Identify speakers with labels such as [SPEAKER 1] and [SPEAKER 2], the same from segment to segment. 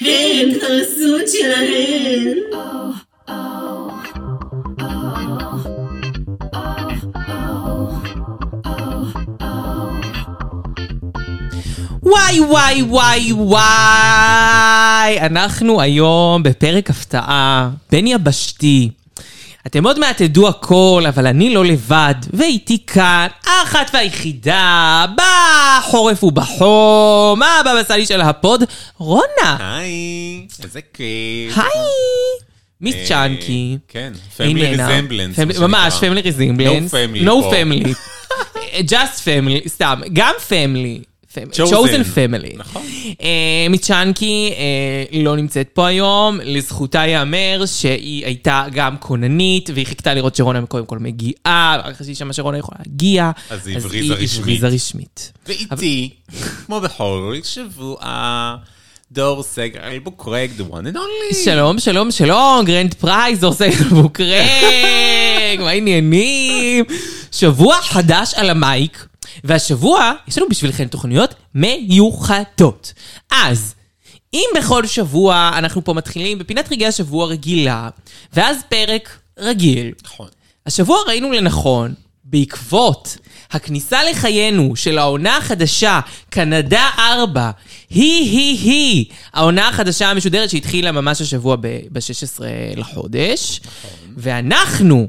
[SPEAKER 1] הם חרסות שלהם.
[SPEAKER 2] וואי וואי וואי וואי, אנחנו היום בפרק הפתעה בין יבשתי. אתם עוד מעט תדעו הכל, אבל אני לא לבד, ואיתי כאן האחת והיחידה, בחורף ובחום, הבבא סאלי של הפוד, רונה.
[SPEAKER 3] היי, איזה כיף.
[SPEAKER 2] היי! מיס
[SPEAKER 3] אה,
[SPEAKER 2] צ'אנקי.
[SPEAKER 3] כן,
[SPEAKER 2] איננה.
[SPEAKER 3] family resemblance.
[SPEAKER 2] Family-
[SPEAKER 3] מה שנקרא.
[SPEAKER 2] ממש, family resemblance.
[SPEAKER 3] No family oh.
[SPEAKER 2] No
[SPEAKER 3] פה.
[SPEAKER 2] family. just family, סתם. גם family. Fam-
[SPEAKER 3] Chosen.
[SPEAKER 2] chosen family.
[SPEAKER 3] נכון.
[SPEAKER 2] אה, מצ'אנקי אה, לא נמצאת פה היום, לזכותה ייאמר שהיא הייתה גם כוננית, והיא חיכתה לראות שרונה קודם כל מגיעה, אחרי שהיא שמעה שרונה יכולה להגיע.
[SPEAKER 3] אז היא הבריזה רשמית.
[SPEAKER 2] הבריזה רשמית.
[SPEAKER 3] ואיתי, כמו בכל שבוע, דור סגל בוקרג, the one and only.
[SPEAKER 2] שלום, שלום, שלום, גרנד פרייז עושה בוקרק, מה העניינים? שבוע חדש על המייק, והשבוע יש לנו בשבילכם תוכניות מיוחדות. אז, אם בכל שבוע אנחנו פה מתחילים בפינת רגעי השבוע רגילה, ואז פרק רגיל,
[SPEAKER 3] נכון.
[SPEAKER 2] השבוע ראינו לנכון, בעקבות הכניסה לחיינו של העונה החדשה, קנדה 4, היא-היא-היא, העונה החדשה המשודרת שהתחילה ממש השבוע ב-16 לחודש, ואנחנו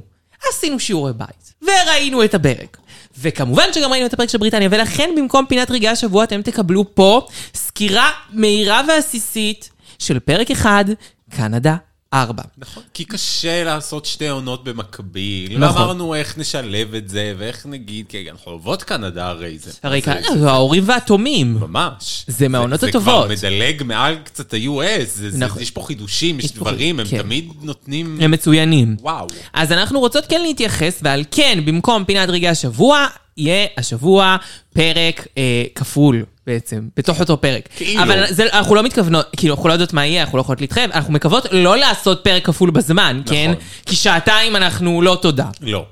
[SPEAKER 2] עשינו שיעורי בית, וראינו את הפרק. וכמובן שגם ראינו את הפרק של בריטניה, ולכן במקום פינת רגעי השבוע אתם תקבלו פה סקירה מהירה ועסיסית של פרק 1, קנדה 4.
[SPEAKER 3] נכון, כי קשה לעשות שתי עונות במקביל.
[SPEAKER 2] נכון.
[SPEAKER 3] נכון. ואמרנו איך נשלב את זה, ואיך נגיד, כי אנחנו אוהבות קנדה הרי זה.
[SPEAKER 2] הרי
[SPEAKER 3] זה-
[SPEAKER 2] קנדה זה ההורים והתומים.
[SPEAKER 3] ממש.
[SPEAKER 2] זה מהעונות
[SPEAKER 3] זה
[SPEAKER 2] הטובות.
[SPEAKER 3] כבר מדלג מעל קצת ה-US, זה- זה-
[SPEAKER 2] נכון.
[SPEAKER 3] יש פה חידושים,
[SPEAKER 2] יש
[SPEAKER 3] יש
[SPEAKER 2] פה
[SPEAKER 3] דברים, הם
[SPEAKER 2] חיד- כן.
[SPEAKER 3] תמיד נותנים...
[SPEAKER 2] הם מצוינים.
[SPEAKER 3] וואו.
[SPEAKER 2] אז אנחנו רוצות כן להתייחס, ועל כן, במקום פינת רגעי השבוע, יהיה השבוע פרק אה, כפול בעצם, בתוך אותו פרק.
[SPEAKER 3] כאילו.
[SPEAKER 2] אבל זה, אנחנו לא מתכוונות, כאילו, אנחנו לא יודעות מה יהיה, אנחנו לא יכולות להתחייב, אנחנו מקוות לא לעשות פרק כפול בזמן, נכון. כן? כי שעתיים אנחנו לא תודה.
[SPEAKER 3] לא.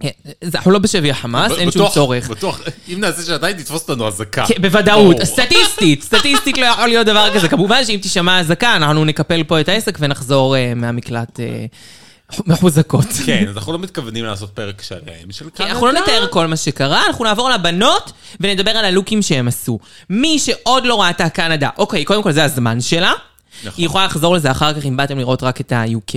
[SPEAKER 2] כן, זה- אנחנו לא בשבי החמאס, אין שום
[SPEAKER 3] בטוח-
[SPEAKER 2] צורך.
[SPEAKER 3] בטוח, אם נעשה שעדיין תתפוס אותנו אזעקה.
[SPEAKER 2] כן, בוודאות,
[SPEAKER 3] ברור.
[SPEAKER 2] סטטיסטית, סטטיסטית לא יכול להיות דבר כזה. כמובן שאם תישמע אזעקה, אנחנו נקפל פה את העסק ונחזור אה, מהמקלט אה, מחוזקות.
[SPEAKER 3] כן, אז אנחנו לא מתכוונים לעשות פרק שלם של
[SPEAKER 2] כן,
[SPEAKER 3] קנדה.
[SPEAKER 2] אנחנו לא נתאר כל מה שקרה, אנחנו נעבור לבנות ונדבר על הלוקים שהם עשו. מי שעוד לא ראתה קנדה, אוקיי, קודם כל זה הזמן שלה.
[SPEAKER 3] נכון.
[SPEAKER 2] היא יכולה לחזור לזה אחר כך אם באתם לראות רק את ה-UK,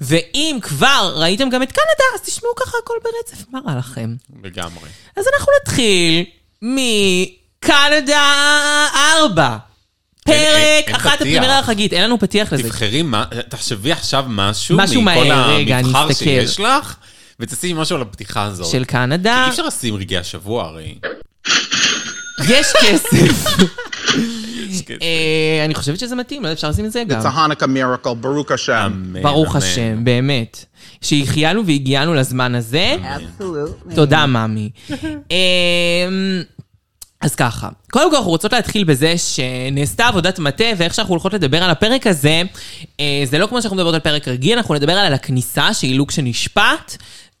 [SPEAKER 2] ואם כבר ראיתם גם את קנדה, אז תשמעו ככה הכל ברצף, מה רע לכם?
[SPEAKER 3] לגמרי.
[SPEAKER 2] אז אנחנו נתחיל מקנדה 4.
[SPEAKER 3] אין- אין-
[SPEAKER 2] פרק
[SPEAKER 3] אין
[SPEAKER 2] אחת
[SPEAKER 3] פתיח.
[SPEAKER 2] הפרימירה החגית, אין לנו פתיח לזה.
[SPEAKER 3] תבחרי, מה- תחשבי עכשיו משהו,
[SPEAKER 2] משהו
[SPEAKER 3] מכל
[SPEAKER 2] מהר, רגע, אני
[SPEAKER 3] המבחר
[SPEAKER 2] אסתכל.
[SPEAKER 3] שיש לך, ותשימי משהו על הפתיחה הזאת.
[SPEAKER 2] של קנדה,
[SPEAKER 3] אי אפשר לשים רגעי השבוע הרי.
[SPEAKER 2] יש כסף.
[SPEAKER 3] כסף.
[SPEAKER 2] אה, אני חושבת שזה מתאים, לא אפשר לשים את זה גם.
[SPEAKER 4] It's a Hanukkah miracle. Baruch Hashem.
[SPEAKER 3] אמן,
[SPEAKER 2] ברוך
[SPEAKER 3] אמן.
[SPEAKER 2] השם, באמת. שהחיינו והגיענו לזמן הזה. תודה, מאמי. אמ, אז ככה, קודם כל אנחנו רוצות להתחיל בזה שנעשתה עבודת מטה, ואיך שאנחנו הולכות לדבר על הפרק הזה, אה, זה לא כמו שאנחנו מדברות על פרק רגיל, אנחנו נדבר על הכניסה, שהיא לוק שנשפט,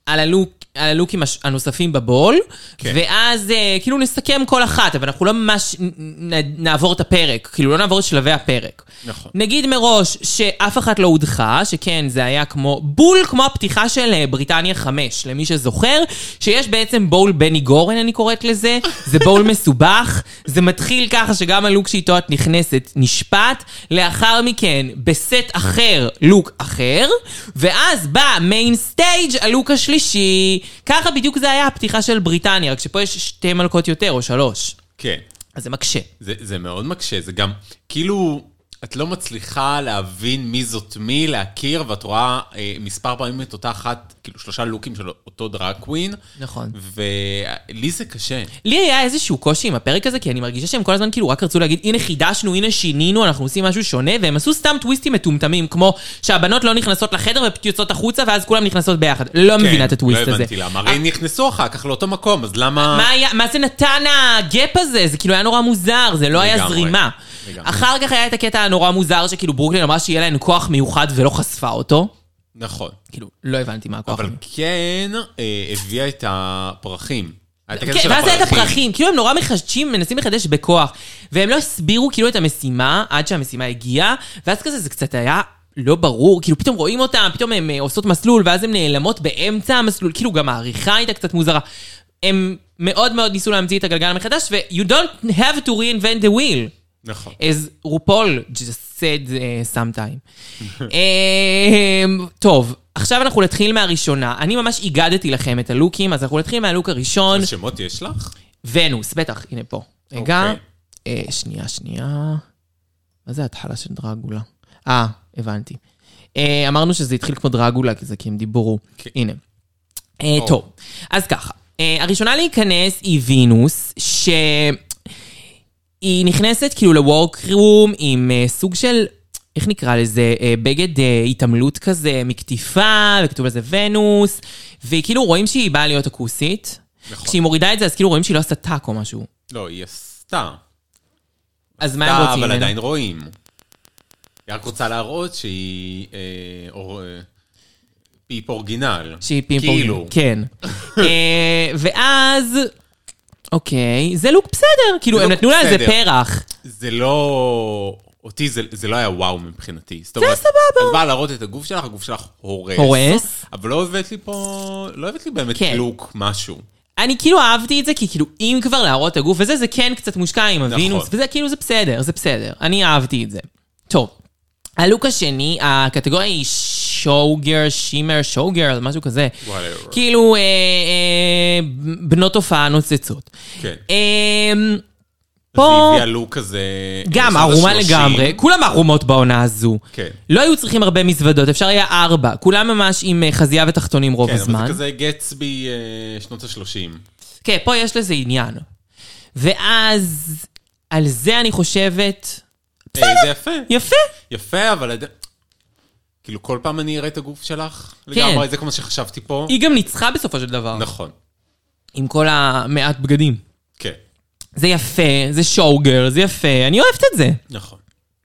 [SPEAKER 2] על הלוק... על הלוקים הש- הנוספים בבול, כן.
[SPEAKER 3] כן.
[SPEAKER 2] ואז אה, כאילו נסכם כל אחת, אבל אנחנו לא ממש נ- נ- נעבור את הפרק, כאילו לא נעבור את שלבי הפרק.
[SPEAKER 3] נכון.
[SPEAKER 2] נגיד מראש שאף אחת לא הודחה, שכן, זה היה כמו בול, כמו הפתיחה של אה, בריטניה 5, למי שזוכר, שיש בעצם בול בני גורן, אני קוראת לזה, זה בול מסובך, זה מתחיל ככה שגם הלוק שאיתו את נכנסת נשפט, לאחר מכן, בסט אחר, לוק אחר, ואז בא מיין סטייג' הלוק השלישי, ככה בדיוק זה היה הפתיחה של בריטניה, רק שפה יש שתי מלכות יותר, או שלוש.
[SPEAKER 3] כן.
[SPEAKER 2] אז זה מקשה.
[SPEAKER 3] זה, זה מאוד מקשה, זה גם, כאילו, את לא מצליחה להבין מי זאת מי, להכיר, ואת רואה אה, מספר פעמים את אותה אחת, כאילו שלושה לוקים של אותו דרג קווין.
[SPEAKER 2] נכון.
[SPEAKER 3] ולי זה קשה.
[SPEAKER 2] לי היה איזשהו קושי עם הפרק הזה, כי אני מרגישה שהם כל הזמן כאילו רק רצו להגיד, הנה חידשנו, הנה שינינו, אנחנו עושים משהו שונה, והם עשו סתם טוויסטים מטומטמים, כמו שהבנות לא נכנסות לחדר ויוצאות החוצה, ואז כולם נכנסות ביחד. לא מבינה את הטוויסט הזה. אה,
[SPEAKER 3] לא הבנתי למה. הרי נכנסו אחר כך לאותו מקום, אז למה...
[SPEAKER 2] מה, היה, מה זה נתן הגאפ הזה? זה כאילו היה נורא מוזר, זה לא היה
[SPEAKER 3] לגמרי.
[SPEAKER 2] זרימה.
[SPEAKER 3] לגמרי.
[SPEAKER 2] אחר כך היה את הקטע הנורא מוזר, שכאילו ברוקלין אמרה שיהיה להן כוח מיוחד ולא חשפה אותו.
[SPEAKER 3] נכון.
[SPEAKER 2] אוקיי. כאילו, לא הבנתי מה הכוח.
[SPEAKER 3] אבל
[SPEAKER 2] המיוחד.
[SPEAKER 3] כן אה, הביאה את הפרחים. היה את הקטע
[SPEAKER 2] כן,
[SPEAKER 3] של
[SPEAKER 2] ואז היה את
[SPEAKER 3] הפרחים.
[SPEAKER 2] הפרחים, כאילו הם נורא מחדשים, מנסים לחדש בכוח. והם לא הסבירו כאילו את המשימה, עד שהמשימה הגיעה, ואז כזה זה קצת היה לא ברור, כאילו פתאום רואים אותם, פתאום הן עושות מסלול, ואז הן נעלמות באמצע המסלול, כאילו גם העריכה הייתה קצת מוזרה. הם מאוד מאוד ניסו להמציא את הגלגל מחדש, ו- you don't have to reinvent the wheel.
[SPEAKER 3] נכון.
[SPEAKER 2] as רופול just said uh, sometime. um, טוב, עכשיו אנחנו נתחיל מהראשונה. אני ממש איגדתי לכם את הלוקים, אז אנחנו נתחיל מהלוק הראשון.
[SPEAKER 3] אז שמות יש לך?
[SPEAKER 2] ונוס, בטח, הנה פה.
[SPEAKER 3] אוקיי.
[SPEAKER 2] רגע. אה, שנייה, שנייה. מה זה ההתחלה של דרגולה? אה, הבנתי. אה, אמרנו שזה התחיל כמו דרגולה, כי זה כי הם דיברו.
[SPEAKER 3] כן.
[SPEAKER 2] הנה. אה,
[SPEAKER 3] או.
[SPEAKER 2] טוב, אז ככה. אה, הראשונה להיכנס היא וינוס, ש... היא נכנסת כאילו לוורקרום עם אה, סוג של, איך נקרא לזה, אה, בגד אה, התעמלות כזה מקטיפה, וכתוב על זה ונוס, והיא כאילו רואים שהיא באה להיות הכוסית.
[SPEAKER 3] נכון.
[SPEAKER 2] כשהיא מורידה את זה, אז כאילו רואים שהיא לא עשתה טאק או משהו.
[SPEAKER 3] לא, היא עשתה.
[SPEAKER 2] אז מה הם
[SPEAKER 3] עשתה,
[SPEAKER 2] רוצים
[SPEAKER 3] אה, לא, אבל
[SPEAKER 2] ממנה?
[SPEAKER 3] עדיין רואים. היא רק רוצה להראות שהיא אה, אור- אה, פיפ אורגינל.
[SPEAKER 2] שהיא פימפונג.
[SPEAKER 3] כאילו.
[SPEAKER 2] כן. אה, ואז, אוקיי, זה לוק בסדר. כאילו,
[SPEAKER 3] זה
[SPEAKER 2] הם
[SPEAKER 3] לוק
[SPEAKER 2] נתנו לה איזה
[SPEAKER 3] בסדר.
[SPEAKER 2] פרח.
[SPEAKER 3] זה לא... אותי זה, זה לא היה וואו מבחינתי. זאת אומרת,
[SPEAKER 2] סבבה.
[SPEAKER 3] את באה להראות את הגוף שלך, הגוף שלך הורס.
[SPEAKER 2] הורס.
[SPEAKER 3] אבל לא הבאת לי פה... לא הבאת לי באמת
[SPEAKER 2] כן.
[SPEAKER 3] לוק משהו.
[SPEAKER 2] אני כאילו אהבתי את זה, כי כאילו, אם כבר להראות את הגוף וזה, זה כן קצת מושקע עם
[SPEAKER 3] נכון.
[SPEAKER 2] הווינוס, וזה כאילו, זה בסדר, זה בסדר. אני אהבתי את זה. טוב, הלוק השני, הקטגוריה היא שוגר, שימר, שוגר, משהו כזה.
[SPEAKER 3] Whatever.
[SPEAKER 2] כאילו, אה, אה, בנות הופעה נוצצות.
[SPEAKER 3] כן.
[SPEAKER 2] אה,
[SPEAKER 3] אז
[SPEAKER 2] פה...
[SPEAKER 3] היא הביאה לוק כזה...
[SPEAKER 2] גם
[SPEAKER 3] שנות
[SPEAKER 2] ערומה
[SPEAKER 3] ה-שלושים.
[SPEAKER 2] לגמרי, כולם ערומות בעונה הזו.
[SPEAKER 3] כן.
[SPEAKER 2] לא היו צריכים הרבה מזוודות, אפשר היה ארבע. כולם ממש עם אה, חזייה ותחתונים רוב
[SPEAKER 3] כן, אבל
[SPEAKER 2] הזמן.
[SPEAKER 3] זה כזה גטסבי אה, שנות ה-30.
[SPEAKER 2] כן, פה יש לזה עניין. ואז, על זה אני חושבת,
[SPEAKER 3] אה, זה יפה.
[SPEAKER 2] יפה.
[SPEAKER 3] יפה, אבל... עד- כאילו, כל פעם אני אראה את הגוף שלך? לגמרי, זה כל מה שחשבתי פה.
[SPEAKER 2] כן. היא גם ניצחה בסופו של דבר.
[SPEAKER 3] נכון,
[SPEAKER 2] עם כל המעט בגדים.
[SPEAKER 3] כן,
[SPEAKER 2] זה יפה, זה שואוגר, זה יפה, אני אוהבת את זה.
[SPEAKER 3] נכון.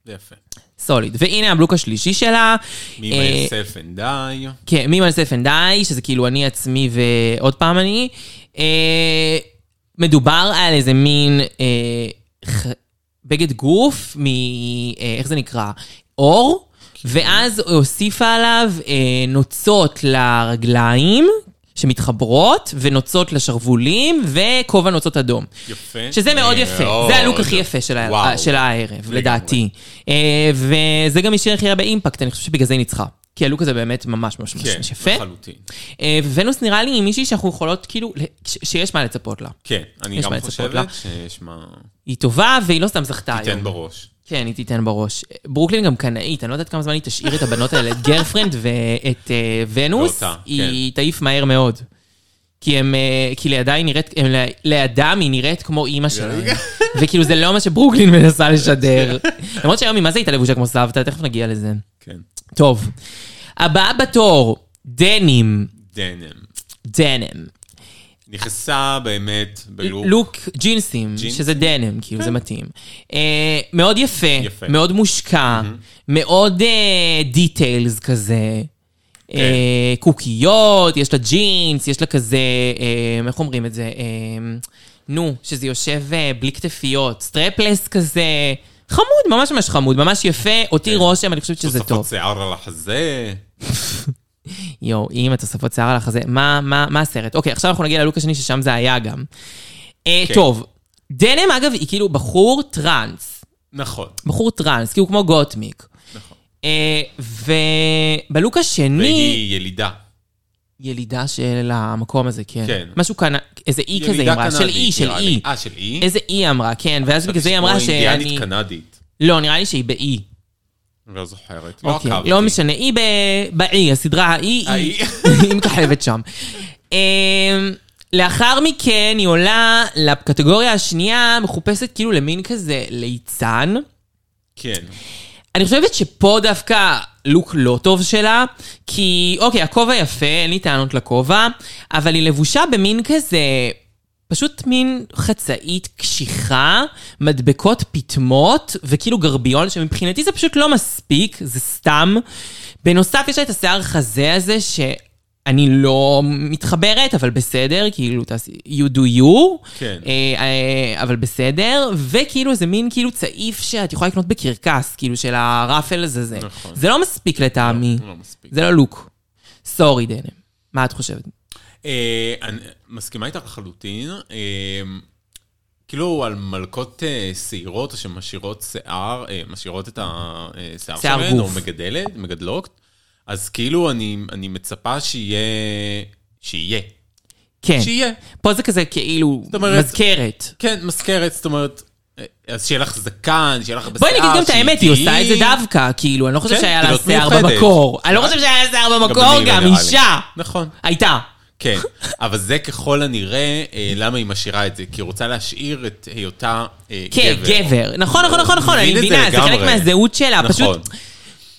[SPEAKER 3] זה יפה.
[SPEAKER 2] סוליד. והנה הבלוק השלישי שלה.
[SPEAKER 3] מי
[SPEAKER 2] אה,
[SPEAKER 3] מייסף אין די.
[SPEAKER 2] כן, מי מנסף אנד די, שזה כאילו אני עצמי ועוד פעם אני. אה, מדובר על איזה מין אה, ח... בגד גוף מ... אה, איך זה נקרא? אור, ואז הוסיפה עליו אה, נוצות לרגליים. שמתחברות, ונוצות לשרוולים, וכובע נוצות אדום.
[SPEAKER 3] יפה. אוקיי.
[SPEAKER 2] שזה מאוד יפה,
[SPEAKER 3] מאוד.
[SPEAKER 2] זה הלוק הכי יפה של, ה...
[SPEAKER 3] אה,
[SPEAKER 2] אה,
[SPEAKER 3] וואו.
[SPEAKER 2] של הערב,
[SPEAKER 3] לגמרי.
[SPEAKER 2] לדעתי. אה, וזה גם השאיר הכי הרבה אימפקט, אני חושב שבגלל זה היא ניצחה. כי הלוק הזה באמת ממש ממש ממש
[SPEAKER 3] כן,
[SPEAKER 2] יפה.
[SPEAKER 3] לחלוטין.
[SPEAKER 2] אה, וונוס נראה לי היא מישהי שאנחנו יכולות, כאילו, ל- ש- שיש מה לצפות לה.
[SPEAKER 3] כן, אני
[SPEAKER 2] יש מה
[SPEAKER 3] גם
[SPEAKER 2] לצפות לה.
[SPEAKER 3] חושבת שיש מה...
[SPEAKER 2] היא טובה, והיא לא סתם זכתה היום.
[SPEAKER 3] תיתן בראש.
[SPEAKER 2] כן, היא תיתן בראש. ברוקלין גם קנאית, אני לא יודעת כמה זמן היא תשאיר את הבנות האלה, את גרפרנד ואת אה, ונוס,
[SPEAKER 3] ואותה,
[SPEAKER 2] היא תעיף מהר מאוד. כי הם, אה, כי לידה היא נראית, הם ל- לידם היא נראית כמו אימא שלהם. וכאילו זה לא מה שברוקלין מנסה לשדר. למרות שהיום היא מה זה הייתה לבושה כמו סבתא, תכף נגיע לזה.
[SPEAKER 3] כן.
[SPEAKER 2] טוב. הבאה בתור, דנים.
[SPEAKER 3] דנם.
[SPEAKER 2] דנם.
[SPEAKER 3] נכנסה באמת בלוק.
[SPEAKER 2] לוק ג'ינסים,
[SPEAKER 3] ג'ינס?
[SPEAKER 2] שזה דנם, כאילו, זה מתאים. אה, מאוד יפה,
[SPEAKER 3] יפה.
[SPEAKER 2] מאוד מושקע, מאוד דיטיילס כזה. אה, קוקיות, יש לה ג'ינס, יש לה כזה, אה, איך אומרים את זה? אה, נו, שזה יושב אה, בלי כתפיות, סטרפלס כזה. חמוד, ממש ממש חמוד, ממש יפה. אותי רושם, אני חושבת שזה
[SPEAKER 3] תוספות
[SPEAKER 2] טוב.
[SPEAKER 3] שיער על החזה.
[SPEAKER 2] יואו, אם התוספות שיער על החזה, מה, מה, מה הסרט? אוקיי, עכשיו אנחנו נגיע ללוק השני, ששם זה היה גם. אה,
[SPEAKER 3] כן.
[SPEAKER 2] טוב, דנם, אגב, היא כאילו בחור טראנס.
[SPEAKER 3] נכון.
[SPEAKER 2] בחור טראנס, כי הוא כמו גוטמיק.
[SPEAKER 3] נכון.
[SPEAKER 2] אה, ובלוק השני,
[SPEAKER 3] והיא ילידה.
[SPEAKER 2] ילידה של המקום הזה, כן.
[SPEAKER 3] כן.
[SPEAKER 2] משהו כאן, איזה אי כזה היא
[SPEAKER 3] ילידה
[SPEAKER 2] אמרה, של אי,
[SPEAKER 3] קנדית,
[SPEAKER 2] של
[SPEAKER 3] נראה לי.
[SPEAKER 2] אי.
[SPEAKER 3] אה, של אי?
[SPEAKER 2] איזה אי אמרה, כן, ואז בגלל זה היא אמרה
[SPEAKER 3] או
[SPEAKER 2] שאני...
[SPEAKER 3] אינדיאנית קנדית.
[SPEAKER 2] לא, נראה לי שהיא באי.
[SPEAKER 3] לא זוכרת. לא
[SPEAKER 2] אוקיי,
[SPEAKER 3] עקבתי.
[SPEAKER 2] לא משנה, היא ב- באי, הסדרה האי, היא היא מככבת שם. אמ, לאחר מכן היא עולה לקטגוריה השנייה, מחופשת כאילו למין כזה ליצן.
[SPEAKER 3] כן.
[SPEAKER 2] אני חושבת שפה דווקא לוק לא טוב שלה, כי אוקיי, הכובע יפה, אין לי טענות לכובע, אבל היא לבושה במין כזה, פשוט מין חצאית קשיחה, מדבקות פטמות, וכאילו גרביון, שמבחינתי זה פשוט לא מספיק, זה סתם. בנוסף, יש לה את השיער חזה הזה, ש... אני לא מתחברת, אבל בסדר, כאילו, תעשי, you do you,
[SPEAKER 3] כן.
[SPEAKER 2] אה, אה, אבל בסדר, וכאילו איזה מין כאילו צעיף שאת יכולה לקנות בקרקס, כאילו של הראפל הזה, זה.
[SPEAKER 3] נכון.
[SPEAKER 2] זה לא מספיק לטעמי,
[SPEAKER 3] לא מספיק.
[SPEAKER 2] זה לא לוק. סורי, דנם, מה את חושבת?
[SPEAKER 3] אה, אני מסכימה איתך לחלוטין. אה, כאילו על מלכות אה, שעירות שמשאירות שיער, אה, משאירות את השיער
[SPEAKER 2] שיער
[SPEAKER 3] שלהן, או
[SPEAKER 2] גוף.
[SPEAKER 3] מגדלת, מגדלות, אז כאילו אני, אני מצפה שיהיה, שיהיה.
[SPEAKER 2] כן.
[SPEAKER 3] שיהיה.
[SPEAKER 2] פה זה כזה כאילו
[SPEAKER 3] אומרת-
[SPEAKER 2] מזכרת.
[SPEAKER 3] כן, מזכרת, זאת אומרת, אה, אז שיהיה לך זקן, שיהיה לך בשיער.
[SPEAKER 2] בואי נגיד גם את
[SPEAKER 3] אה, שהיא
[SPEAKER 2] האמת, היא עושה את זה
[SPEAKER 3] תהיי-
[SPEAKER 2] דווקא, כאילו, אני לא חושב
[SPEAKER 3] כן,
[SPEAKER 2] שהיה
[SPEAKER 3] היא
[SPEAKER 2] לה
[SPEAKER 3] לא
[SPEAKER 2] שיער
[SPEAKER 3] מיוחדת.
[SPEAKER 2] במקור. אני לא חושב שהיה לה שיער במקור,
[SPEAKER 3] אני לא
[SPEAKER 2] גם
[SPEAKER 3] נראה לי.
[SPEAKER 2] אישה.
[SPEAKER 3] נכון.
[SPEAKER 2] הייתה.
[SPEAKER 3] כן, אבל זה ככל הנראה, אה, למה היא משאירה את זה? כי היא רוצה להשאיר את היותה אה,
[SPEAKER 2] כן,
[SPEAKER 3] גבר.
[SPEAKER 2] גבר. נכון, נכון, נכון, נכון, אני
[SPEAKER 3] מבין את
[SPEAKER 2] מבינה, זה חלק
[SPEAKER 3] לגמרי.
[SPEAKER 2] מהזהות שלה,
[SPEAKER 3] נכון.
[SPEAKER 2] פשוט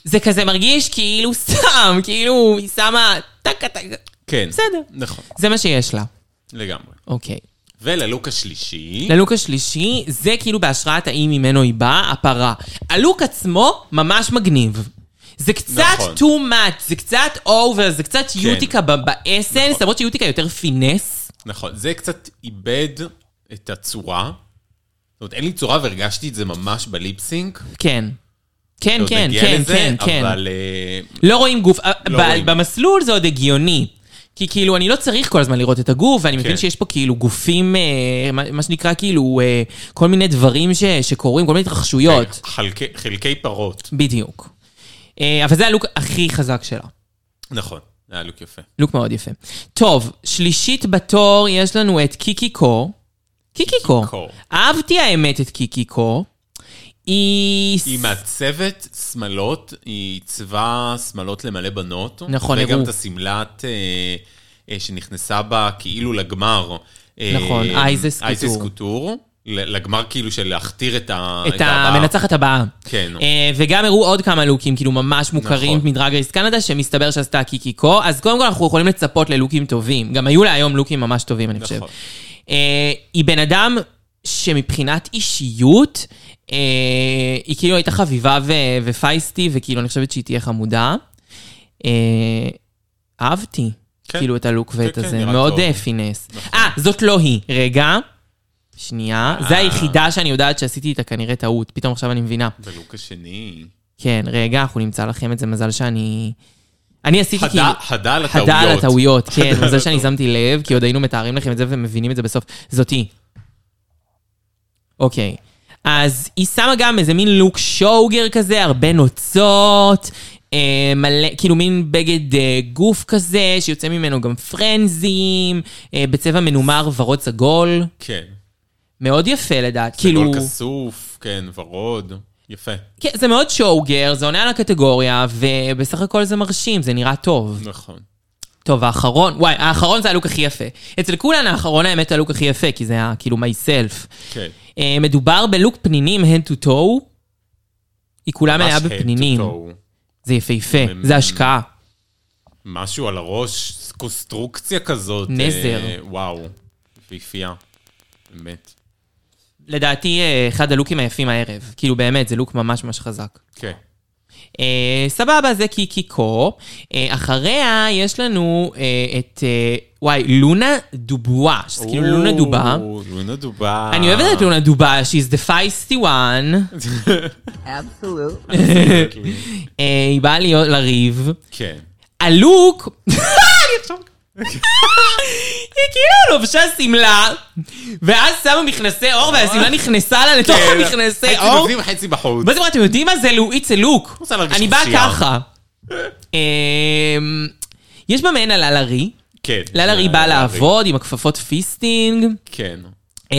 [SPEAKER 2] זה כזה מרגיש כאילו סתם, כאילו היא שמה טקה טקה.
[SPEAKER 3] כן.
[SPEAKER 2] בסדר.
[SPEAKER 3] נכון,
[SPEAKER 2] זה מה שיש לה.
[SPEAKER 3] לגמרי.
[SPEAKER 2] אוקיי.
[SPEAKER 3] וללוק השלישי,
[SPEAKER 2] ללוק השלישי, זה כאילו בהשראת האי ממנו היא באה, הפרה. הלוק עצמו ממש מגניב. זה קצת
[SPEAKER 3] נכון. כן.
[SPEAKER 2] too much, זה קצת over, זה קצת יוטיקה ב- באסנס, למרות שיוטיקה יותר פינס.
[SPEAKER 3] נכון, זה קצת איבד את הצורה. זאת אומרת, אין לי צורה והרגשתי את זה ממש בליפסינק.
[SPEAKER 2] כן. כן,
[SPEAKER 3] עוד
[SPEAKER 2] כן,
[SPEAKER 3] לא נגיע
[SPEAKER 2] כן,
[SPEAKER 3] לזה,
[SPEAKER 2] כן, כן.
[SPEAKER 3] אבל אה,
[SPEAKER 2] לא רואים גוף. ב-
[SPEAKER 3] רואים.
[SPEAKER 2] במסלול זה עוד הגיוני. כי כאילו, אני לא צריך כל הזמן לראות את הגוף, ואני מבין
[SPEAKER 3] כן.
[SPEAKER 2] שיש פה כאילו גופים, אה, מה מה שנקרא כאילו, אה, כל מיני דברים ש- שקורים, כל מיני התרחשויות.
[SPEAKER 3] כן. חלקי- חלקי פרות.
[SPEAKER 2] בדיוק. אה, אבל זה הלוק הכי חזק שלה.
[SPEAKER 3] נכון, היה לוק יפה.
[SPEAKER 2] לוק מאוד יפה. טוב, שלישית בתור יש לנו את קיקי קור. קיקי קור.
[SPEAKER 3] קור.
[SPEAKER 2] אהבתי האמת את קיקי קור. היא...
[SPEAKER 3] היא מעצבת שמלות, היא עיצבה שמלות למלא בנות.
[SPEAKER 2] נכון,
[SPEAKER 3] וגם
[SPEAKER 2] הראו.
[SPEAKER 3] את השמלת אה, אה, שנכנסה בה כאילו לגמר. אה,
[SPEAKER 2] נכון, אייזס
[SPEAKER 3] אייזס
[SPEAKER 2] קוטור.
[SPEAKER 3] קוטור. ל- לגמר כאילו של להכתיר את ה...
[SPEAKER 2] את
[SPEAKER 3] הבאה.
[SPEAKER 2] המנצחת הבאה.
[SPEAKER 3] כן.
[SPEAKER 2] אה, וגם הראו עוד כמה לוקים, כאילו ממש מוכרים
[SPEAKER 3] נכון.
[SPEAKER 2] מדרג רייס קנדה, שמסתבר שעשתה קיקי קו, אז קודם כל אנחנו יכולים לצפות ללוקים טובים. גם היו לה היום לוקים ממש טובים, אני חושב.
[SPEAKER 3] נכון.
[SPEAKER 2] אה, היא בן אדם שמבחינת אישיות, אה, היא כאילו הייתה חביבה ו- ופייסטי, וכאילו אני חושבת שהיא תהיה חמודה. אה, אהבתי.
[SPEAKER 3] כן.
[SPEAKER 2] כאילו את הלוק ואת
[SPEAKER 3] כן,
[SPEAKER 2] הזה,
[SPEAKER 3] נראה
[SPEAKER 2] מאוד
[SPEAKER 3] טוב. נכון.
[SPEAKER 2] אה, פינס. אה, זאת לא היא. רגע, שנייה.
[SPEAKER 3] אה.
[SPEAKER 2] זה היחידה שאני יודעת שעשיתי איתה כנראה טעות, פתאום עכשיו אני מבינה.
[SPEAKER 3] בלוק השני.
[SPEAKER 2] כן, רגע, אנחנו נמצא לכם את זה, מזל שאני... אני עשיתי כאילו...
[SPEAKER 3] חדה, חדה על הטעויות.
[SPEAKER 2] חדה על הטעויות, כן, מזל שאני שמתי לב, כי עוד היינו מתארים לכם את זה ומבינים את זה בסוף. זאתי. אוקיי. אז היא שמה גם איזה מין לוק שוגר כזה, הרבה נוצות, אה, מלא, כאילו מין בגד אה, גוף כזה, שיוצא ממנו גם פרנזים, אה, בצבע מנומר ורוד סגול.
[SPEAKER 3] כן.
[SPEAKER 2] מאוד יפה לדעת,
[SPEAKER 3] כאילו...
[SPEAKER 2] כאילו...
[SPEAKER 3] גול כסוף, כן, ורוד. יפה.
[SPEAKER 2] כן, זה מאוד שוגר, זה עונה על הקטגוריה, ובסך הכל זה מרשים, זה נראה טוב.
[SPEAKER 3] נכון.
[SPEAKER 2] טוב, האחרון, וואי, האחרון זה הלוק הכי יפה. אצל כולן האחרון האמת הלוק הכי יפה, כי זה היה כאילו מייסלף.
[SPEAKER 3] כן.
[SPEAKER 2] מדובר בלוק פנינים, hand to toe. היא כולה מלאה
[SPEAKER 3] ממש hand to
[SPEAKER 2] בפנינים.
[SPEAKER 3] toe.
[SPEAKER 2] זה יפהפה,
[SPEAKER 3] ממ-
[SPEAKER 2] זה השקעה.
[SPEAKER 3] משהו על הראש, קונסטרוקציה כזאת.
[SPEAKER 2] נזר.
[SPEAKER 3] אה, וואו. יפהפייה. באמת.
[SPEAKER 2] לדעתי, אה, אחד הלוקים היפים הערב. כאילו, באמת, זה לוק ממש ממש חזק.
[SPEAKER 3] כן.
[SPEAKER 2] אה, סבבה, זה קיקי קו. אה, אחריה יש לנו אה, את, אה, וואי, לונה דובואה, שזה כאילו לונה דובה.
[SPEAKER 3] או, לא לונה דובה.
[SPEAKER 2] אני אוהבת את לונה דובה, she's the feisty one.
[SPEAKER 5] Absolutely.
[SPEAKER 2] אה, היא באה להיות לריב.
[SPEAKER 3] כן.
[SPEAKER 2] הלוק... אני עכשיו- היא כאילו לובשה שמלה, ואז שמה מכנסי עור, והשמלה נכנסה לה לתוך
[SPEAKER 3] כן.
[SPEAKER 2] המכנסי
[SPEAKER 3] חצי
[SPEAKER 2] עור.
[SPEAKER 3] בפנים, חצי בחוץ.
[SPEAKER 2] אה, מה זה אומר, אתם יודעים מה זה לו? It's a look.
[SPEAKER 3] רוצה להרגיש
[SPEAKER 2] אני באה
[SPEAKER 3] חופשייה.
[SPEAKER 2] ככה. אמ, יש בה מעין הללרי.
[SPEAKER 3] כן.
[SPEAKER 2] ללרי באה
[SPEAKER 3] ללה רי.
[SPEAKER 2] לעבוד עם הכפפות פיסטינג.
[SPEAKER 3] כן.
[SPEAKER 2] אמ,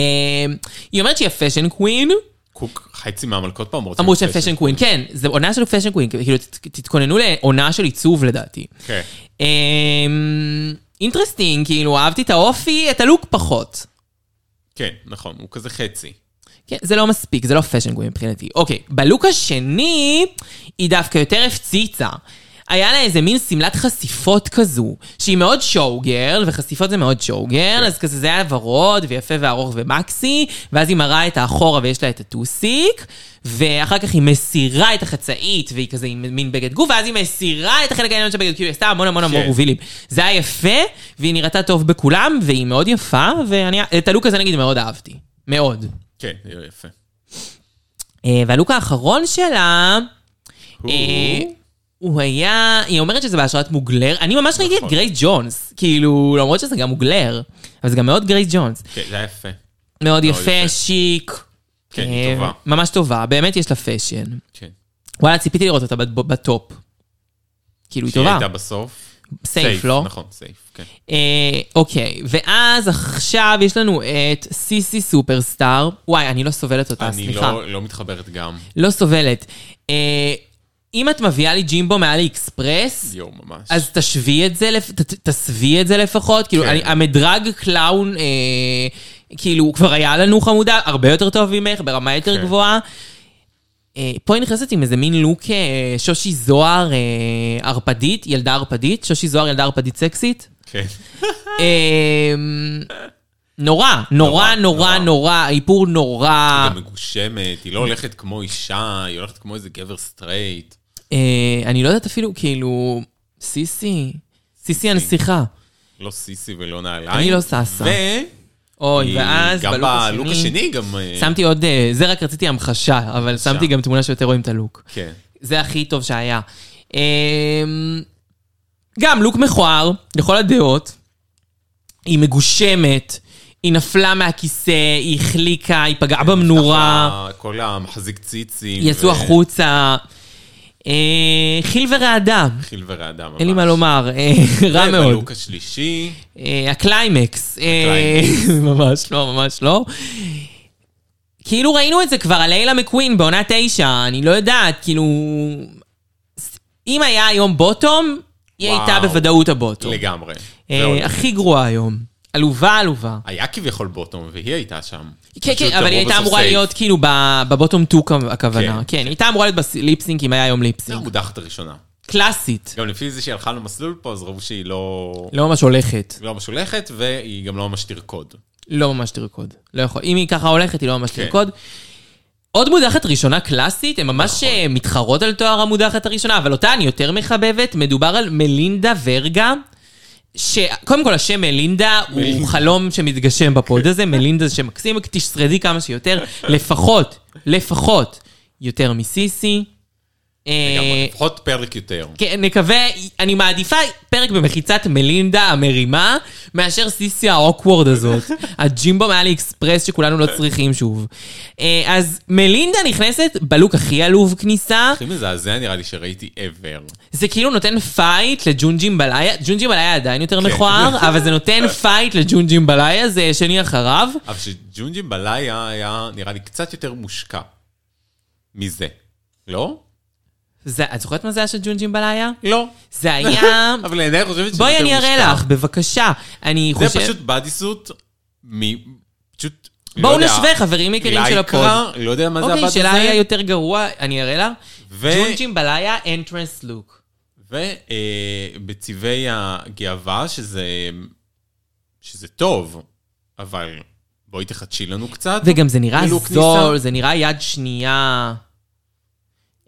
[SPEAKER 2] היא אומרת שהיא הפשן קווין.
[SPEAKER 3] קוק, חצי מהמלכות פה אמרו
[SPEAKER 2] אמרו
[SPEAKER 3] שהם
[SPEAKER 2] שהם פשן קווין. כן, זו עונה של פשן קווין. כאילו, ת- תתכוננו לעונה של עיצוב לדעתי.
[SPEAKER 3] כן.
[SPEAKER 2] אמ, אינטרסטינג, כאילו, אהבתי את האופי, את הלוק פחות.
[SPEAKER 3] כן, נכון, הוא כזה חצי.
[SPEAKER 2] כן, זה לא מספיק, זה לא פשן גוי מבחינתי. אוקיי, בלוק השני, היא דווקא יותר הפציצה. היה לה איזה מין שמלת חשיפות כזו, שהיא מאוד שואוגרל, וחשיפות זה מאוד שואוגרל, אז כזה זה היה ורוד ויפה וארוך ומקסי, ואז היא מראה את האחורה ויש לה את הטוסיק, ואחר כך היא מסירה את החצאית, והיא כזה עם מין בגד גוף, ואז היא מסירה את החלק העליון של בגד, כאילו היא עשתה המון המון המון
[SPEAKER 3] כן.
[SPEAKER 2] רובילים. זה היה יפה, והיא נראתה טוב בכולם, והיא מאוד יפה, ואני, את הלוק הזה נגיד מאוד אהבתי. מאוד.
[SPEAKER 3] כן, יפה.
[SPEAKER 2] אה, והלוק האחרון שלה, אה, הוא היה, היא אומרת שזה בהשראת מוגלר, אני ממש ראיתי את
[SPEAKER 3] נכון.
[SPEAKER 2] גרייס ג'ונס, כאילו, למרות שזה גם מוגלר, אבל זה גם מאוד גרייס ג'ונס.
[SPEAKER 3] כן, זה היה יפה.
[SPEAKER 2] מאוד יפה,
[SPEAKER 3] לא, יפה.
[SPEAKER 2] שיק.
[SPEAKER 3] כן, היא
[SPEAKER 2] אה,
[SPEAKER 3] טובה.
[SPEAKER 2] ממש טובה, באמת יש לה פשן.
[SPEAKER 3] כן.
[SPEAKER 2] וואלה, ציפיתי לראות אותה בט- בטופ. כאילו, היא
[SPEAKER 3] שהיא
[SPEAKER 2] טובה.
[SPEAKER 3] הייתה בסוף.
[SPEAKER 2] סייף, לא?
[SPEAKER 3] נכון, סייף, כן.
[SPEAKER 2] אה, אוקיי, ואז עכשיו יש לנו את סיסי סופרסטאר. וואי, אני לא סובלת אותה,
[SPEAKER 3] אני
[SPEAKER 2] סליחה.
[SPEAKER 3] לא- לא מתחברת גם.
[SPEAKER 2] לא סובלת. אה, אם את מביאה לי ג'ימבו מעלי אקספרס,
[SPEAKER 3] יואו, ממש.
[SPEAKER 2] אז תשווי את זה, לפ- ת- ת- תסווי את זה לפחות. כאילו,
[SPEAKER 3] כן.
[SPEAKER 2] אני- המדרג קלאון, אה, כאילו, כבר היה לנו חמודה, הרבה יותר טוב ממך, ברמה יותר
[SPEAKER 3] כן.
[SPEAKER 2] גבוהה. אה, פה היא נכנסת עם איזה מין לוק אה, שושי זוהר אה, ערפדית, ילדה ערפדית, שושי זוהר ילדה ערפדית סקסית.
[SPEAKER 3] כן.
[SPEAKER 2] אה. אמ, נורא, נורא,
[SPEAKER 3] נורא,
[SPEAKER 2] נורא,
[SPEAKER 3] נורא.
[SPEAKER 2] נורא, איפור נורא.
[SPEAKER 3] היא גם מגושמת, היא לא הולכת כמו אישה, היא הולכת כמו איזה גבר סטרייט.
[SPEAKER 2] אה, אני לא יודעת אפילו, כאילו, סיסי, סיסי הנסיכה.
[SPEAKER 3] לא סיסי ולא נעליים.
[SPEAKER 2] אני לא ששה.
[SPEAKER 3] והיא
[SPEAKER 2] אוי, ואז
[SPEAKER 3] גם
[SPEAKER 2] בלוק
[SPEAKER 3] בלוק
[SPEAKER 2] השני,
[SPEAKER 3] השני, גם... אה,
[SPEAKER 2] שמתי עוד, אה, זה רק רציתי המחשה, אבל שמתי גם תמונה שיותר רואים את הלוק.
[SPEAKER 3] כן.
[SPEAKER 2] זה הכי טוב שהיה. אמ, גם לוק מכוער, לכל הדעות. היא מגושמת, היא נפלה מהכיסא, היא החליקה, היא פגעה במנורה.
[SPEAKER 3] ככה, כל המחזיק ציצים.
[SPEAKER 2] יצאו
[SPEAKER 3] ו-
[SPEAKER 2] החוצה. אה, חיל ורעדה,
[SPEAKER 3] חיל ורעדה ממש.
[SPEAKER 2] אין לי מה לומר, אה, רע מאוד.
[SPEAKER 3] ובלוק השלישי,
[SPEAKER 2] אה, הקליימקס. אה,
[SPEAKER 3] הקליימקס.
[SPEAKER 2] ממש לא, ממש לא. כאילו ראינו את זה כבר על לילה מקווין בעונה תשע, אני לא יודעת, כאילו... אם היה היום בוטום, היא
[SPEAKER 3] וואו.
[SPEAKER 2] הייתה בוודאות הבוטום.
[SPEAKER 3] לגמרי.
[SPEAKER 2] אה,
[SPEAKER 3] מאוד.
[SPEAKER 2] הכי גרועה היום. עלובה, עלובה.
[SPEAKER 3] היה כביכול בוטום, והיא הייתה שם.
[SPEAKER 2] כן,
[SPEAKER 3] פשוט
[SPEAKER 2] כן, אבל היא
[SPEAKER 3] הרוב
[SPEAKER 2] הייתה
[SPEAKER 3] עשו
[SPEAKER 2] אמורה
[SPEAKER 3] סייף.
[SPEAKER 2] להיות כאילו ב- בבוטום 2 הכוונה.
[SPEAKER 3] כן.
[SPEAKER 2] כן, היא הייתה אמורה להיות בליפסינק אם היה היום
[SPEAKER 3] זה
[SPEAKER 2] ליפסינק.
[SPEAKER 3] המודחת הראשונה.
[SPEAKER 2] קלאסית.
[SPEAKER 3] גם לפי זה שהיא הלכה למסלול פה, אז ראו שהיא לא...
[SPEAKER 2] לא ממש הולכת.
[SPEAKER 3] לא ממש הולכת, והיא גם לא ממש תרקוד.
[SPEAKER 2] לא ממש תרקוד. לא יכול. אם היא ככה הולכת, היא לא ממש
[SPEAKER 3] כן.
[SPEAKER 2] תרקוד. עוד מודחת ראשונה קלאסית, הן ממש
[SPEAKER 3] נכון.
[SPEAKER 2] אה, מתחרות על תואר המודחת הראשונה, אבל אותה אני יותר מחבבת. מדובר על מלינדה ורגה. שקודם כל השם מלינדה הוא
[SPEAKER 3] מלינדה. כן.
[SPEAKER 2] חלום שמתגשם בפוד הזה, מלינדה זה שם מקסים, תשרדי כמה שיותר, לפחות, לפחות, יותר מסיסי.
[SPEAKER 3] גם
[SPEAKER 2] אה,
[SPEAKER 3] לפחות פרק יותר.
[SPEAKER 2] כן, נקווה, אני מעדיפה פרק במחיצת מלינדה המרימה, מאשר סיסי האוקוורד הזאת. הג'ימבו מעלי אקספרס שכולנו לא צריכים שוב. אה, אז מלינדה נכנסת בלוק הכי עלוב כניסה,
[SPEAKER 3] הכי מזעזע נראה לי שראיתי ever.
[SPEAKER 2] זה כאילו נותן פייט לג'ונג'ים בלאיה, ג'ונג'ים בלאיה עדיין יותר
[SPEAKER 3] כן.
[SPEAKER 2] מכוער, אבל זה נותן פייט לג'ונג'ים בלאיה, זה שני אחריו.
[SPEAKER 3] אבל שג'ונג'ים בלאיה היה נראה לי קצת יותר מושקע מזה. לא?
[SPEAKER 2] זה, את זוכרת מה זה היה של ג'ונג'ים בלאיה?
[SPEAKER 3] לא.
[SPEAKER 2] זה היה...
[SPEAKER 3] אבל אני עדיין חושבת שזה
[SPEAKER 2] בואי
[SPEAKER 3] יותר
[SPEAKER 2] אני אראה
[SPEAKER 3] מושקע.
[SPEAKER 2] לך, בבקשה. אני חושב...
[SPEAKER 3] זה פשוט בדיסוט מ... פשוט...
[SPEAKER 2] בואו
[SPEAKER 3] לא יודע,
[SPEAKER 2] נשווה, חברים יקרים של
[SPEAKER 3] לייקרה,
[SPEAKER 2] הפוד.
[SPEAKER 3] לא יודע מה זה
[SPEAKER 2] אוקיי,
[SPEAKER 3] הבד
[SPEAKER 2] שלה היה
[SPEAKER 3] הזה.
[SPEAKER 2] יותר גרוע, אני אראה לה.
[SPEAKER 3] ו-
[SPEAKER 2] ג'ונג'ים בלאיה, entrance look.
[SPEAKER 3] ובצבעי אה, הגאווה, שזה... שזה טוב, אבל בואי תחדשי לנו קצת.
[SPEAKER 2] וגם זה נראה
[SPEAKER 3] לוק
[SPEAKER 2] זול,
[SPEAKER 3] ניסה.
[SPEAKER 2] זה נראה יד שנייה.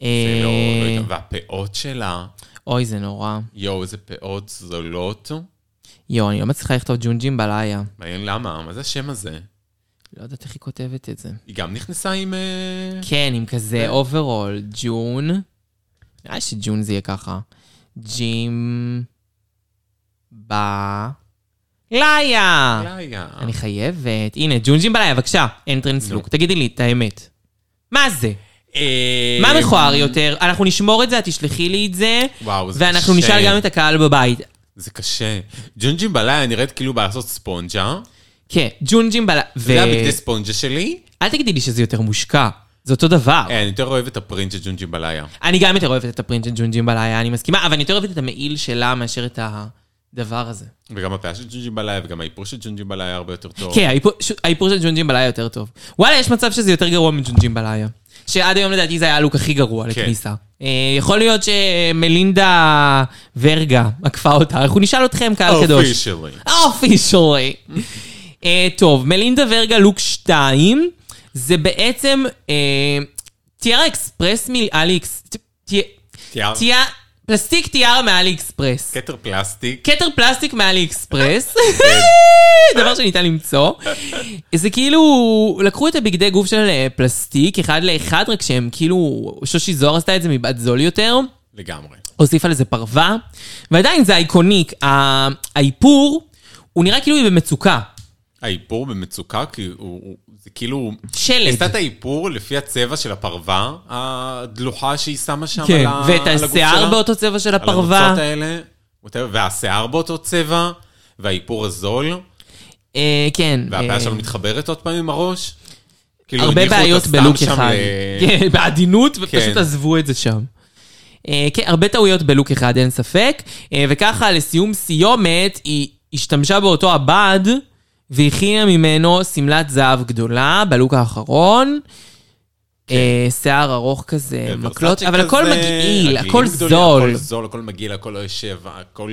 [SPEAKER 3] זה לא...
[SPEAKER 2] אה,
[SPEAKER 3] לא יודע, והפאות שלה,
[SPEAKER 2] אוי, זה נורא.
[SPEAKER 3] יואו, איזה פאות זולות.
[SPEAKER 2] יואו, אני לא מצליחה לכתוב ג'ונג'ים בלאיה.
[SPEAKER 3] מעניין למה, מה זה השם הזה?
[SPEAKER 2] לא יודעת איך היא כותבת את זה.
[SPEAKER 3] היא גם נכנסה עם... אה,
[SPEAKER 2] כן, עם כזה אוברול, ג'ון. נראה לי שג'ון זה יהיה ככה. ג'ים... ב... לאיה!
[SPEAKER 3] פלאיה.
[SPEAKER 2] אני חייבת. הנה, ג'ונג'ים בלילה, בבקשה. entrance
[SPEAKER 3] נו.
[SPEAKER 2] look. תגידי לי את האמת. מה זה?
[SPEAKER 3] אה,
[SPEAKER 2] מה נכון? מכוער יותר? אנחנו נשמור את זה, את תשלחי לי את זה.
[SPEAKER 3] וואו, זה
[SPEAKER 2] ואנחנו
[SPEAKER 3] קשה.
[SPEAKER 2] נשאל גם את הקהל בבית.
[SPEAKER 3] זה קשה. ג'ונג'ים בלילה נראית כאילו בא לעשות ספונג'ה.
[SPEAKER 2] כן, ג'ונג'ים בלילה. ו...
[SPEAKER 3] זה הבגדי ספונג'ה שלי.
[SPEAKER 2] אל תגידי לי שזה יותר מושקע. זה אותו דבר.
[SPEAKER 3] אה, אני יותר אוהב את הפרינט של ג'ונג'ים בלילה.
[SPEAKER 2] אני גם יותר אוהבת את הפרינט של ג'ונג'ים בלילה, אני מסכימה, אבל אני יותר אוהבת את המעיל שלה מאשר את הדבר הזה.
[SPEAKER 3] וגם הפאה של ג'ונג'ים בלילה, וגם האיפור של ג'ונג'ים בלילה הרבה יותר טוב.
[SPEAKER 2] כן, האיפור- ש- האיפור של ג'ונג'ים בלילה יותר טוב. וואלה, יש מצב שזה יותר גרוע מג'ונג'ים בלילה. שעד היום לדעתי זה היה הלוק הכי גרוע
[SPEAKER 3] כן.
[SPEAKER 2] לכניסה. אה, יכול להיות שמלינדה ורגה עקפה אותה, אנחנו נשאל אתכם, קהל קדוש.
[SPEAKER 3] Officially.
[SPEAKER 2] אופישלי. אה, טוב, מלינדה ורגה לוק 2, זה בעצם אה, תיארה אקספרס מאלי אקס...
[SPEAKER 3] תיאר.
[SPEAKER 2] תיאר... פלסטיק תיארה מאלי אקספרס.
[SPEAKER 3] כתר פלסטיק.
[SPEAKER 2] כתר פלסטיק מאלי אקספרס.
[SPEAKER 3] כן.
[SPEAKER 2] דבר שניתן למצוא. זה כאילו, לקחו את הבגדי גוף של אה, פלסטיק, אחד לאחד, רק שהם כאילו, שושי זוהר עשתה את זה מבת זול יותר.
[SPEAKER 3] לגמרי.
[SPEAKER 2] הוסיפה לזה פרווה, ועדיין זה איקוניק, ה- האיפור, הוא נראה כאילו היא במצוקה.
[SPEAKER 3] האיפור במצוקה, כי הוא... הוא- זה כאילו...
[SPEAKER 2] שלד.
[SPEAKER 3] עשתה את האיפור לפי הצבע של הפרווה הדלוחה שהיא שמה שם
[SPEAKER 2] כן,
[SPEAKER 3] על ה-
[SPEAKER 2] ואת
[SPEAKER 3] על הגוף
[SPEAKER 2] השיער
[SPEAKER 3] שלה.
[SPEAKER 2] באותו צבע של
[SPEAKER 3] על
[SPEAKER 2] הפרווה.
[SPEAKER 3] החולצות האלה, whatever, והשיער באותו צבע, והאיפור הזול,
[SPEAKER 2] אה, כן. אה,
[SPEAKER 3] והבעיה שלו מתחברת עוד פעם עם הראש. כאילו,
[SPEAKER 2] הרבה
[SPEAKER 3] הניחו אותה
[SPEAKER 2] בעיות
[SPEAKER 3] סתם
[SPEAKER 2] בלוק
[SPEAKER 3] שם
[SPEAKER 2] אחד.
[SPEAKER 3] ל-
[SPEAKER 2] כן, בעדינות, ופשוט
[SPEAKER 3] כן.
[SPEAKER 2] עזבו את זה שם. אה, כן, הרבה טעויות בלוק אחד, אין ספק. אה, וככה, לסיום סיומת, היא השתמשה באותו הבד, והכינה ממנו שמלת זהב גדולה בלוק האחרון.
[SPEAKER 3] כן.
[SPEAKER 2] אה, שיער ארוך כזה, מקלות,
[SPEAKER 3] ורסאצ'ה
[SPEAKER 2] אבל הכל
[SPEAKER 3] כזה,
[SPEAKER 2] מגעיל,
[SPEAKER 3] רגלים
[SPEAKER 2] הכל
[SPEAKER 3] גדולים,
[SPEAKER 2] זול.
[SPEAKER 3] הכל זול, הכל מגעיל, הכל לא יושב, הכל...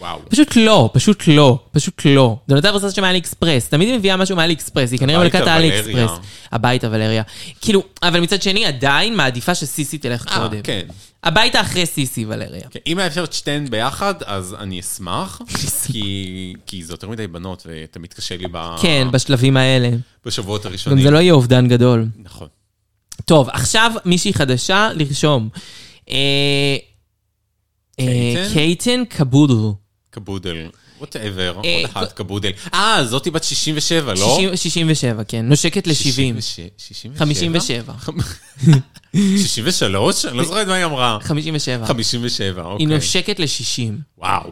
[SPEAKER 3] וואו.
[SPEAKER 2] פשוט לא, פשוט לא, פשוט לא. דונתה ורסאצ'ה מאלי אקספרס, תמיד היא מביאה משהו מאלי אקספרס, היא כנראה
[SPEAKER 3] הביתה,
[SPEAKER 2] מלכת האלי
[SPEAKER 3] ולריה.
[SPEAKER 2] אקספרס. הביתה ולריה. כאילו, אבל מצד שני, עדיין מעדיפה שסיסי תלך
[SPEAKER 3] אה,
[SPEAKER 2] קודם.
[SPEAKER 3] כן.
[SPEAKER 2] הביתה אחרי סיסי ולריה.
[SPEAKER 3] כן, אם היה אפשר את שתיהן ביחד, אז אני אשמח, כי- כי זה יותר מדי בנות, ותמיד קשה לי ב-
[SPEAKER 2] כן, בשלבים האלה.
[SPEAKER 3] בשבועות
[SPEAKER 2] גם
[SPEAKER 3] הראשונים.
[SPEAKER 2] זה לא יהיה אובדן גדול.
[SPEAKER 3] נכון.
[SPEAKER 2] טוב, עכשיו מישהי חדשה, לרשום. אה, אה,
[SPEAKER 3] קייטן?
[SPEAKER 2] קייטן קבודל.
[SPEAKER 3] קבודל, whatever,
[SPEAKER 2] אה,
[SPEAKER 3] עוד אחת, קבודל. אה, זאתי בת 67, לא?
[SPEAKER 2] 60 67, כן. נושקת ל-70. 57.
[SPEAKER 3] 63? אני לא זוכרת מה היא אמרה.
[SPEAKER 2] 57.
[SPEAKER 3] 57, אוקיי.
[SPEAKER 2] היא נושקת ל-60.
[SPEAKER 3] וואו.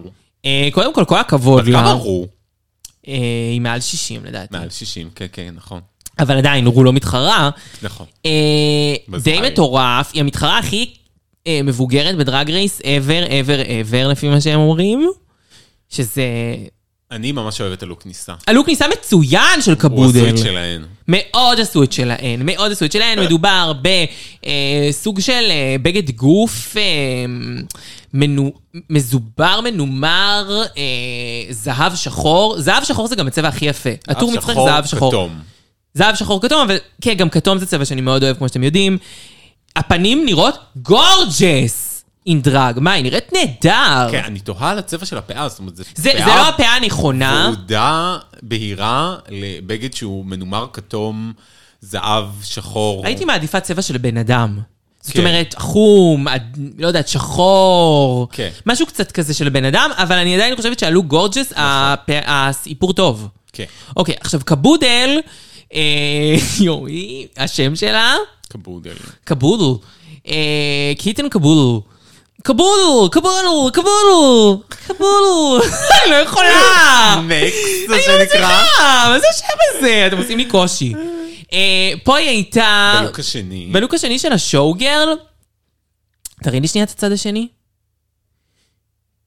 [SPEAKER 2] קודם כל, כל הכבוד
[SPEAKER 3] עד כמה
[SPEAKER 2] לה.
[SPEAKER 3] רו?
[SPEAKER 2] אה, היא מעל 60 לדעתי.
[SPEAKER 3] מעל 60, כן, כן, נכון.
[SPEAKER 2] אבל עדיין, רו לא מתחרה.
[SPEAKER 3] נכון.
[SPEAKER 2] אה,
[SPEAKER 3] מזל.
[SPEAKER 2] די מטורף, היא המתחרה הכי אה, מבוגרת בדרג רייס ever, ever, ever, לפי מה שהם אומרים. שזה...
[SPEAKER 3] אני ממש אוהב את הלוק ניסה.
[SPEAKER 2] הלוק ניסה מצוין של
[SPEAKER 3] הוא
[SPEAKER 2] קבודל.
[SPEAKER 3] הסוויט שלהן.
[SPEAKER 2] מאוד עשו את שלהן, מאוד עשו את שלהן. מדובר בסוג של אה, בגד גוף אה, מנו, מזובר, מנומר, אה, זהב שחור. זהב שחור זה גם הצבע הכי יפה. הטור מצחק
[SPEAKER 3] שחור,
[SPEAKER 2] זהב שחור.
[SPEAKER 3] כתום.
[SPEAKER 2] זהב שחור כתום, אבל כן, גם כתום זה צבע שאני מאוד אוהב, כמו שאתם יודעים. הפנים נראות גורג'ס עם דרג. מה, היא נראית נהדר.
[SPEAKER 3] כן, אני תוהה על הצבע של הפאה, זאת אומרת, זה
[SPEAKER 2] זה, זה לא הפאה הנכונה.
[SPEAKER 3] ורודה בהירה לבגד שהוא מנומר כתום, זהב, שחור.
[SPEAKER 2] הייתי מעדיפה צבע של בן אדם. זאת
[SPEAKER 3] כן.
[SPEAKER 2] אומרת, חום, עד- לא יודעת, שחור.
[SPEAKER 3] כן.
[SPEAKER 2] משהו קצת כזה של בן אדם, אבל אני עדיין חושבת שהלוק גורג'ס, הפ- הסיפור טוב.
[SPEAKER 3] נכון. כן,
[SPEAKER 2] אוקיי, עכשיו קבודל, אה, יואי, השם שלה?
[SPEAKER 3] קבודל.
[SPEAKER 2] קבודל. אה, קיטן קבודל. קבודל, קבודל, קבודל, קבודל. אני לא יכולה.
[SPEAKER 3] נקסט, זה
[SPEAKER 2] אני לא
[SPEAKER 3] שנקרא.
[SPEAKER 2] מצליחה, מה זה השם הזה? אתם עושים לי קושי. אה, פה היא הייתה...
[SPEAKER 3] הלוק השני.
[SPEAKER 2] בלוק השני של השואו גרל, תראי לי שנייה את הצד השני.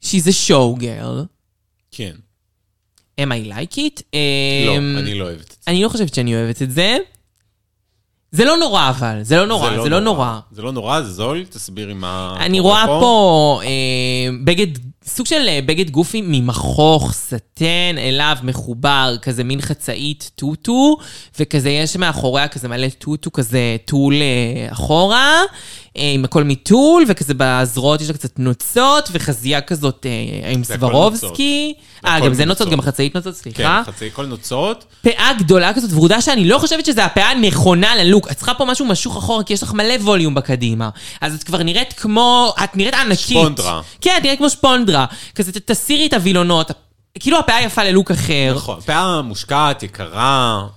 [SPEAKER 2] She's a show girl.
[SPEAKER 3] כן.
[SPEAKER 2] Am I like it?
[SPEAKER 3] לא,
[SPEAKER 2] אמ,
[SPEAKER 3] אני לא אוהבת את
[SPEAKER 2] אני לא חושבת שאני אוהבת את זה. זה לא נורא אבל, זה לא נורא, זה לא נורא.
[SPEAKER 3] זה לא נורא, זה זול, תסבירי מה...
[SPEAKER 2] אני
[SPEAKER 3] קורה
[SPEAKER 2] רואה פה אה, בגד, סוג של אה, בגד גופי ממכוך, סטן, אליו מחובר, כזה מין חצאית טוטו, וכזה יש מאחוריה כזה מלא טוטו, כזה טול אה, אחורה, אה, עם הכל מטול, וכזה בזרועות יש לה קצת נוצות, וחזייה כזאת אה, עם
[SPEAKER 3] זה הכל
[SPEAKER 2] סברובסקי.
[SPEAKER 3] נוצות.
[SPEAKER 2] אה,
[SPEAKER 3] הכל
[SPEAKER 2] גם זה נוצות,
[SPEAKER 3] נוצות.
[SPEAKER 2] גם חצאית נוצות, סליחה.
[SPEAKER 3] כן, חצי כל נוצות.
[SPEAKER 2] פאה גדולה כזאת ורודה שאני לא חושבת שזו הפאה הנכונה ללוק. את צריכה פה משהו משוך אחורה, כי יש לך מלא ווליום בקדימה. אז את כבר נראית כמו... את נראית ענקית.
[SPEAKER 3] שפונדרה.
[SPEAKER 2] כן, את נראית כמו שפונדרה. כזה ת- תסירי את הווילונות. כאילו הפאה יפה ללוק אחר.
[SPEAKER 3] נכון, פאה מושקעת, יקרה,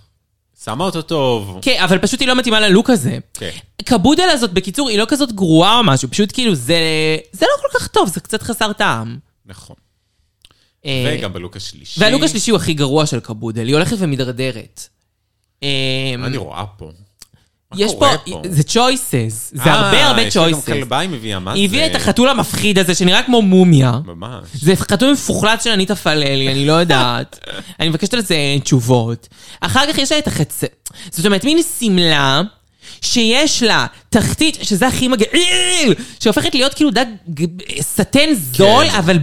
[SPEAKER 3] שמה אותו טוב.
[SPEAKER 2] כן, אבל פשוט היא לא מתאימה ללוק הזה.
[SPEAKER 3] כן.
[SPEAKER 2] קבודל הזאת, בקיצור, היא לא כזאת גרועה או משהו. פשוט כאילו, זה... זה לא כל כך טוב, זה קצת חסר טעם.
[SPEAKER 3] נכון.
[SPEAKER 2] אה,
[SPEAKER 3] וגם בלוק השלישי.
[SPEAKER 2] והלוק השלישי הוא הכי גרוע של קבודל. היא הולכת ומידרדרת. אה,
[SPEAKER 3] מה אני רואה פה? מה
[SPEAKER 2] יש פה,
[SPEAKER 3] קורה פה?
[SPEAKER 2] זה choices, זה
[SPEAKER 3] אה,
[SPEAKER 2] הרבה הרבה
[SPEAKER 3] יש לי גם
[SPEAKER 2] choices.
[SPEAKER 3] כלבה היא מביאה, מה זה?
[SPEAKER 2] היא הביאה את החתול המפחיד הזה, שנראה כמו מומיה.
[SPEAKER 3] ממש.
[SPEAKER 2] זה חתול מפוחלט של אניטה פללי, אני לא יודעת. אני מבקשת על זה תשובות. אחר כך יש לה את החצ... זאת אומרת, מין שמלה שיש לה תחתית, שזה הכי מגעיל, שהופכת להיות כאילו דג ג- סטן זול,
[SPEAKER 3] כן.
[SPEAKER 2] אבל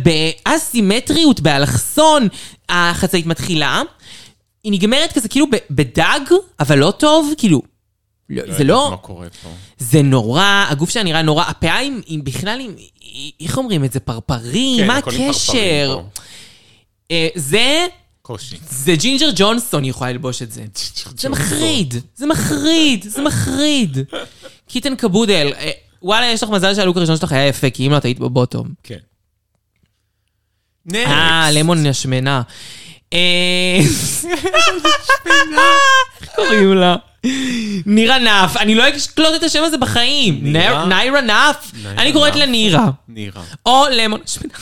[SPEAKER 2] באסימטריות, באלכסון, החצאית מתחילה. היא נגמרת כזה כאילו ב- בדג, אבל לא טוב, כאילו, לא, זה
[SPEAKER 3] יודעת
[SPEAKER 2] לא...
[SPEAKER 3] מה קורה פה.
[SPEAKER 2] זה נורא, הגוף שלה נראה נורא, הפעיים, אם בכלל, אם, איך אומרים את זה, פרפרים,
[SPEAKER 3] כן,
[SPEAKER 2] מה
[SPEAKER 3] הכל עם פרפרים
[SPEAKER 2] הקשר?
[SPEAKER 3] פה.
[SPEAKER 2] אה, זה,
[SPEAKER 3] קושי.
[SPEAKER 2] זה ג'ינג'ר ג'ונסון היא יכולה ללבוש את זה. זה מחריד, זה מחריד, זה מחריד. קיטן קבודל, אה, וואלה, יש לך מזל שהלוק הראשון שלך היה יפה, כי אם לא, את היית בבוטום.
[SPEAKER 3] כן.
[SPEAKER 2] אה,
[SPEAKER 3] Next.
[SPEAKER 2] למון השמנה. אה, איך קוראים לה? נירה נף, אני לא אקלוט את השם הזה בחיים.
[SPEAKER 3] נירה?
[SPEAKER 2] ניר- נירה נף?
[SPEAKER 3] נירה
[SPEAKER 2] אני קוראת
[SPEAKER 3] נף.
[SPEAKER 2] לה נירה.
[SPEAKER 3] נירה.
[SPEAKER 2] או למון השמנה.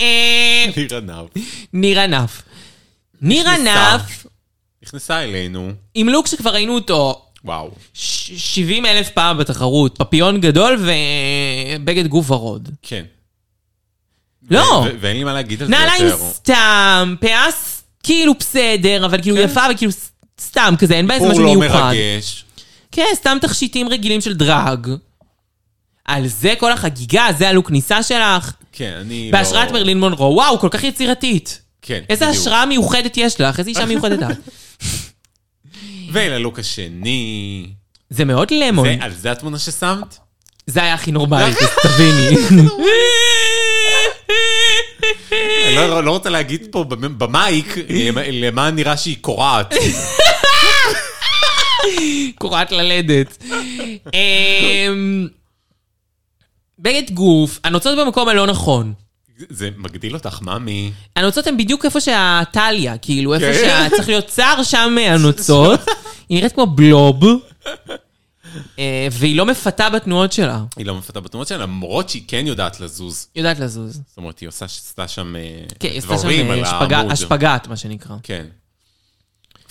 [SPEAKER 2] אה,
[SPEAKER 3] נירה נב.
[SPEAKER 2] נירה נף. נירה
[SPEAKER 3] נכנסה.
[SPEAKER 2] נף,
[SPEAKER 3] נכנסה אלינו.
[SPEAKER 2] עם לוק שכבר ראינו אותו
[SPEAKER 3] וואו.
[SPEAKER 2] ש- 70 אלף פעם בתחרות, פפיון גדול ובגד גוף ורוד.
[SPEAKER 3] כן.
[SPEAKER 2] לא.
[SPEAKER 3] ו- ואין לי מה להגיד על זה
[SPEAKER 2] נעליים
[SPEAKER 3] יותר.
[SPEAKER 2] סתם, פאה ס- כאילו בסדר, אבל כאילו יפה וכאילו ס- סתם כזה, אין בה איזה
[SPEAKER 3] כן. הוא
[SPEAKER 2] משהו
[SPEAKER 3] לא
[SPEAKER 2] מיוחד.
[SPEAKER 3] מרגש.
[SPEAKER 2] כן, סתם תכשיטים רגילים של דרג. על זה כל החגיגה, זה הלוק כניסה שלך.
[SPEAKER 3] כן, אני לא...
[SPEAKER 2] בהשראת מרלין מונרו, וואו, כל כך יצירתית.
[SPEAKER 3] כן,
[SPEAKER 2] איזה
[SPEAKER 3] בדיוק.
[SPEAKER 2] השראה מיוחדת יש לך, איזה אישה מיוחדת את.
[SPEAKER 3] וללוק השני.
[SPEAKER 2] זה מאוד למון.
[SPEAKER 3] זה, לא. על זה התמונה ששמת?
[SPEAKER 2] זה היה הכי נורמלי, תביני.
[SPEAKER 3] אני לא, לא רוצה להגיד פה במ- במייק למ- למה נראה שהיא קורעת.
[SPEAKER 2] קורעת ללדת. אמ, בגד גוף, הנוצות במקום הלא נכון.
[SPEAKER 3] זה מגדיל אותך, מאמי.
[SPEAKER 2] הנוצות הן בדיוק איפה שהטליה, כאילו, איפה
[SPEAKER 3] כן. לא-
[SPEAKER 2] שצריך להיות צר, שם הנוצות. היא נראית כמו בלוב, אה, והיא לא מפתה בתנועות שלה.
[SPEAKER 3] היא לא מפתה בתנועות שלה, למרות שהיא כן יודעת לזוז.
[SPEAKER 2] יודעת לזוז.
[SPEAKER 3] זאת אומרת, היא עושה, עשתה שם אה,
[SPEAKER 2] כן, היא עשתה שם
[SPEAKER 3] דברים על
[SPEAKER 2] אה, שפגה-
[SPEAKER 3] העמוד.
[SPEAKER 2] השפגת, מה שנקרא.
[SPEAKER 3] כן.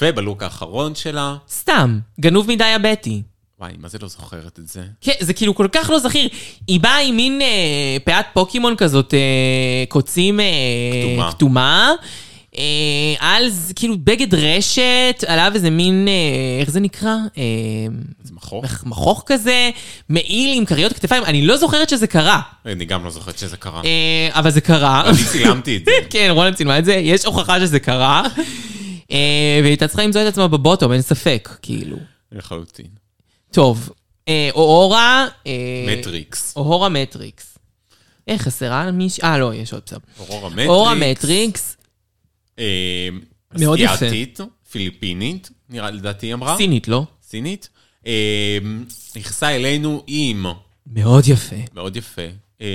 [SPEAKER 3] ובלוק האחרון שלה,
[SPEAKER 2] סתם, גנוב מדי הבטי.
[SPEAKER 3] וואי, מה זה לא זוכרת את זה?
[SPEAKER 2] כן, זה כאילו כל כך לא זכיר. היא באה עם מין אה, פאת פוקימון כזאת, אה, קוצים אה,
[SPEAKER 3] כתומה.
[SPEAKER 2] כתומה. אה, על זה, כאילו בגד רשת, עליו איזה מין, אה, איך זה נקרא? אה,
[SPEAKER 3] זה מכור?
[SPEAKER 2] מח- מכוך כזה, מעיל עם כריות כתפיים, אני לא זוכרת שזה קרה,
[SPEAKER 3] אני גם לא זוכרת שזה קרה.
[SPEAKER 2] אה, אבל זה קרה.
[SPEAKER 3] אני צילמתי את זה.
[SPEAKER 2] כן, רולנד צילמה את זה, יש הוכחה שזה קרה. אה, והיא הייתה צריכה למצוא את עצמה בבוטום, אין ספק, כאילו.
[SPEAKER 3] לחלוטין.
[SPEAKER 2] טוב, אה, אורה... אה,
[SPEAKER 3] מטריקס.
[SPEAKER 2] אורה מטריקס. איך חסרה מישהי? אה, לא, יש עוד פסם.
[SPEAKER 3] אורורה מטריקס.
[SPEAKER 2] אורה מטריקס,
[SPEAKER 3] אה,
[SPEAKER 2] מאוד יפה.
[SPEAKER 3] אסיאתית, פיליפינית, נראה, לדעתי היא אמרה.
[SPEAKER 2] סינית, לא?
[SPEAKER 3] אה? סינית. אה, נכנסה אלינו עם,
[SPEAKER 2] מאוד יפה.
[SPEAKER 3] מאוד יפה, אה,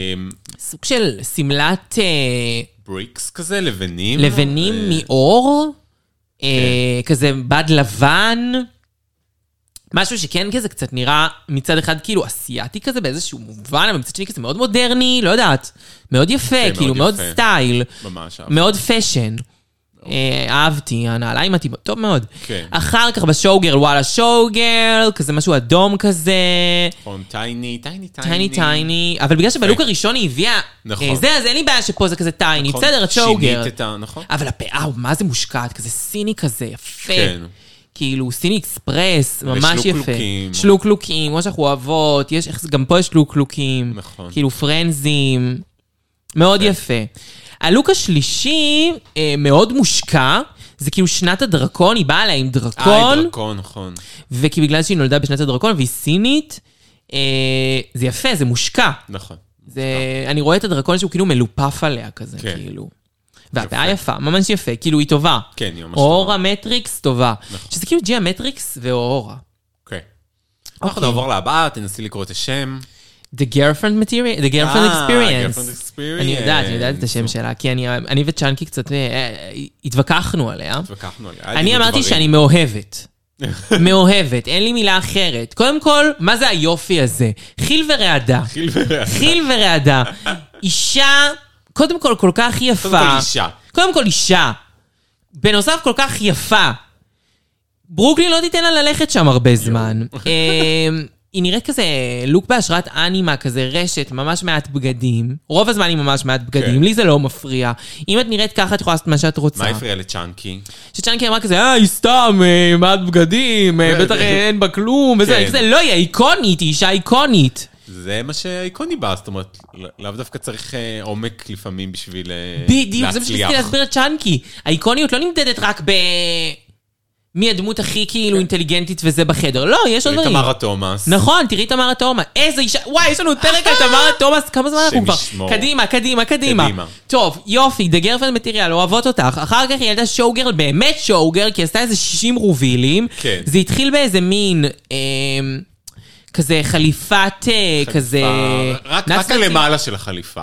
[SPEAKER 2] סוג של שמלת אה,
[SPEAKER 3] בריקס כזה, לבנים.
[SPEAKER 2] לבנים
[SPEAKER 3] אה, כן.
[SPEAKER 2] מאור, אה, כזה בד לבן. משהו שכן כזה קצת נראה מצד אחד כאילו אסיאתי כזה באיזשהו מובן, אבל מצד שני כזה מאוד מודרני, לא יודעת. מאוד יפה,
[SPEAKER 3] כן,
[SPEAKER 2] כאילו
[SPEAKER 3] מאוד
[SPEAKER 2] מאוד
[SPEAKER 3] יפה.
[SPEAKER 2] סטייל.
[SPEAKER 3] ממש אהבתי.
[SPEAKER 2] מאוד פאשן. אה, אהבתי, הנעליים מתאימות, טוב מאוד.
[SPEAKER 3] כן.
[SPEAKER 2] אחר כך בשואוגרל, וואלה שואוגרל, כזה משהו אדום כזה,
[SPEAKER 3] נכון, טייני, טייני, טייני.
[SPEAKER 2] טייני טייני, אבל בגלל שבלוק הראשון היא הביאה,
[SPEAKER 3] נכון.
[SPEAKER 2] אה, זה, אז אין לי בעיה שפה זה כזה טייני,
[SPEAKER 3] נכון,
[SPEAKER 2] בסדר, את אה, שואוגרל.
[SPEAKER 3] שינית את ה... נכון.
[SPEAKER 2] אבל הפאה, וואו, מה זה מושקעת, כזה סיני כזה, יפה.
[SPEAKER 3] כן.
[SPEAKER 2] כאילו, סיני אקספרס, ממש יפה.
[SPEAKER 3] ושלוקלוקים.
[SPEAKER 2] שלוקלוקים, כמו שאנחנו אוהבות, יש, איך- גם פה יש שלוקלוקים.
[SPEAKER 3] נכון.
[SPEAKER 2] כאילו, פרנזים. מאוד יפה. הלוק השלישי אה, מאוד מושקע, זה כאילו שנת הדרקון, היא באה עליה עם
[SPEAKER 3] אה,
[SPEAKER 2] דרקון,
[SPEAKER 3] דרקון, נכון.
[SPEAKER 2] וכי בגלל שהיא נולדה בשנת הדרקון והיא סינית, אה, זה יפה, זה מושקע.
[SPEAKER 3] נכון.
[SPEAKER 2] זה, אני רואה את הדרקון שהוא כאילו מלופף עליה כזה,
[SPEAKER 3] כן.
[SPEAKER 2] כאילו. והפאה יפה, ממש יפה, כאילו היא טובה.
[SPEAKER 3] כן, היא ממש נכון.
[SPEAKER 2] אורה מטריקס טובה. שזה כאילו ג'יה מטריקס ואורה.
[SPEAKER 3] אוקיי. אנחנו נעבור להבאה, תנסי לקרוא את השם.
[SPEAKER 2] The girlfriend material, the girlfriend
[SPEAKER 3] אה,
[SPEAKER 2] experience.
[SPEAKER 3] girlfriend experience.
[SPEAKER 2] אני יודעת, אני יודעת את השם
[SPEAKER 3] טוב.
[SPEAKER 2] שלה, כי אני- אני וצ'אנקי קצת אה, אה, התווכחנו עליה.
[SPEAKER 3] התווכחנו עליה.
[SPEAKER 2] אני
[SPEAKER 3] עשינו
[SPEAKER 2] אמרתי
[SPEAKER 3] דברים.
[SPEAKER 2] שאני מאוהבת. מאוהבת, אין לי מילה אחרת. קודם כל, מה זה היופי הזה? חיל ורעדה.
[SPEAKER 3] חיל ורעדה.
[SPEAKER 2] חיל ורעדה. אישה, קודם כל, כל כך יפה.
[SPEAKER 3] קודם כל אישה.
[SPEAKER 2] קודם כל אישה. בנוסף, כל כך יפה. ברוקלין לא תיתן לה ללכת שם הרבה זמן. אמ, היא נראית כזה לוק בהשראת אנימה, כזה רשת, ממש מעט בגדים. רוב הזמן היא ממש מעט בגדים,
[SPEAKER 3] כן.
[SPEAKER 2] לי זה לא מפריע. אם את נראית ככה, את יכולה לעשות מה שאת רוצה.
[SPEAKER 3] מה הפריע לצ'אנקי?
[SPEAKER 2] שצ'אנקי אמרה כזה, אה, היא סתם, אה, מעט בגדים, אה,
[SPEAKER 3] כן.
[SPEAKER 2] בטח אה, אין בה כלום, וזה,
[SPEAKER 3] כן.
[SPEAKER 2] היא כזה, לא, היא איקונית, היא אישה איקונית.
[SPEAKER 3] זה מה שהאיקוני בא, זאת אומרת, לא- לאו דווקא צריך אה, עומק לפעמים בשביל אה,
[SPEAKER 2] בדיוק, זה מה שרציתי
[SPEAKER 3] להצליח.
[SPEAKER 2] להסביר לצ'אנקי. האיקוניות לא נמדדת רק ב... מי הדמות הכי כאילו אינטליגנטית וזה בחדר. לא, יש עוד
[SPEAKER 3] תראי את
[SPEAKER 2] דברים.
[SPEAKER 3] תמרה תומאס.
[SPEAKER 2] נכון, תראי את תמרה תומאס. איזה אישה, וואי, יש לנו פרק על תמרה תומאס, כמה זמן אנחנו
[SPEAKER 3] אה! השם
[SPEAKER 2] כבר?
[SPEAKER 3] ישמור.
[SPEAKER 2] קדימה, קדימה, קדימה.
[SPEAKER 3] קדימה.
[SPEAKER 2] טוב, יופי, דה גרפלד מטריאל, אוהבות אותך. אחר כך היא ילדה שואוגרל, באמת שואוגרל, כי היא עשתה איזה 60 רובילים.
[SPEAKER 3] כן.
[SPEAKER 2] זה התחיל באיזה מין... אה, כזה חליפת, אה, כזה...
[SPEAKER 3] ב- רק רק
[SPEAKER 2] נאצל-
[SPEAKER 3] הלמעלה של החליפה.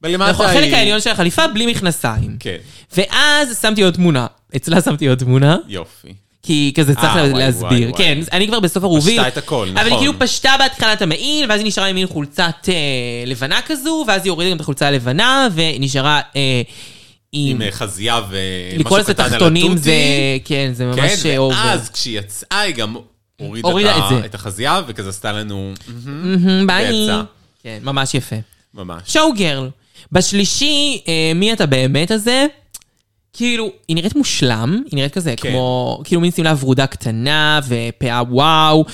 [SPEAKER 3] בלמטה
[SPEAKER 2] נכון,
[SPEAKER 3] היא...
[SPEAKER 2] החלק העליון של החליפה בלי מכנסיים.
[SPEAKER 3] כן,
[SPEAKER 2] ואז שמתי עוד תמונה. אצלה שמתי עוד תמונה,
[SPEAKER 3] יופי.
[SPEAKER 2] כי כזה צריך
[SPEAKER 3] אה, וואי,
[SPEAKER 2] להסביר.
[SPEAKER 3] וואי,
[SPEAKER 2] כן,
[SPEAKER 3] וואי.
[SPEAKER 2] אני כבר בסוף הרוביל.
[SPEAKER 3] פשטה את הכל,
[SPEAKER 2] אבל היא
[SPEAKER 3] נכון.
[SPEAKER 2] כאילו פשטה בהתחלה את המעיל, ואז היא נשארה עם מין חולצת אה, לבנה כזו, ואז היא הורידה גם את החולצה הלבנה, ונשארה אה, עם...
[SPEAKER 3] עם אה, חזייה
[SPEAKER 2] לקרוא
[SPEAKER 3] ומשהו
[SPEAKER 2] לזה
[SPEAKER 3] קטן על
[SPEAKER 2] תחתונים זה...
[SPEAKER 3] התותי.
[SPEAKER 2] כן, זה
[SPEAKER 3] כן,
[SPEAKER 2] ממש אה, אובר.
[SPEAKER 3] ואז כשהיא יצאה היא גם הורידה
[SPEAKER 2] הורידה
[SPEAKER 3] את
[SPEAKER 2] את זה.
[SPEAKER 3] ה- את החזייה וכזה עשתה לנו מהמם,
[SPEAKER 2] מהמם, ביי.
[SPEAKER 3] ויצא.
[SPEAKER 2] כן, ממש יפה.
[SPEAKER 3] ממש.
[SPEAKER 2] שואו גרל. בשלישי, אה, מי אתה באמת הזה? כאילו, היא נראית מושלם, היא נראית כזה כן.
[SPEAKER 3] כן.
[SPEAKER 2] כמו, כאילו מין שמלה ורודה קטנה ופאה וואו.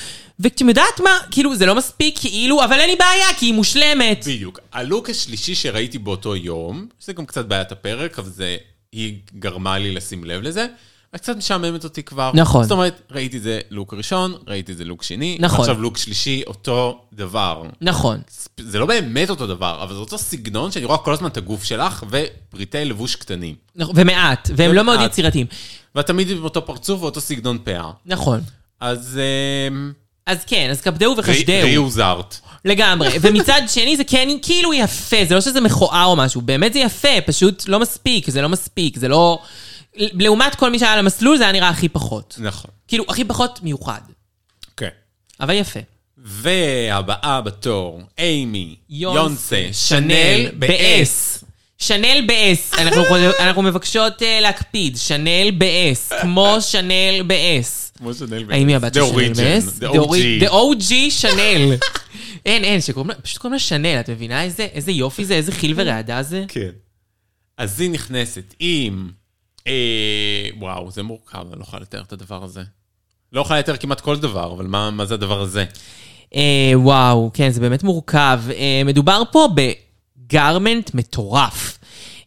[SPEAKER 2] ואתם יודעת מה? כאילו, זה לא מספיק, כאילו, אבל אין לי בעיה, כי היא מושלמת.
[SPEAKER 3] בדיוק. הלוק השלישי שראיתי באותו יום, שזה גם קצת בעיית הפרק, אבל זה, היא גרמה לי לשים לב לזה, את קצת משעממת אותי כבר.
[SPEAKER 2] נכון.
[SPEAKER 3] זאת אומרת, ראיתי את זה לוק ראשון, ראיתי את זה לוק שני,
[SPEAKER 2] נכון.
[SPEAKER 3] עכשיו לוק שלישי, אותו דבר.
[SPEAKER 2] נכון.
[SPEAKER 3] זה לא באמת אותו דבר, אבל זה אותו סגנון שאני רואה כל הזמן את הגוף שלך ופריטי לבוש קטנים.
[SPEAKER 2] נכון, ומעט, והם לא מאוד
[SPEAKER 3] ומעט.
[SPEAKER 2] יצירתיים.
[SPEAKER 3] ואת תמיד עם אותו פרצוף ואותו סגנון פאה.
[SPEAKER 2] נכון.
[SPEAKER 3] אז... אמ,
[SPEAKER 2] אז כן, אז כבדהו
[SPEAKER 3] רי-
[SPEAKER 2] וחשדהו.
[SPEAKER 3] ריו זארט.
[SPEAKER 2] לגמרי. ומצד שני, זה כן כאילו יפה, זה לא שזה מכוער או משהו, באמת זה יפה, פשוט לא מספיק, זה לא מספיק, זה לא... לעומת כל מי שהיה על המסלול, זה היה נראה הכי פחות.
[SPEAKER 3] נכון.
[SPEAKER 2] כאילו, הכי פחות מיוחד,
[SPEAKER 3] כן.
[SPEAKER 2] אבל יפה.
[SPEAKER 3] והבאה בתור, אימי, יונסה,
[SPEAKER 2] שנל ב-S. שנל ב-S. אנחנו חושב- אנחנו מבקשות אה, להקפיד, שנל ב-S, כמו שנל ב-S.
[SPEAKER 3] כמו שנל ב-S.
[SPEAKER 2] האם היא הבת של שנל ב-S?
[SPEAKER 3] The origin, the
[SPEAKER 2] The
[SPEAKER 3] OG.
[SPEAKER 2] OG שנל. אין, אין, שקוראים לה, פשוט קוראים לה שנל, את מבינה איזה איזה יופי זה, איזה חיל ורעדה זה?
[SPEAKER 3] כן. אז היא נכנסת עם... אה, וואו, זה מורכב, אני לא יכול לתאר את הדבר הזה. לא יכול לתאר כמעט כל דבר, אבל מה מה זה הדבר הזה?
[SPEAKER 2] אה, וואו, כן, זה באמת מורכב. אה, מדובר פה בגרמנט מטורף.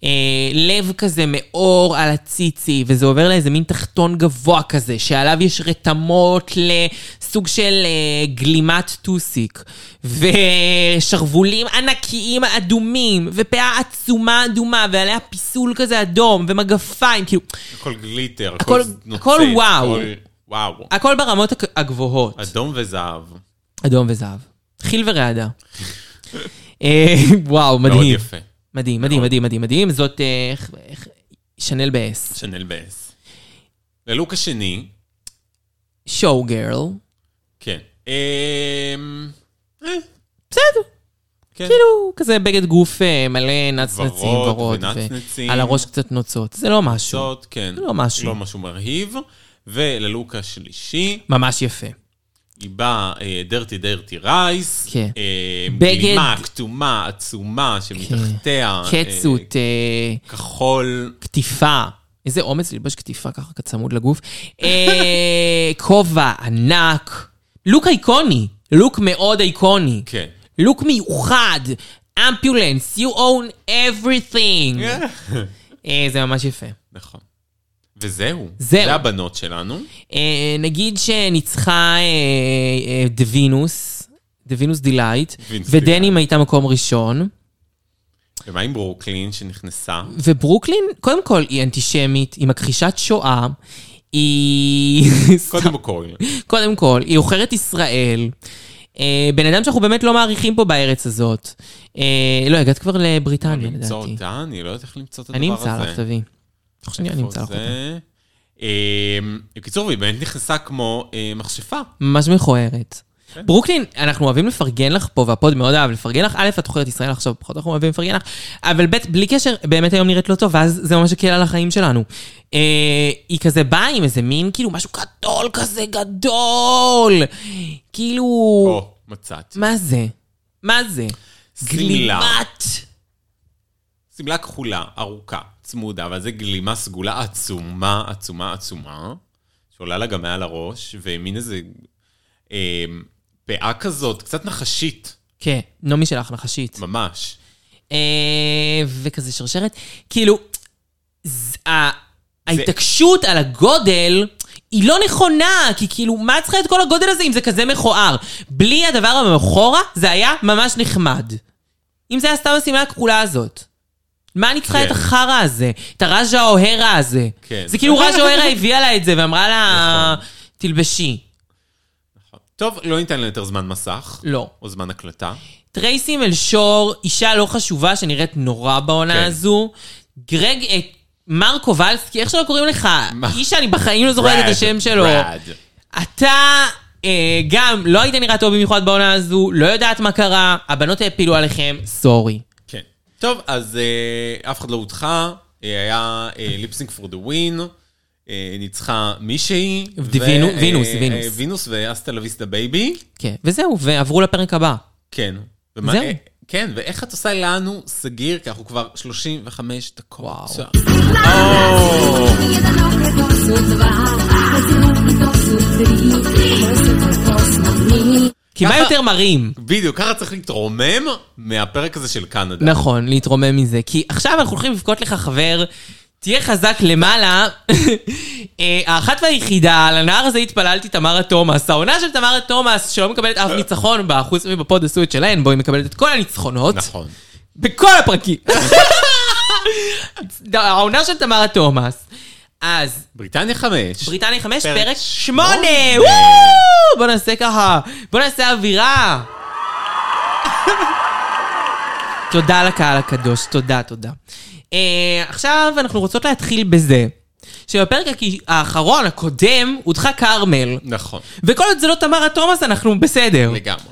[SPEAKER 2] אה, לב כזה מאור על הציצי, וזה עובר לאיזה מין תחתון גבוה כזה, שעליו יש רתמות לסוג של אה, גלימת טוסיק, ושרוולים ענקיים אדומים, ופאה עצומה אדומה, ועליה פיסול כזה אדום, ומגפיים, כאילו,
[SPEAKER 3] הכל גליטר,
[SPEAKER 2] הכל-
[SPEAKER 3] הכל נוצץ.
[SPEAKER 2] הכל וואו. אה,
[SPEAKER 3] הכל- וואו.
[SPEAKER 2] הכל ברמות הק- הגבוהות.
[SPEAKER 3] אדום וזהב.
[SPEAKER 2] אדום וזהב. חיל ורעדה. אה, וואו, מדהים.
[SPEAKER 3] מאוד יפה.
[SPEAKER 2] מדהים, מדהים,
[SPEAKER 3] נכון.
[SPEAKER 2] מדהים, מדהים, מדהים. זאת אה, איך- איך- שנל באס.
[SPEAKER 3] שנל ב-S. ללוק השני,
[SPEAKER 2] שואו גרל.
[SPEAKER 3] כן. אמ, אה,
[SPEAKER 2] בסדר.
[SPEAKER 3] כן.
[SPEAKER 2] כאילו, כזה בגד גוף אה, מלא נצנצים,
[SPEAKER 3] ורוד
[SPEAKER 2] ורוד.
[SPEAKER 3] ונצנצים.
[SPEAKER 2] על הראש קצת נוצות. זה לא משהו.
[SPEAKER 3] זאת, כן.
[SPEAKER 2] לא משהו.
[SPEAKER 3] לא משהו מרהיב. וללוק השלישי,
[SPEAKER 2] ממש יפה.
[SPEAKER 3] אה, היא באה אה, דרטי דרטי רייס.
[SPEAKER 2] כן.
[SPEAKER 3] אה,
[SPEAKER 2] בגד-
[SPEAKER 3] גלימה, כתומה, עצומה, שמתחתיה.
[SPEAKER 2] כן.
[SPEAKER 3] אה,
[SPEAKER 2] קצות, אה,
[SPEAKER 3] כחול.
[SPEAKER 2] קטיפה. איזה אומץ ללבש קטיפה ככה צמוד לגוף. אה, כובע ענק. לוק איקוני. לוק מאוד איקוני.
[SPEAKER 3] כן.
[SPEAKER 2] לוק מיוחד, אמפיולנס, you own everything. אה, זה ממש יפה.
[SPEAKER 3] נכון. וזהו.
[SPEAKER 2] זהו.
[SPEAKER 3] זה הבנות שלנו.
[SPEAKER 2] אה, נגיד שניצחה אה, אה, דווינוס, דווינוס דילייט,
[SPEAKER 3] דווינוס
[SPEAKER 2] ודנים
[SPEAKER 3] דילייט.
[SPEAKER 2] הייתה מקום ראשון,
[SPEAKER 3] ומה עם ברוקלין שנכנסה?
[SPEAKER 2] וברוקלין, קודם כל, היא אנטישמית, היא מכחישת שואה, היא...
[SPEAKER 3] קודם כל.
[SPEAKER 2] קודם כל, היא עוכרת ישראל. אה, בן אדם שאנחנו באמת לא מעריכים פה בארץ הזאת. אה, לא, הגעת כבר לבריטניה,
[SPEAKER 3] למצוא
[SPEAKER 2] לדעתי.
[SPEAKER 3] אותה, אני לא יודעת איך למצוא את הדבר
[SPEAKER 2] אני
[SPEAKER 3] הזה.
[SPEAKER 2] אמצא לך, תביא. אני חושב שאני אמצא לך אותה.
[SPEAKER 3] זה... אמ, בקיצור, והיא באמת נכנסה כמו אה, מכשפה.
[SPEAKER 2] ממש מכוערת. ברוקלין, אנחנו אוהבים לפרגן לך פה, והפוד מאוד אהב לפרגן לך. א', את אוכלת ישראל עכשיו, פחות אנחנו אוהבים לפרגן לך, אבל ב', בלי קשר, באמת היום נראית לא טוב, ואז זה ממש הקל על החיים שלנו. אה, היא כזה באה עם איזה מין, כאילו, משהו גדול כזה גדול. כאילו,
[SPEAKER 3] או, מצאתי.
[SPEAKER 2] מה זה? מה זה?
[SPEAKER 3] שמלה.
[SPEAKER 2] גלימת.
[SPEAKER 3] שמלה כחולה, ארוכה, צמודה, אבל זה גלימה סגולה עצומה, עצומה, עצומה, שעולה לה גם מעל הראש, ומין איזה אה, פאה כזאת, קצת נחשית,
[SPEAKER 2] כן, נעמי שלך, נחשית.
[SPEAKER 3] ממש.
[SPEAKER 2] אה, וכזה שרשרת. כאילו, ז- ה- ההתעקשות על הגודל היא לא נכונה, כי כאילו, מה את צריכה את כל הגודל הזה אם זה כזה מכוער? בלי הדבר המאחורה, זה היה ממש נחמד. אם זה היה סתם השמלה הכחולה הזאת. מה אני צריכה
[SPEAKER 3] כן.
[SPEAKER 2] את החרא הזה? את הראז'ה אוהרה הזה?
[SPEAKER 3] כן. נכון.
[SPEAKER 2] זה כאילו ראז'ה אוהרה הביאה לה את זה ואמרה לה, תלבשי.
[SPEAKER 3] טוב, לא ניתן לה יותר זמן מסך.
[SPEAKER 2] לא.
[SPEAKER 3] או זמן הקלטה.
[SPEAKER 2] טרייסי מלשור, אישה לא חשובה שנראית נורא בעונה
[SPEAKER 3] כן.
[SPEAKER 2] הזו. גרג, את מר קובלסקי, איך שלא קוראים לך?
[SPEAKER 3] מה?
[SPEAKER 2] איש שאני בחיים לא זוכרת את
[SPEAKER 3] ברד,
[SPEAKER 2] השם שלו.
[SPEAKER 3] ברד.
[SPEAKER 2] אתה אה, גם לא היית נראה טוב במיוחד בעונה הזו, לא יודעת מה קרה, הבנות העפילו עליכם, סורי.
[SPEAKER 3] כן. טוב, אז אה, אף אחד לא הודחה, אה, היה ליפסינג פור דה ווין, אה, ניצחה מישהי. ו-
[SPEAKER 2] דיווינו-
[SPEAKER 3] אה,
[SPEAKER 2] וינוס,
[SPEAKER 3] אה,
[SPEAKER 2] וינוס.
[SPEAKER 3] וינוס ואסטה לויסטה בייבי.
[SPEAKER 2] כן, וזהו, ועברו לפרק הבא.
[SPEAKER 3] כן.
[SPEAKER 2] זהו.
[SPEAKER 3] אה, כן, ואיך את עושה לנו סגיר, כי אנחנו כבר 35 דקות.
[SPEAKER 2] וואו.
[SPEAKER 3] או,
[SPEAKER 2] כי מה
[SPEAKER 3] ככה-
[SPEAKER 2] יותר מרים?
[SPEAKER 3] בדיוק, ככה צריך להתרומם מהפרק הזה של קנדה.
[SPEAKER 2] נכון, להתרומם מזה. כי עכשיו אנחנו הולכים לבכות לך חבר, תהיה חזק למעלה. אה, האחת והיחידה, על הנער הזה התפללתי תמרה תומאס. העונה של תמרה תומאס, שלא מקבלת אף ניצחון בה, חוץ מבפוד עשו את שלהן, בו היא מקבלת את כל הניצחונות.
[SPEAKER 3] נכון.
[SPEAKER 2] בכל הפרקים. העונה של תמרה תומאס. אז
[SPEAKER 3] בריטניה 5.
[SPEAKER 2] בריטניה 5,
[SPEAKER 3] פרק
[SPEAKER 2] פרק
[SPEAKER 3] שמונה.
[SPEAKER 2] 8! בוא נעשה ככה, בוא נעשה אווירה. תודה לקהל הקדוש, תודה, תודה. אה, עכשיו אנחנו רוצות להתחיל בזה, שבפרק הכי- האחרון, הקודם, הודחה כרמל.
[SPEAKER 3] נכון,
[SPEAKER 2] וכל עוד זה לא תמרה תומאס, אנחנו בסדר.
[SPEAKER 3] לגמרי.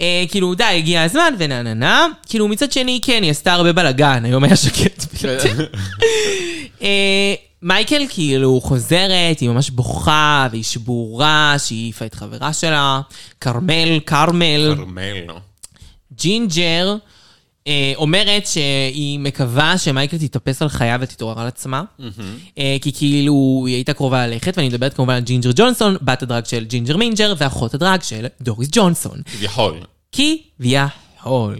[SPEAKER 2] אה, כאילו, די, הגיע הזמן, ונה נה נה. כאילו, מצד שני, כן, היא עשתה הרבה בלאגן, היום היה שקט.
[SPEAKER 3] כן,
[SPEAKER 2] אה, מייקל כאילו חוזרת, היא ממש בוכה, והיא שבורה, שהיא העיפה את חברה שלה, כרמל, כרמל,
[SPEAKER 3] כרמל.
[SPEAKER 2] ג'ינג'ר, אה, אומרת שהיא מקווה שמייקל תתאפס על חיה ותתעורר על עצמה, אה, כי כאילו היא הייתה קרובה ללכת, ואני מדברת כמובן על ג'ינג'ר ג'ונסון, בת הדרג של ג'ינג'ר מינג'ר, ואחות הדרג של דוריס ג'ונסון.
[SPEAKER 3] כביכול.
[SPEAKER 2] כביכול.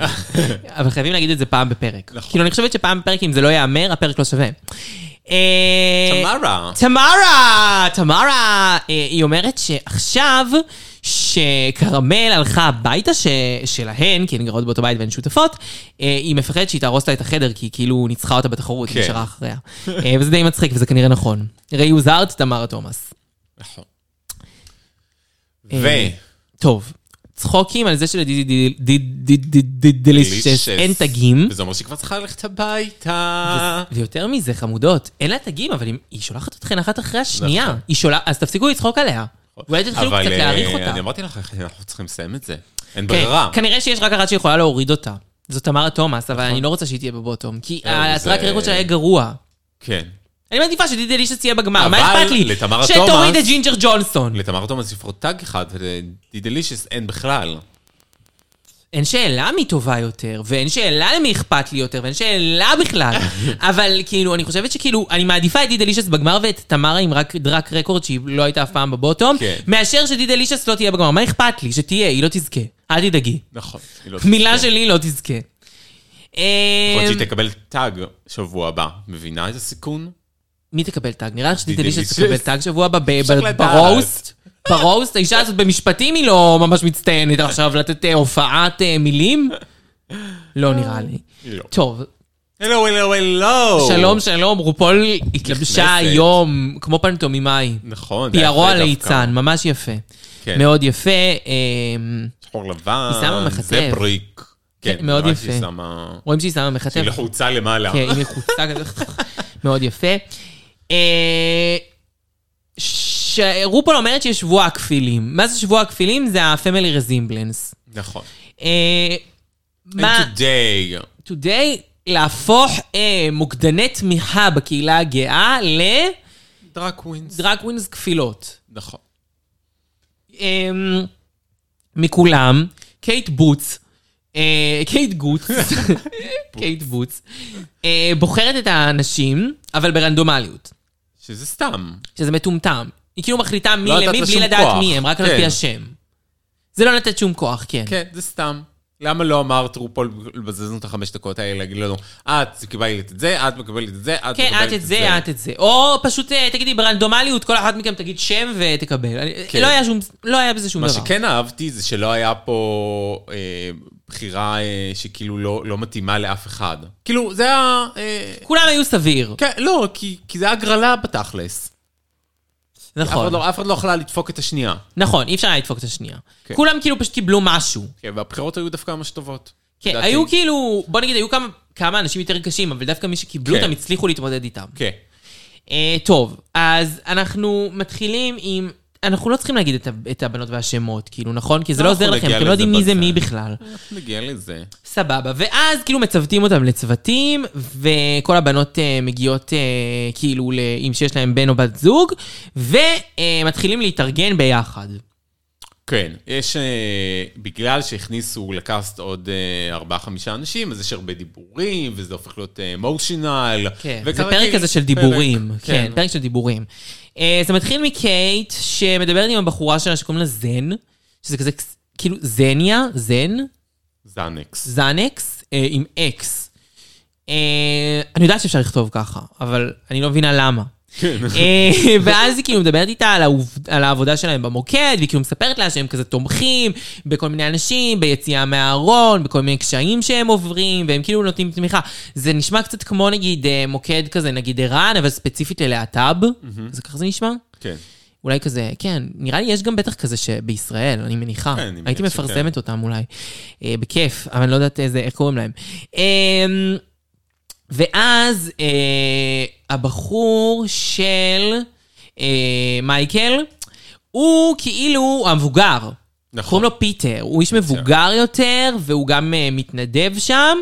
[SPEAKER 2] אבל חייבים להגיד את זה פעם בפרק. כאילו, אני חושבת שפעם בפרק, אם זה לא ייאמר, הפרק לא שווה. אה,
[SPEAKER 3] תמרה.
[SPEAKER 2] תמרה! תמרה! אה, היא אומרת שעכשיו שכרמל הלכה הביתה ש... שלהן, כי הן גרות באותו בית והן שותפות, אה, היא מפחדת שהיא תהרוס לה את החדר, כי היא כאילו ניצחה אותה בתחרות, היא
[SPEAKER 3] כן.
[SPEAKER 2] נשארה אחריה. אה, וזה די מצחיק, וזה כנראה נכון. ראי הוזהרת, תמרה תומאס.
[SPEAKER 3] נכון.
[SPEAKER 2] אה,
[SPEAKER 3] ו...
[SPEAKER 2] טוב, צחוקים על זה שלדילישס אין תגים.
[SPEAKER 3] וזה אומר שהיא כבר צריכה ללכת הביתה.
[SPEAKER 2] ויותר מזה, חמודות, אין לה תגים, אבל היא- היא שולחת אתכן אחת אחרי השנייה. היא שולחת, אז תפסיקו לצחוק עליה. אולי תתחילו
[SPEAKER 3] נכון. אבל,
[SPEAKER 2] קצת
[SPEAKER 3] אה,
[SPEAKER 2] להעריך אותה.
[SPEAKER 3] אני אמרתי לך, אנחנו צריכים לסיים את זה.
[SPEAKER 2] כן,
[SPEAKER 3] אין ברירה.
[SPEAKER 2] כנראה שיש רק אחת שיכולה להוריד אותה. זו תמרה תומאס, אבל אני לא רוצה שהיא תהיה בבוטום, כי
[SPEAKER 3] נכון. אה,
[SPEAKER 2] הטרק
[SPEAKER 3] זה-
[SPEAKER 2] רקורד שלה היה גרוע.
[SPEAKER 3] כן.
[SPEAKER 2] אני מעדיפה שדידי אלישע תהיה בגמר, מה
[SPEAKER 3] אבל
[SPEAKER 2] אכפת לי?
[SPEAKER 3] לתמרה
[SPEAKER 2] שתוריד
[SPEAKER 3] תומאס-
[SPEAKER 2] את ג'ינג'ר ג'ונסון.
[SPEAKER 3] לתמר תומאס לפחות טאג אחד, דידלישס אין בכלל.
[SPEAKER 2] אין שאלה מי טובה יותר, ואין שאלה למי אכפת לי יותר, ואין שאלה בכלל. אבל כאילו, אני חושבת שכאילו, אני מעדיפה את דיד אלישס בגמר ואת תמרה עם רק דרק רקורד שהיא לא הייתה אף פעם בבוטום,
[SPEAKER 3] כן.
[SPEAKER 2] מאשר שדיד אלישס לא תהיה בגמר. מה אכפת לי? שתהיה, היא לא תזכה. אל תדאגי.
[SPEAKER 3] נכון. היא לא
[SPEAKER 2] מילה
[SPEAKER 3] תזכה.
[SPEAKER 2] שלי לא תזכה.
[SPEAKER 3] יכול להיות
[SPEAKER 2] אמ,
[SPEAKER 3] שהיא תקבל טאג שבוע הבא. מבינה את הסיכון?
[SPEAKER 2] מי תקבל טאג? נראה לך שדיד
[SPEAKER 3] דידי
[SPEAKER 2] אלישס
[SPEAKER 3] אלישס.
[SPEAKER 2] תקבל טאג שבוע הבא ב-
[SPEAKER 3] אפשר
[SPEAKER 2] ב-
[SPEAKER 3] לדעת.
[SPEAKER 2] ברוסט? ברוסט? האישה הזאת במשפטים היא לא ממש מצטיינת עכשיו לתת אה, הופעת אה, מילים? לא נראה לי.
[SPEAKER 3] לא.
[SPEAKER 2] טוב,
[SPEAKER 3] הלו, הלו, הלו.
[SPEAKER 2] שלום, שלום, רופול התלבשה
[SPEAKER 3] נכנסת.
[SPEAKER 2] היום כמו פנטומימאי.
[SPEAKER 3] נכון. זה היה
[SPEAKER 2] פיירו
[SPEAKER 3] יפה דווקא.
[SPEAKER 2] הליצן, ממש יפה.
[SPEAKER 3] כן.
[SPEAKER 2] מאוד יפה. אמ,
[SPEAKER 3] שחור לבן.
[SPEAKER 2] היא שמה מחטף.
[SPEAKER 3] זה פריק. כן,
[SPEAKER 2] מאוד
[SPEAKER 3] ממש היא
[SPEAKER 2] יפה.
[SPEAKER 3] שמה...
[SPEAKER 2] רואים שהיא שמה מחטף.
[SPEAKER 3] היא לחוצה למעלה.
[SPEAKER 2] כן, היא חוצה כזה, מאוד יפה. אה, ש- שרופול אומרת שיש שבוע הכפילים. מה זה שבוע הכפילים? זה ה-family resemblance.
[SPEAKER 3] נכון.
[SPEAKER 2] אה, מה...
[SPEAKER 3] And today,
[SPEAKER 2] today להפוך אה, מוקדני תמיכה בקהילה הגאה
[SPEAKER 3] דרק ווינס.
[SPEAKER 2] לדראקווינס כפילות.
[SPEAKER 3] נכון.
[SPEAKER 2] אה, מכולם, קייט בוץ, אה, קייט גוץ, קייט בוץ, אה, בוחרת את האנשים, אבל ברנדומליות,
[SPEAKER 3] שזה סתם.
[SPEAKER 2] שזה מטומטם. היא כאילו מחליטה מי
[SPEAKER 3] לא
[SPEAKER 2] למי
[SPEAKER 3] נתת
[SPEAKER 2] בלי
[SPEAKER 3] שום
[SPEAKER 2] לדעת
[SPEAKER 3] כוח.
[SPEAKER 2] מי הם, רק על
[SPEAKER 3] כן.
[SPEAKER 2] פי השם. זה לא לתת שום כוח, כן.
[SPEAKER 3] כן, זה סתם. למה לא אמרת רופול בזזנו את החמש דקות האלה, להגיד לנו, את קיבלת את זה, את מקבלת את זה, את מקבלת את זה.
[SPEAKER 2] כן, את את זה, את את זה. או פשוט אה, תגידי ברנדומליות, כל אחת מכם תגיד שם ותקבל. אני-
[SPEAKER 3] כן.
[SPEAKER 2] לא היה שום- לא היה בזה שום
[SPEAKER 3] מה
[SPEAKER 2] דבר.
[SPEAKER 3] שכן אהבתי זה שלא היה פה אה, בחירה אה, שכאילו לא, לא מתאימה לאף אחד. כאילו, זה היה... אה,
[SPEAKER 2] כולם היו סביר.
[SPEAKER 3] כן, לא, כי, כי זה היה הגרלה בתכלס. אף אחד
[SPEAKER 2] נכון.
[SPEAKER 3] לא- אף אחד לא יכלה לדפוק את השנייה.
[SPEAKER 2] נכון, אי אפשר היה לדפוק את השנייה.
[SPEAKER 3] כן.
[SPEAKER 2] כולם כאילו פשוט קיבלו משהו.
[SPEAKER 3] כן, והבחירות היו דווקא ממש טובות.
[SPEAKER 2] כן,
[SPEAKER 3] לדעתי.
[SPEAKER 2] היו כאילו, בוא נגיד, היו כמה- כמה אנשים יותר קשים, אבל דווקא מי שקיבלו
[SPEAKER 3] כן.
[SPEAKER 2] אותם הצליחו להתמודד איתם.
[SPEAKER 3] כן.
[SPEAKER 2] אה, טוב, אז אנחנו מתחילים עם... אנחנו לא צריכים להגיד את ה- את הבנות והשמות, כאילו, נכון? כי זה
[SPEAKER 3] לא,
[SPEAKER 2] לא עוזר
[SPEAKER 3] אנחנו
[SPEAKER 2] לכם,
[SPEAKER 3] נגיע
[SPEAKER 2] אתם לא יודעים
[SPEAKER 3] לזה
[SPEAKER 2] מי זה מי
[SPEAKER 3] בצד.
[SPEAKER 2] בכלל.
[SPEAKER 3] נגיע לזה.
[SPEAKER 2] סבבה, ואז כאילו מצוותים אותם לצוותים, וכל הבנות אה, מגיעות אה, כאילו, ל- אם שיש להם בן או בת זוג, ומתחילים להתארגן ביחד.
[SPEAKER 3] כן, יש... אה, בגלל שהכניסו לקאסט עוד אה, ארבעה-חמישה אנשים, אז יש הרבה דיבורים, וזה הופך להיות אה, אמושיונל.
[SPEAKER 2] כן, זה פרק כזה של דיבורים. כן, פרק של דיבורים. אה, זה מתחיל מקייט, שמדברת עם הבחורה שלה שקוראים לה זן, שזה כזה, כס- כאילו, זניה, זן,
[SPEAKER 3] זנקס.
[SPEAKER 2] זנקס, אה, עם אקס. אה, אני יודעת שאפשר לכתוב ככה, אבל אני לא מבינה למה. אה, ואז היא כאילו מדברת איתה על, העובד, על העבודה שלהם במוקד, והיא כאילו מספרת לה שהם כזה תומכים בכל מיני אנשים, ביציאה מהארון, בכל מיני קשיים שהם עוברים, והם כאילו נותנים תמיכה. זה נשמע קצת כמו נגיד אה, מוקד כזה, נגיד ער"ן, אבל ספציפית ללהט"ב, זה ככה זה נשמע?
[SPEAKER 3] כן.
[SPEAKER 2] אולי כזה, כן, נראה לי יש גם בטח כזה שבישראל, אני מניחה.
[SPEAKER 3] כן, אני מניח
[SPEAKER 2] הייתי
[SPEAKER 3] שכן.
[SPEAKER 2] מפרסמת אותם אולי, אה, בכיף, אבל אני לא יודעת איזה, איך קוראים להם. אמ, ואז אה, הבחור של אה, מייקל, הוא כאילו המבוגר.
[SPEAKER 3] נכון.
[SPEAKER 2] קוראים לו פיטר, הוא איש מבוגר יותר, והוא גם אה, מתנדב שם.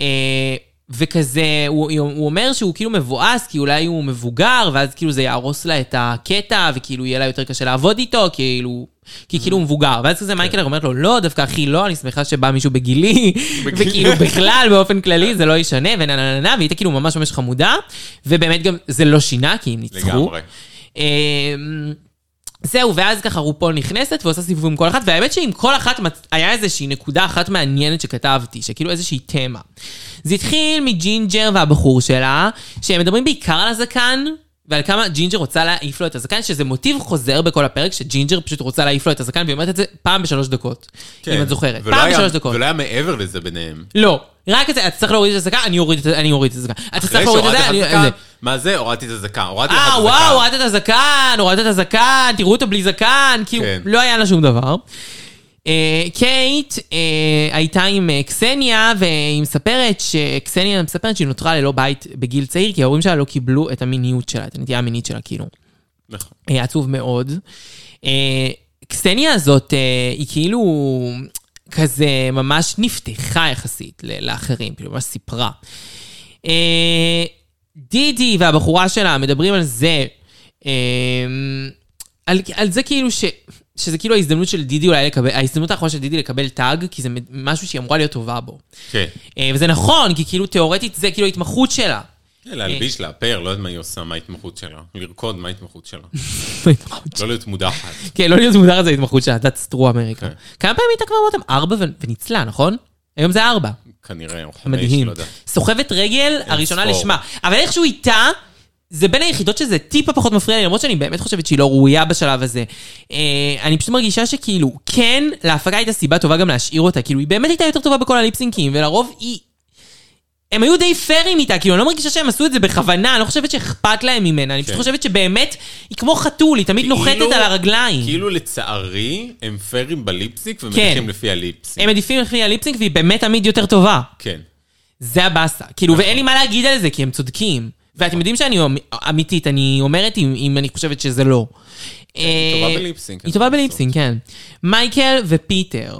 [SPEAKER 2] אה, וכזה, הוא, הוא אומר שהוא כאילו מבואס, כי אולי הוא מבוגר, ואז כאילו זה יהרוס לה את הקטע, וכאילו יהיה לה יותר קשה לעבוד איתו, כאילו... כי כאילו הוא מבוגר. ואז כזה מייקלר אומרת לו, לא, דווקא אחי, לא, אני שמחה שבא מישהו בגילי, וכאילו בכלל, באופן כללי, זה לא ישנה, ונה נה נה נה, והיא הייתה כאילו ממש ממש חמודה, ובאמת גם זה לא שינה, כי הם ניצחו.
[SPEAKER 3] לגמרי.
[SPEAKER 2] אמ, זהו, ואז ככה רופול נכנסת ועושה סיבוב עם כל אחת, והאמת שעם כל אחת מצ- היה איזושהי נקודה אחת מעניינת שכתבתי, שכאילו איזושהי תמה. זה התחיל מג'ינג'ר והבחור שלה, שהם מדברים בעיקר על הזקן, ועל כמה ג'ינג'ר רוצה להעיף לו את הזקן, שזה מוטיב חוזר בכל הפרק, שג'ינג'ר פשוט רוצה להעיף לו את הזקן, והיא אומרת את זה פעם בשלוש דקות,
[SPEAKER 3] כן.
[SPEAKER 2] אם את זוכרת.
[SPEAKER 3] ולא
[SPEAKER 2] פעם
[SPEAKER 3] היה-
[SPEAKER 2] בשלוש דקות.
[SPEAKER 3] ולא היה מעבר לזה ביניהם.
[SPEAKER 2] לא, רק את זה, אתה צריך להוריד את הזקן, אני אוריד את זה, אני אוריד את הזקן. אתה
[SPEAKER 3] אחרי
[SPEAKER 2] צריך להוריד את
[SPEAKER 3] שהורדת
[SPEAKER 2] זה,
[SPEAKER 3] לך
[SPEAKER 2] אני...
[SPEAKER 3] זקן,
[SPEAKER 2] זה.
[SPEAKER 3] מה זה? הורדתי את הזקן. הורדתי לך את
[SPEAKER 2] אה,
[SPEAKER 3] הזקן.
[SPEAKER 2] וואו, הורדת את הזקן, הורדת את הזקן, תראו אותו בלי זקן, כאילו,
[SPEAKER 3] כן.
[SPEAKER 2] לא היה לה שום דבר. אה, קייט אה, הייתה עם אה, קסניה, והיא מספרת שקסניה מספרת שהיא נותרה ללא בית בגיל צעיר, כי ההורים שלה לא קיבלו את המיניות שלה, את הנטייה המינית שלה, כאילו.
[SPEAKER 3] נכון.
[SPEAKER 2] אה, עצוב מאוד. אה, קסניה הזאת, אה, היא כאילו כזה ממש נפתחה יחסית ל- לאחרים, כאילו ממש סיפרה. אה, דידי והבחורה שלה מדברים על זה, אה, על, על זה כאילו ש... שזה כאילו ההזדמנות של דידי אולי לקבל, ההזדמנות האחרונה של דידי לקבל טאג, כי זה משהו שהיא אמורה להיות טובה בו.
[SPEAKER 3] כן.
[SPEAKER 2] אה, וזה נכון, כי כאילו תיאורטית זה כאילו ההתמחות שלה.
[SPEAKER 3] כן,
[SPEAKER 2] כן.
[SPEAKER 3] להלביש, לאפר, לא יודעת מה היא עושה, מה ההתמחות שלה. לרקוד, מה ההתמחות שלה. לא להיות מודחת.
[SPEAKER 2] כן, לא להיות מודרת זה ההתמחות שלה, that's true אמריקה.
[SPEAKER 3] כן.
[SPEAKER 2] כמה פעמים הייתה כבר מותם? ארבע ו- וניצלה, נכון? היום זה ארבע.
[SPEAKER 3] כנראה, או חמש,
[SPEAKER 2] מדהים.
[SPEAKER 3] לא יודע.
[SPEAKER 2] סוחבת רגל הראשונה
[SPEAKER 3] ספור.
[SPEAKER 2] לשמה. אבל איכשהו איתה, זה בין היחידות שזה טיפה פחות מפריע לי, למרות שאני באמת חושבת שהיא לא ראויה בשלב הזה. אה, אני פשוט מרגישה שכאילו, כן, להפקה הייתה סיבה טובה גם להשאיר אותה. כאילו, היא באמת הייתה יותר טובה בכל הליפסינקים, ולרוב היא... הם היו די פיירים איתה, כאילו, אני לא מרגישה שהם עשו את זה בכוונה, אני לא חושבת שאכפת להם ממנה, אני פשוט
[SPEAKER 3] כן.
[SPEAKER 2] חושבת שבאמת, היא כמו חתול, היא תמיד נוחתת
[SPEAKER 3] כאילו-
[SPEAKER 2] על הרגליים. כן.
[SPEAKER 3] כאילו לצערי, הם פיירים בליפסיק ומניחים לפי הליפסיק.
[SPEAKER 2] הם עדיפים לפי הליפסינק והיא באמת תמיד יותר טובה.
[SPEAKER 3] כן. נכון.
[SPEAKER 2] זה הבאסה. כאילו, ואין לי מה להגיד על זה, כי הם צודקים. ואתם יודעים שאני אמ- אמיתית, אני אומרת אם, אם אני חושבת שזה לא.
[SPEAKER 3] כן, היא טובה
[SPEAKER 2] אה,
[SPEAKER 3] בליפסינק,
[SPEAKER 2] היא טובה
[SPEAKER 3] אין מה
[SPEAKER 2] בליפסינג, כן. מייקל ופיטר.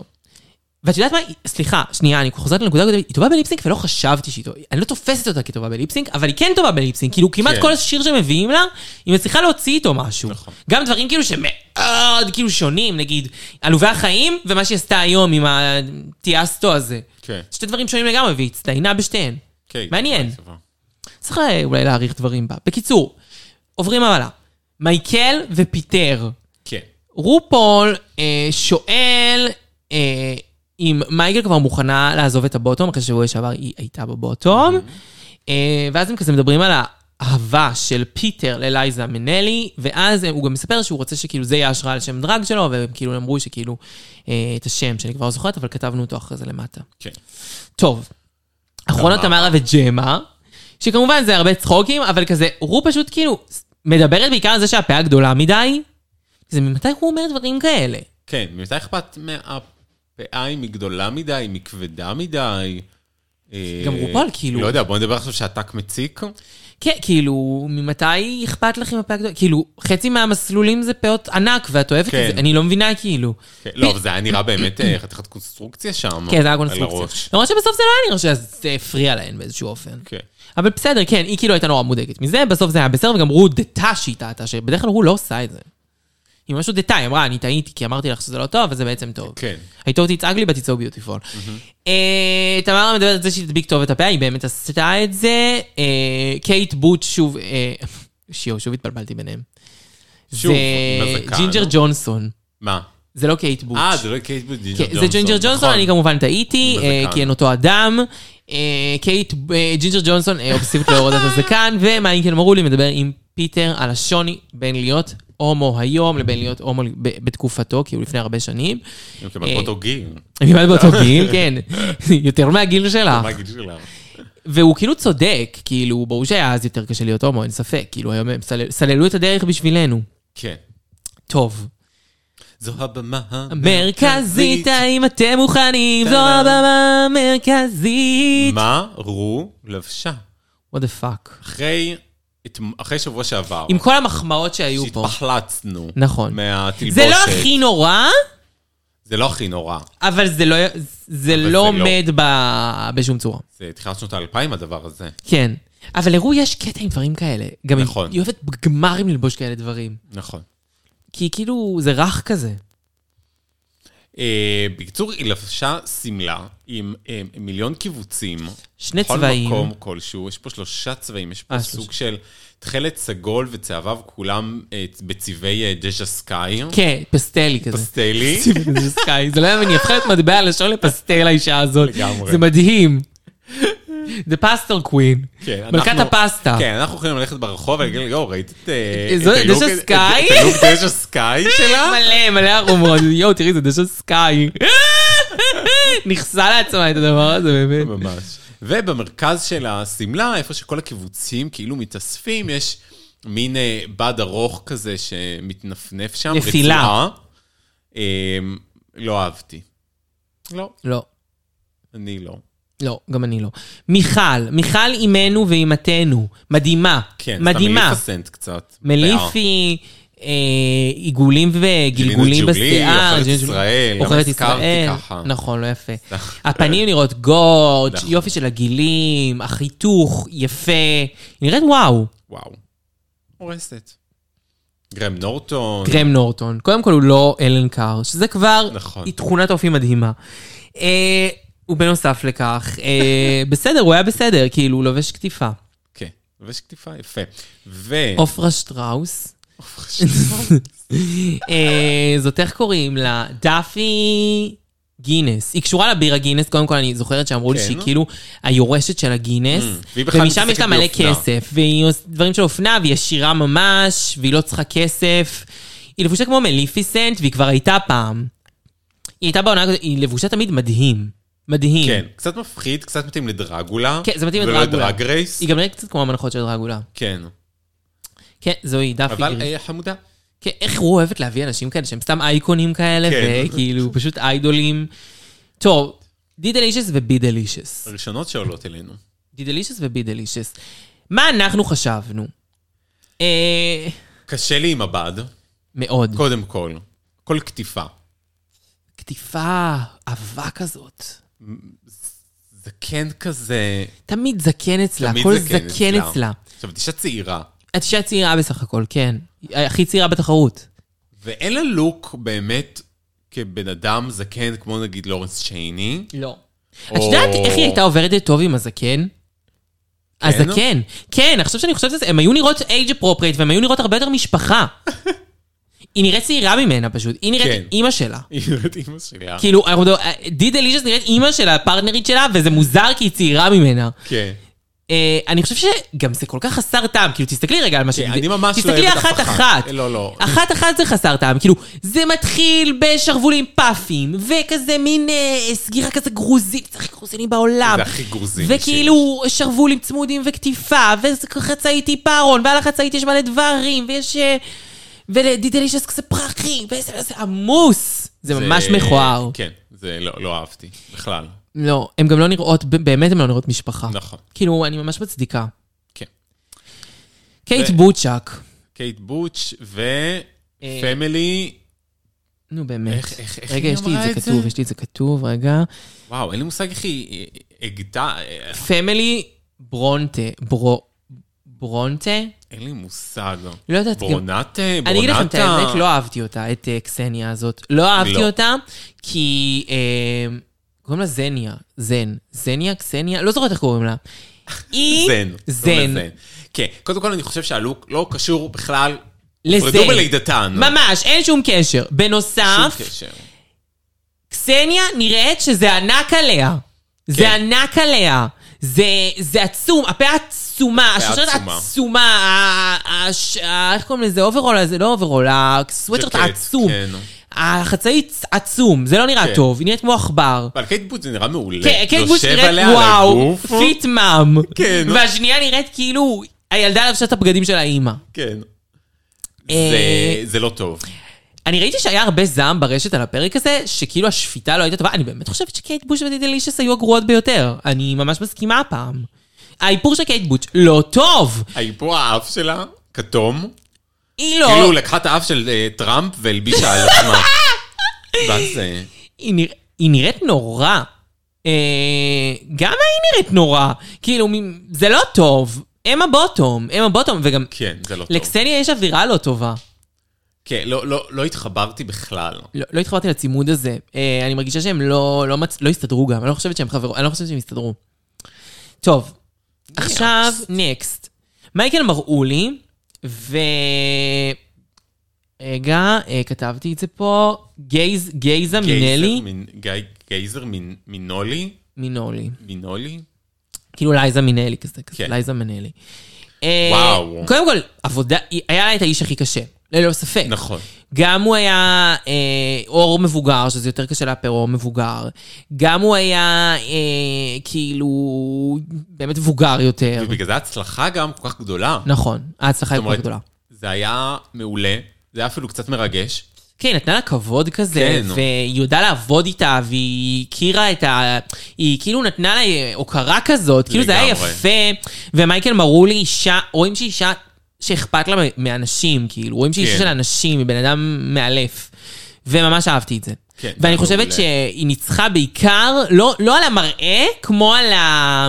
[SPEAKER 2] ואת יודעת מה? סליחה, שנייה, אני חוזרת לנקודה הקודמת. היא טובה בליפסינק ולא חשבתי שהיא טובה. אני לא תופסת אותה כטובה בליפסינק, אבל היא כן טובה בליפסינק. כאילו, כמעט
[SPEAKER 3] כן.
[SPEAKER 2] כל שיר שמביאים לה, היא מצליחה להוציא איתו משהו.
[SPEAKER 3] נכון.
[SPEAKER 2] גם דברים כאילו שמאוד כאילו שונים, נגיד, עלובי החיים ומה שהיא עשתה היום עם הטיאסטו הזה.
[SPEAKER 3] כן.
[SPEAKER 2] שתי דברים שונים לגמרי, והיא הצטיינה בשתיהן.
[SPEAKER 3] כן,
[SPEAKER 2] מעניין.
[SPEAKER 3] טובה.
[SPEAKER 2] צריך אה, אולי להעריך דברים בה. בקיצור, עוברים הלאה. מייקל ופיטר.
[SPEAKER 3] כן.
[SPEAKER 2] רופול אה, שואל אה, אם מייגל כבר מוכנה לעזוב את הבוטום, אחרי שבוע שעבר היא הייתה בבוטום, אה, ואז הם כזה מדברים על האהבה של פיטר ללייזה מנלי, ואז אה, הוא גם מספר שהוא רוצה שכאילו זה יהיה ההשראה לשם דרג שלו, והם כאילו אמרו שכאילו אה, את השם שאני כבר לא זוכרת, אבל כתבנו אותו אחרי זה למטה.
[SPEAKER 3] כן.
[SPEAKER 2] טוב, אחרונות
[SPEAKER 3] תמרה.
[SPEAKER 2] תמרה וג'מה, שכמובן זה הרבה צחוקים, אבל כזה, רו פשוט כאילו מדברת בעיקר על זה שהפאה גדולה מדי. זה ממתי הוא אומר דברים כאלה?
[SPEAKER 3] כן, ממתי אכפת מהפאה אם היא גדולה מדי, אם היא כבדה מדי? אה,
[SPEAKER 2] גם רופול, כאילו-
[SPEAKER 3] לא יודע, בוא נדבר עכשיו שהטאק מציק.
[SPEAKER 2] כן, כאילו, ממתי אכפת לך עם הפאה גדולה? כאילו, חצי מהמסלולים זה פאות ענק, ואת אוהבת
[SPEAKER 3] כן.
[SPEAKER 2] את זה, אני לא מבינה כאילו.
[SPEAKER 3] כן, לא, אבל זה היה נראה באמת אה, חתיכת קונסטרוקציה שם.
[SPEAKER 2] כן, זה היה
[SPEAKER 3] על
[SPEAKER 2] קונסטרוקציה.
[SPEAKER 3] הראש.
[SPEAKER 2] למרות שבסוף זה לא היה נראה שזה הפריע להן באיזשהו אופן.
[SPEAKER 3] כן.
[SPEAKER 2] אבל בסדר, כן, היא כאילו הייתה נורא מודאגת מזה, בסוף זה היה בסדר, וגם רות דתה שהיא טעתה, שבדרך כלל רות לא עושה את זה. היא ממש דתה, היא אמרה, אני טעיתי כי אמרתי לך שזה לא טוב, וזה בעצם טוב.
[SPEAKER 3] כן. Mm-hmm.
[SPEAKER 2] I thought it's ugly, but it's so beautiful. אה, תמרה מדברת על זה שהיא תדביק טוב את הפאה, היא באמת עשתה את זה. אה, קייט בוט שוב, אה, שיו, שוב התבלבלתי ביניהם.
[SPEAKER 3] שוב,
[SPEAKER 2] זה
[SPEAKER 3] עם הזקן.
[SPEAKER 2] ג'ינג'ר ג'ונסון,
[SPEAKER 3] מה?
[SPEAKER 2] זה לא קייט בוט.
[SPEAKER 3] אה, זה לא קייט בג'ינג'ר
[SPEAKER 2] כן,
[SPEAKER 3] ג'ונסון.
[SPEAKER 2] זה ג'ינג'ר ג'ונסון,
[SPEAKER 3] נכון.
[SPEAKER 2] אני כמובן טעיתי,
[SPEAKER 3] עם
[SPEAKER 2] אה,
[SPEAKER 3] הזקן.
[SPEAKER 2] כי אין אותו אדם. אה, קייט, אה, ג'ינג'ר ג'ונסון אה, אובססיבית להורדת הזקן, ומיינקל מרולי מדבר עם פיטר על השוני בין להיות הומו היום לבין להיות הומו ב- בתקופתו, כאילו לפני הרבה שנים.
[SPEAKER 3] הם כמעט
[SPEAKER 2] אה,
[SPEAKER 3] באותו גיל.
[SPEAKER 2] אני כמעט באותו גיל, כן. יותר מהגיל שלך.
[SPEAKER 3] מה הגיל שלך?
[SPEAKER 2] והוא כאילו צודק, כאילו, ברור שהיה אז יותר קשה להיות הומו, אין ספק. כאילו, היום הם סלל- סללו את הדרך בשבילנו.
[SPEAKER 3] כן.
[SPEAKER 2] טוב.
[SPEAKER 3] זו הבמה
[SPEAKER 2] מרכזית, האם אתם מוכנים? זו
[SPEAKER 3] טאדה.
[SPEAKER 2] הבמה המרכזית.
[SPEAKER 3] מה רו לבשה?
[SPEAKER 2] what the fuck.
[SPEAKER 3] אחרי את- אחרי שבוע שעבר,
[SPEAKER 2] עם כל המחמאות שהיו פה.
[SPEAKER 3] שהתפחלצנו.
[SPEAKER 2] נכון.
[SPEAKER 3] מהתלבושת.
[SPEAKER 2] זה לא הכי נורא,
[SPEAKER 3] זה לא הכי נורא.
[SPEAKER 2] אבל זה לא, זה
[SPEAKER 3] אבל
[SPEAKER 2] לא
[SPEAKER 3] זה לא.
[SPEAKER 2] עומד ב... בשום צורה.
[SPEAKER 3] זה תחילת שנות האלפיים הדבר הזה.
[SPEAKER 2] כן. אבל לרו יש קטע עם דברים כאלה. גם נכון.
[SPEAKER 3] נכון.
[SPEAKER 2] היא אוהבת גמרים ללבוש כאלה דברים.
[SPEAKER 3] נכון.
[SPEAKER 2] כי כאילו, זה רך כזה.
[SPEAKER 3] אה, בקיצור, היא לבשה שמלה עם אה, מיליון קיבוצים.
[SPEAKER 2] שני
[SPEAKER 3] בכל
[SPEAKER 2] צבעים.
[SPEAKER 3] מקום כלשהו, יש פה שלושה צבעים, יש
[SPEAKER 2] אה,
[SPEAKER 3] פה סוג של תכלת סגול וצהביו, כולם אה, בצבעי אה, דז'ה סקאי.
[SPEAKER 2] כן, פסטלי כזה.
[SPEAKER 3] פסטלי.
[SPEAKER 2] זה סקאי. זה לא יאמן, היא הפכה את מטבע הלשון לפסטל האישה הזאת.
[SPEAKER 3] לגמרי.
[SPEAKER 2] זה מדהים. The pastel queen.
[SPEAKER 3] כן,
[SPEAKER 2] מלכת
[SPEAKER 3] אנחנו-
[SPEAKER 2] הפסטה.
[SPEAKER 3] כן, אנחנו יכולים ללכת ברחוב ולהגיד, יואו, ראית את... אה,
[SPEAKER 2] זו-
[SPEAKER 3] את הלוק-
[SPEAKER 2] דז'ה
[SPEAKER 3] את-
[SPEAKER 2] סקאי?"
[SPEAKER 3] את הלוק דז'ה סקאי שלה?
[SPEAKER 2] מלא, מלא הרומות. יואו, תראי, זה דשא סקאי. נכסה לעצמה את הדבר הזה, באמת.
[SPEAKER 3] ממש. ובמרכז של השמלה, איפה שכל הקיבוצים כאילו מתאספים, יש מין אה, בד ארוך כזה שמתנפנף שם.
[SPEAKER 2] נפילה.
[SPEAKER 3] רצועה. אה, לא אהבתי. לא.
[SPEAKER 2] לא.
[SPEAKER 3] אני לא.
[SPEAKER 2] לא, גם אני לא. מיכל, מיכל אימנו ואימתנו. מדהימה.
[SPEAKER 3] כן,
[SPEAKER 2] מדהימה.
[SPEAKER 3] סתם מליפסנט קצת.
[SPEAKER 2] מליפי, אה, עיגולים וגלגולים
[SPEAKER 3] ג'ולינה ג'ולי,
[SPEAKER 2] בשיער. ג'ולינה
[SPEAKER 3] עוכרת
[SPEAKER 2] ג'ולי.
[SPEAKER 3] ישראל, למה
[SPEAKER 2] עוכרת
[SPEAKER 3] הזכרתי
[SPEAKER 2] ישראל.
[SPEAKER 3] ככה? נכון.
[SPEAKER 2] נכון, לא יפה. הפנים נראות גוד, יופי של הגילים, החיתוך, יפה. נראית וואו.
[SPEAKER 3] וואו. הורסת. גרם נורטון.
[SPEAKER 2] גרם נורטון. קודם כל הוא לא אלן קאר, שזה כבר
[SPEAKER 3] נכון.
[SPEAKER 2] היא תכונת אופי מדהימה. אה, ובנוסף לכך, אה, בסדר, הוא היה בסדר, כאילו, הוא לובש קטיפה.
[SPEAKER 3] כן. ויש כתיפה יפה. ו...
[SPEAKER 2] עופרה שטראוס. אה, זאת איך קוראים לה? דאפי גינס. היא קשורה לבירה גינס, קודם כל אני זוכרת שאמרו לי
[SPEAKER 3] כן. Mm,
[SPEAKER 2] שהיא כאילו היורשת של הגינס,
[SPEAKER 3] והיא בכלל
[SPEAKER 2] ומשם יש לה מלא
[SPEAKER 3] מתעסקת באופנה.
[SPEAKER 2] כסף, והיא עושה דברים של אופנה, והיא עשירה ממש, והיא לא צריכה כסף. היא לבושה כמו מליפיסנט, והיא כבר הייתה פעם. היא הייתה בעונה כזאת, היא לבושה תמיד מדהים. מדהים.
[SPEAKER 3] כן, קצת מפחיד, קצת מתאים לדרגולה.
[SPEAKER 2] כן, זה מתאים
[SPEAKER 3] ולא
[SPEAKER 2] לדרגולה.
[SPEAKER 3] לדרג רייס.
[SPEAKER 2] היא גם נראית קצת כמו המנחות של דרגולה.
[SPEAKER 3] כן.
[SPEAKER 2] כן, זוהי, דאפי
[SPEAKER 3] אבל
[SPEAKER 2] גינס.
[SPEAKER 3] אה, חמודה.
[SPEAKER 2] כן, איך הוא אוהבת להביא אנשים כאלה שהם סתם אייקונים כאלה,
[SPEAKER 3] כן.
[SPEAKER 2] וכאילו פשוט איידולים. טוב, די דלישס ובי דלישס.
[SPEAKER 3] הראשונות שעולות אלינו.
[SPEAKER 2] די דלישס ובי דלישס. מה אנחנו חשבנו? אה...
[SPEAKER 3] קשה לי עם הבד,
[SPEAKER 2] מאוד.
[SPEAKER 3] קודם כל. כל קטיפה.
[SPEAKER 2] קטיפה עבה כזאת.
[SPEAKER 3] זקן כזה,
[SPEAKER 2] תמיד זקן אצלה,
[SPEAKER 3] תמיד
[SPEAKER 2] כל
[SPEAKER 3] זקן
[SPEAKER 2] זקן
[SPEAKER 3] אצלה.
[SPEAKER 2] אצלה.
[SPEAKER 3] עכשיו, את אישה צעירה,
[SPEAKER 2] את אישה צעירה בסך הכל, כן. היא הכי צעירה בתחרות.
[SPEAKER 3] ואין לה לוק באמת כבן אדם זקן, כמו נגיד לורנס צ'ייני.
[SPEAKER 2] לא. את יודעת איך היא הייתה עוברת די טוב עם הזקן? הזקן. כן, עכשיו שאני חושבת על זה, הם היו נראות age appropriate והם היו נראות הרבה יותר משפחה. היא נראית צעירה ממנה פשוט, היא
[SPEAKER 3] כן.
[SPEAKER 2] נראית אימא שלה.
[SPEAKER 3] היא נראית אימא שלה.
[SPEAKER 2] כאילו, אנחנו מדבר- די דליז'ס נראית אימא שלה, הפרטנרית שלה, וזה מוזר כי היא צעירה ממנה.
[SPEAKER 3] כן.
[SPEAKER 2] אה, אני חושב שגם זה כל כך חסר טעם, כאילו, תסתכלי רגע על מה ש...
[SPEAKER 3] אני ממש לא
[SPEAKER 2] תסתכלי
[SPEAKER 3] אוהב את
[SPEAKER 2] אחת
[SPEAKER 3] הפחת.
[SPEAKER 2] אחת.
[SPEAKER 3] לא, לא.
[SPEAKER 2] אחת אחת זה חסר טעם, כאילו, זה מתחיל בשרוולים פאפים, וכזה מין אה, סגירה כזה גרוזית, זה הכי גרוזינים בעולם.
[SPEAKER 3] זה הכי גרוזיני
[SPEAKER 2] וכאילו, שרוולים צמודים וקטיפה, וחצאית עיפרון, ועל החצאית יש מלא דברים, ויש... אה, ולדידלישס כזה פרחים, וזה זה עמוס. זה ממש
[SPEAKER 3] זה-
[SPEAKER 2] מכוער.
[SPEAKER 3] כן, זה לא לא אהבתי, בכלל.
[SPEAKER 2] לא, הן גם לא נראות, באמת הן לא נראות משפחה.
[SPEAKER 3] כן. נכון.
[SPEAKER 2] כאילו, אני ממש מצדיקה.
[SPEAKER 3] כן.
[SPEAKER 2] קייט
[SPEAKER 3] ו-
[SPEAKER 2] בוצ'ק.
[SPEAKER 3] קייט בוטש
[SPEAKER 2] אה,
[SPEAKER 3] ופמילי,
[SPEAKER 2] נו באמת.
[SPEAKER 3] איך- איך- איך
[SPEAKER 2] רגע,
[SPEAKER 3] היא
[SPEAKER 2] יש לי
[SPEAKER 3] אמרה
[SPEAKER 2] את
[SPEAKER 3] את
[SPEAKER 2] זה
[SPEAKER 3] זה?
[SPEAKER 2] כתוב, יש לי את זה כתוב, רגע.
[SPEAKER 3] וואו, אין לי מושג איך היא אה, הגתה, אה,
[SPEAKER 2] פמילי ברונטה. ברו... ברונטה?
[SPEAKER 3] אין לי מושג. אה,
[SPEAKER 2] לא יודעת. גם-
[SPEAKER 3] ברונטה, ברונטה.
[SPEAKER 2] אני אגיד לכם את האמת, לא אהבתי אותה, את אה, קסניה הזאת. לא אהבתי
[SPEAKER 3] לא.
[SPEAKER 2] אותה, כי... אה, קוראים לה זניה. זן. זניה, קסניה, לא זוכרת איך קוראים לה. היא...
[SPEAKER 3] זן.
[SPEAKER 2] זן.
[SPEAKER 3] לא לזן. כן, קודם כל אני חושב שהלוק לא קשור בכלל.
[SPEAKER 2] לזן.
[SPEAKER 3] הופרדו בלידתן.
[SPEAKER 2] ממש, אין שום קשר. בנוסף,
[SPEAKER 3] שום קשר.
[SPEAKER 2] קסניה נראית שזה ענק עליה.
[SPEAKER 3] כן.
[SPEAKER 2] זה ענק עליה. זה, זה עצום, הפה עצומה, השושלת
[SPEAKER 3] עצומה.
[SPEAKER 2] עצומה, ה- ה- הש- ה- איך קוראים לזה? אוברול? זה לא אוברול, הסוויטרט
[SPEAKER 3] ז'קט,
[SPEAKER 2] עצום.
[SPEAKER 3] כן.
[SPEAKER 2] החצאית עצום, זה לא נראה
[SPEAKER 3] כן.
[SPEAKER 2] טוב, היא נראית כמו עכבר.
[SPEAKER 3] אבל קייט בוטש זה נראה מעולה.
[SPEAKER 2] כן, קייט בוש
[SPEAKER 3] יושב עליה
[SPEAKER 2] נראית
[SPEAKER 3] על
[SPEAKER 2] וואו,
[SPEAKER 3] הגוף.
[SPEAKER 2] פיט מאם.
[SPEAKER 3] כן.
[SPEAKER 2] והשנייה נראית כאילו הילדה לבשה את הבגדים של האימא.
[SPEAKER 3] כן.
[SPEAKER 2] אה,
[SPEAKER 3] זה- זה לא טוב.
[SPEAKER 2] אני ראיתי שהיה הרבה זעם ברשת על הפרק הזה, שכאילו השפיטה לא הייתה טובה. אני באמת חושבת שקייט בוש ודידלישס היו הגרועות ביותר. אני ממש מסכימה הפעם. האיפור של קייט בוש לא טוב.
[SPEAKER 3] האיפור האף שלה, כתום.
[SPEAKER 2] היא לא...
[SPEAKER 3] כאילו לקחה את האף של אה, טראמפ והלבישה על עצמה. ואז אה,
[SPEAKER 2] היא, נרא... היא נראית נורא. אה... גם היא נראית נורא. כאילו, מ- זה לא טוב. אמה בוטום, אמה בוטום, וגם
[SPEAKER 3] כן, זה לא טוב.
[SPEAKER 2] לקסניה יש אווירה לא טובה.
[SPEAKER 3] כן, לא- לא לא התחברתי בכלל.
[SPEAKER 2] לא, לא התחברתי לצימוד הזה. אה, אני מרגישה שהם לא, לא, מצ... לא הסתדרו גם, אני לא חושבת שהם חברו, אני לא חושבת שהם הסתדרו. טוב, עכשיו, נקסט. מייקל מרעולי, ו... רגע, אה, כתבתי את זה פה, גייז, גייזה מינלי,
[SPEAKER 3] גייזר מין- גי- גייזר מין- מינולי?
[SPEAKER 2] מינולי.
[SPEAKER 3] מינולי?
[SPEAKER 2] כאילו לייזה מינלי כזה, כזה,
[SPEAKER 3] כן.
[SPEAKER 2] לייזה מינלי. אה,
[SPEAKER 3] וואו.
[SPEAKER 2] קודם כל, עבודה, היה לה את האיש הכי קשה, ללא ספק.
[SPEAKER 3] נכון.
[SPEAKER 2] גם הוא היה אה, אור מבוגר, שזה יותר קשה לאפר אור מבוגר. גם הוא היה אה, כאילו באמת מבוגר יותר.
[SPEAKER 3] ובגלל זה ההצלחה גם כל כך גדולה.
[SPEAKER 2] נכון, ההצלחה היא
[SPEAKER 3] זאת
[SPEAKER 2] כל
[SPEAKER 3] אומרת,
[SPEAKER 2] כך גדולה.
[SPEAKER 3] זה היה מעולה, זה היה אפילו קצת מרגש.
[SPEAKER 2] כן, היא נתנה לה כבוד כזה,
[SPEAKER 3] כן.
[SPEAKER 2] והיא יודעה לעבוד איתה, והיא הכירה את ה... היא כאילו נתנה לה הוקרה כזאת, כאילו זה היה
[SPEAKER 3] לגמרי.
[SPEAKER 2] יפה, ומייקל מראו לי אישה, רואים שהיא אישה שאכפת לה מאנשים, כאילו, רואים שהיא אישה
[SPEAKER 3] כן.
[SPEAKER 2] של אנשים, היא בן אדם מאלף. וממש אהבתי את זה.
[SPEAKER 3] כן,
[SPEAKER 2] ואני
[SPEAKER 3] זה
[SPEAKER 2] חושבת
[SPEAKER 3] מעולה.
[SPEAKER 2] שהיא ניצחה בעיקר, לא, לא על המראה, כמו על ה...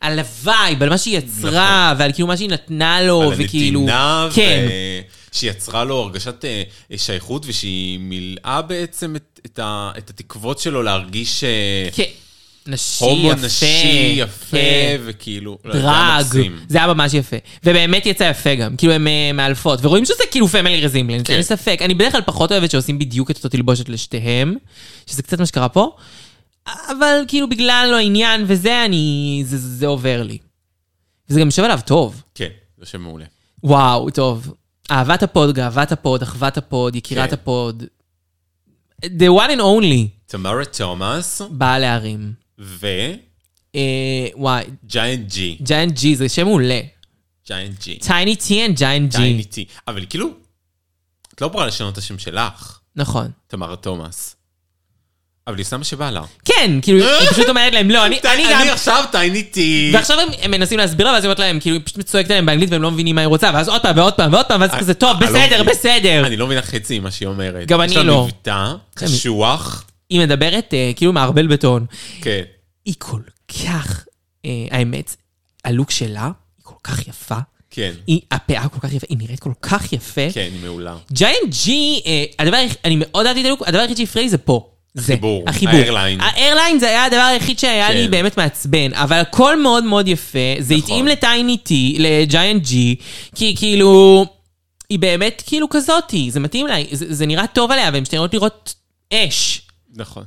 [SPEAKER 2] על הווייב, על מה שהיא יצרה, ועל כאילו מה שהיא נתנה לו,
[SPEAKER 3] נכון. על
[SPEAKER 2] וכאילו...
[SPEAKER 3] הנתינה,
[SPEAKER 2] כן.
[SPEAKER 3] ו- שיצרה לו הרגשת אה, שייכות, ושהיא מילאה בעצם את- את ה- את התקוות שלו להרגיש אה,
[SPEAKER 2] כן. נשי,
[SPEAKER 3] הומו
[SPEAKER 2] יפה.
[SPEAKER 3] נשי יפה,
[SPEAKER 2] כן.
[SPEAKER 3] וכאילו... לא, זה היה
[SPEAKER 2] דרג.
[SPEAKER 3] מקסים.
[SPEAKER 2] זה היה ממש יפה. ובאמת יצא יפה גם. כאילו, הם אה, מאלפות. ורואים שזה כאילו פמילי רזימלנס,
[SPEAKER 3] כן.
[SPEAKER 2] אין ספק. אני בדרך כלל פחות אוהבת שעושים בדיוק את אותו תלבושת לשתיהם, שזה קצת מה שקרה פה, אבל כאילו בגלל לא העניין וזה, אני... זה, זה עובר לי. וזה גם יושב עליו טוב.
[SPEAKER 3] כן, זה שם מעולה.
[SPEAKER 2] וואו, טוב. אהבת הפוד, גאוות הפוד, אחוות הפוד, יקירת
[SPEAKER 3] כן.
[SPEAKER 2] הפוד. The one and only
[SPEAKER 3] תמרה תומאס
[SPEAKER 2] באה להרים.
[SPEAKER 3] וג'יינט
[SPEAKER 2] אה, וואי,
[SPEAKER 3] ג'י.
[SPEAKER 2] ג'יינט ג'י זה שם מעולה.
[SPEAKER 3] ג'יינט ג'י.
[SPEAKER 2] טייני טי אנד ג'יינט ג'י.
[SPEAKER 3] ג'יינט ג'י. אבל כאילו, את לא יכולה לשנות את השם שלך,
[SPEAKER 2] נכון.
[SPEAKER 3] תמרה תומאס. אבל היא שמה שבא לה.
[SPEAKER 2] כן, כאילו, היא פשוט אומרת להם, לא, אני אני גם...
[SPEAKER 3] אה? אני עכשיו טייניתי.
[SPEAKER 2] ועכשיו הם- הם מנסים להסביר לה, ואז היא אומרת להם, כאילו, היא פשוט צועקת עליהם באנגלית והם לא מבינים מה היא רוצה, ואז עוד פעם ועוד פעם ועוד פעם, ואז כזה, טוב,
[SPEAKER 3] אני לא
[SPEAKER 2] בסדר,
[SPEAKER 3] מבין.
[SPEAKER 2] בסדר.
[SPEAKER 3] אני לא מבינה חצי ממה שהיא אומרת.
[SPEAKER 2] גם אני
[SPEAKER 3] יש לה
[SPEAKER 2] לא.
[SPEAKER 3] מבטא,
[SPEAKER 2] כן.
[SPEAKER 3] קשוח.
[SPEAKER 2] היא מדברת אה, כאילו מערבל בטון.
[SPEAKER 3] כן.
[SPEAKER 2] היא כל כך, אה, האמת, הלוק שלה, היא כל כך יפה.
[SPEAKER 3] כן.
[SPEAKER 2] היא, הפאה כל כך יפה, היא נראית כל כך יפה.
[SPEAKER 3] כן, היא מעולה.
[SPEAKER 2] ג'יינט ג'י, אה, הדבר, היח- אני מאוד אהבתי את הלוק, הדבר היחיד שהפריע לי זה פה. זה,
[SPEAKER 3] החיבור,
[SPEAKER 2] החיבור.
[SPEAKER 3] האיירליין.
[SPEAKER 2] האיירליין זה היה הדבר היחיד שהיה
[SPEAKER 3] כן.
[SPEAKER 2] לי באמת מעצבן, אבל הכל מאוד מאוד יפה, זה
[SPEAKER 3] נכון.
[SPEAKER 2] התאים לטייני טי, לג'יינט ג'י, כי כאילו, היא באמת כאילו כזאתי, זה מתאים לה, זה, זה נראה טוב עליה, והן שתיהנות לראות אש.
[SPEAKER 3] נכון.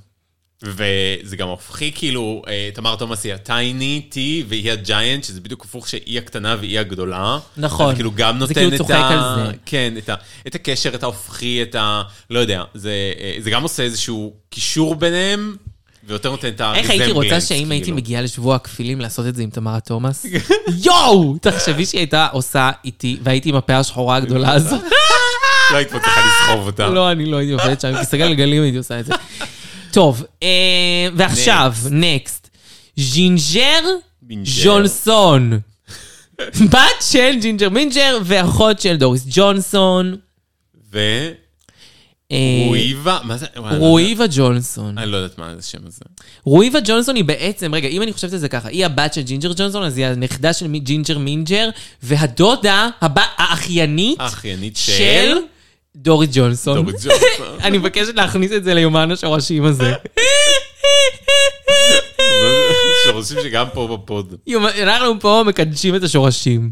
[SPEAKER 3] וזה גם הופכי, כאילו, אה, תמר תומאס היא הטייני טי והיא הג'יינט, שזה בדיוק הפוך שהיא הקטנה והיא הגדולה.
[SPEAKER 2] נכון.
[SPEAKER 3] אז כאילו גם
[SPEAKER 2] זה
[SPEAKER 3] נותן
[SPEAKER 2] כאילו
[SPEAKER 3] את
[SPEAKER 2] צוחק
[SPEAKER 3] ה...
[SPEAKER 2] על זה.
[SPEAKER 3] כן, את, ה... את הקשר, את ההופכי, את ה... לא יודע, זה, אה, זה גם עושה איזשהו קישור ביניהם, ויותר נותן את ה...
[SPEAKER 2] איך הייתי רוצה
[SPEAKER 3] resemblance,
[SPEAKER 2] שאם הייתי
[SPEAKER 3] כאילו.
[SPEAKER 2] מגיעה לשבוע הכפילים לעשות את זה עם תמרה תומאס? יואו! תחשבי שהיא הייתה עושה איתי, והייתי עם הפאה השחורה הגדולה הזאת.
[SPEAKER 3] לא היית מצליחה לסחוב אותה.
[SPEAKER 2] לא, אני לא הייתי עובדת שם, כיסא גלגלים הייתי עושה את זה. טוב, אה, ועכשיו, נקסט. ז'ינג'ר
[SPEAKER 3] בינג'ר.
[SPEAKER 2] ג'ונסון. בת של ג'ינג'ר מינג'ר ואחות של דוריס ג'ונסון. אה,
[SPEAKER 3] ורואיבה, מה זה? וואי,
[SPEAKER 2] רואיבה ג'ונסון.
[SPEAKER 3] אני לא יודעת מה זה השם הזה.
[SPEAKER 2] רואיבה ג'ונסון היא בעצם, רגע, אם אני חושבת על זה ככה, היא הבת של ג'ינג'ר ג'ונסון, אז היא הנכדה של מי- ג'ינג'ר מינג'ר, והדודה, הב- האחיינית,
[SPEAKER 3] האחיינית
[SPEAKER 2] של
[SPEAKER 3] של?
[SPEAKER 2] דורי ג'ונסון.
[SPEAKER 3] דורית ג'ונסון.
[SPEAKER 2] אני מבקשת להכניס את זה ליומן השורשים הזה.
[SPEAKER 3] לא, שרוצים שגם פה בפוד.
[SPEAKER 2] יומ- אנחנו פה מקדשים את השורשים.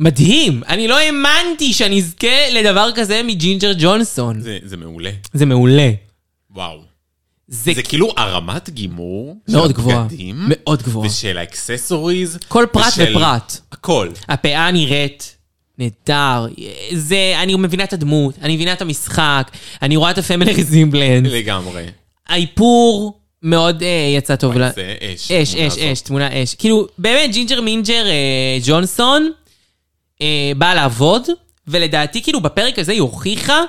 [SPEAKER 2] מדהים, אני לא האמנתי שאני אזכה לדבר כזה מג'ינג'ר ג'ונסון.
[SPEAKER 3] זה זה מעולה.
[SPEAKER 2] זה מעולה.
[SPEAKER 3] וואו.
[SPEAKER 2] זה
[SPEAKER 3] זה כאילו הרמת גימור
[SPEAKER 2] מאוד גבוהה.
[SPEAKER 3] הבגדים,
[SPEAKER 2] מאוד גבוהה.
[SPEAKER 3] ושל האקססוריז.
[SPEAKER 2] כל פרט
[SPEAKER 3] ושל-
[SPEAKER 2] ופרט.
[SPEAKER 3] הכל.
[SPEAKER 2] הפאה נראית נהדר, זה, אני מבינה את הדמות, אני מבינה את המשחק, אני רואה את הפמילי ריזימבלנס,
[SPEAKER 3] לגמרי.
[SPEAKER 2] האיפור מאוד אה, יצא טוב. לה-
[SPEAKER 3] זה אש.
[SPEAKER 2] אש,
[SPEAKER 3] התמונה
[SPEAKER 2] אש,
[SPEAKER 3] הזאת.
[SPEAKER 2] אש, תמונה אש. כאילו, באמת, ג'ינג'ר מינג'ר אה, ג'ונסון אה, באה לעבוד, ולדעתי, כאילו, בפרק הזה היא הוכיחה,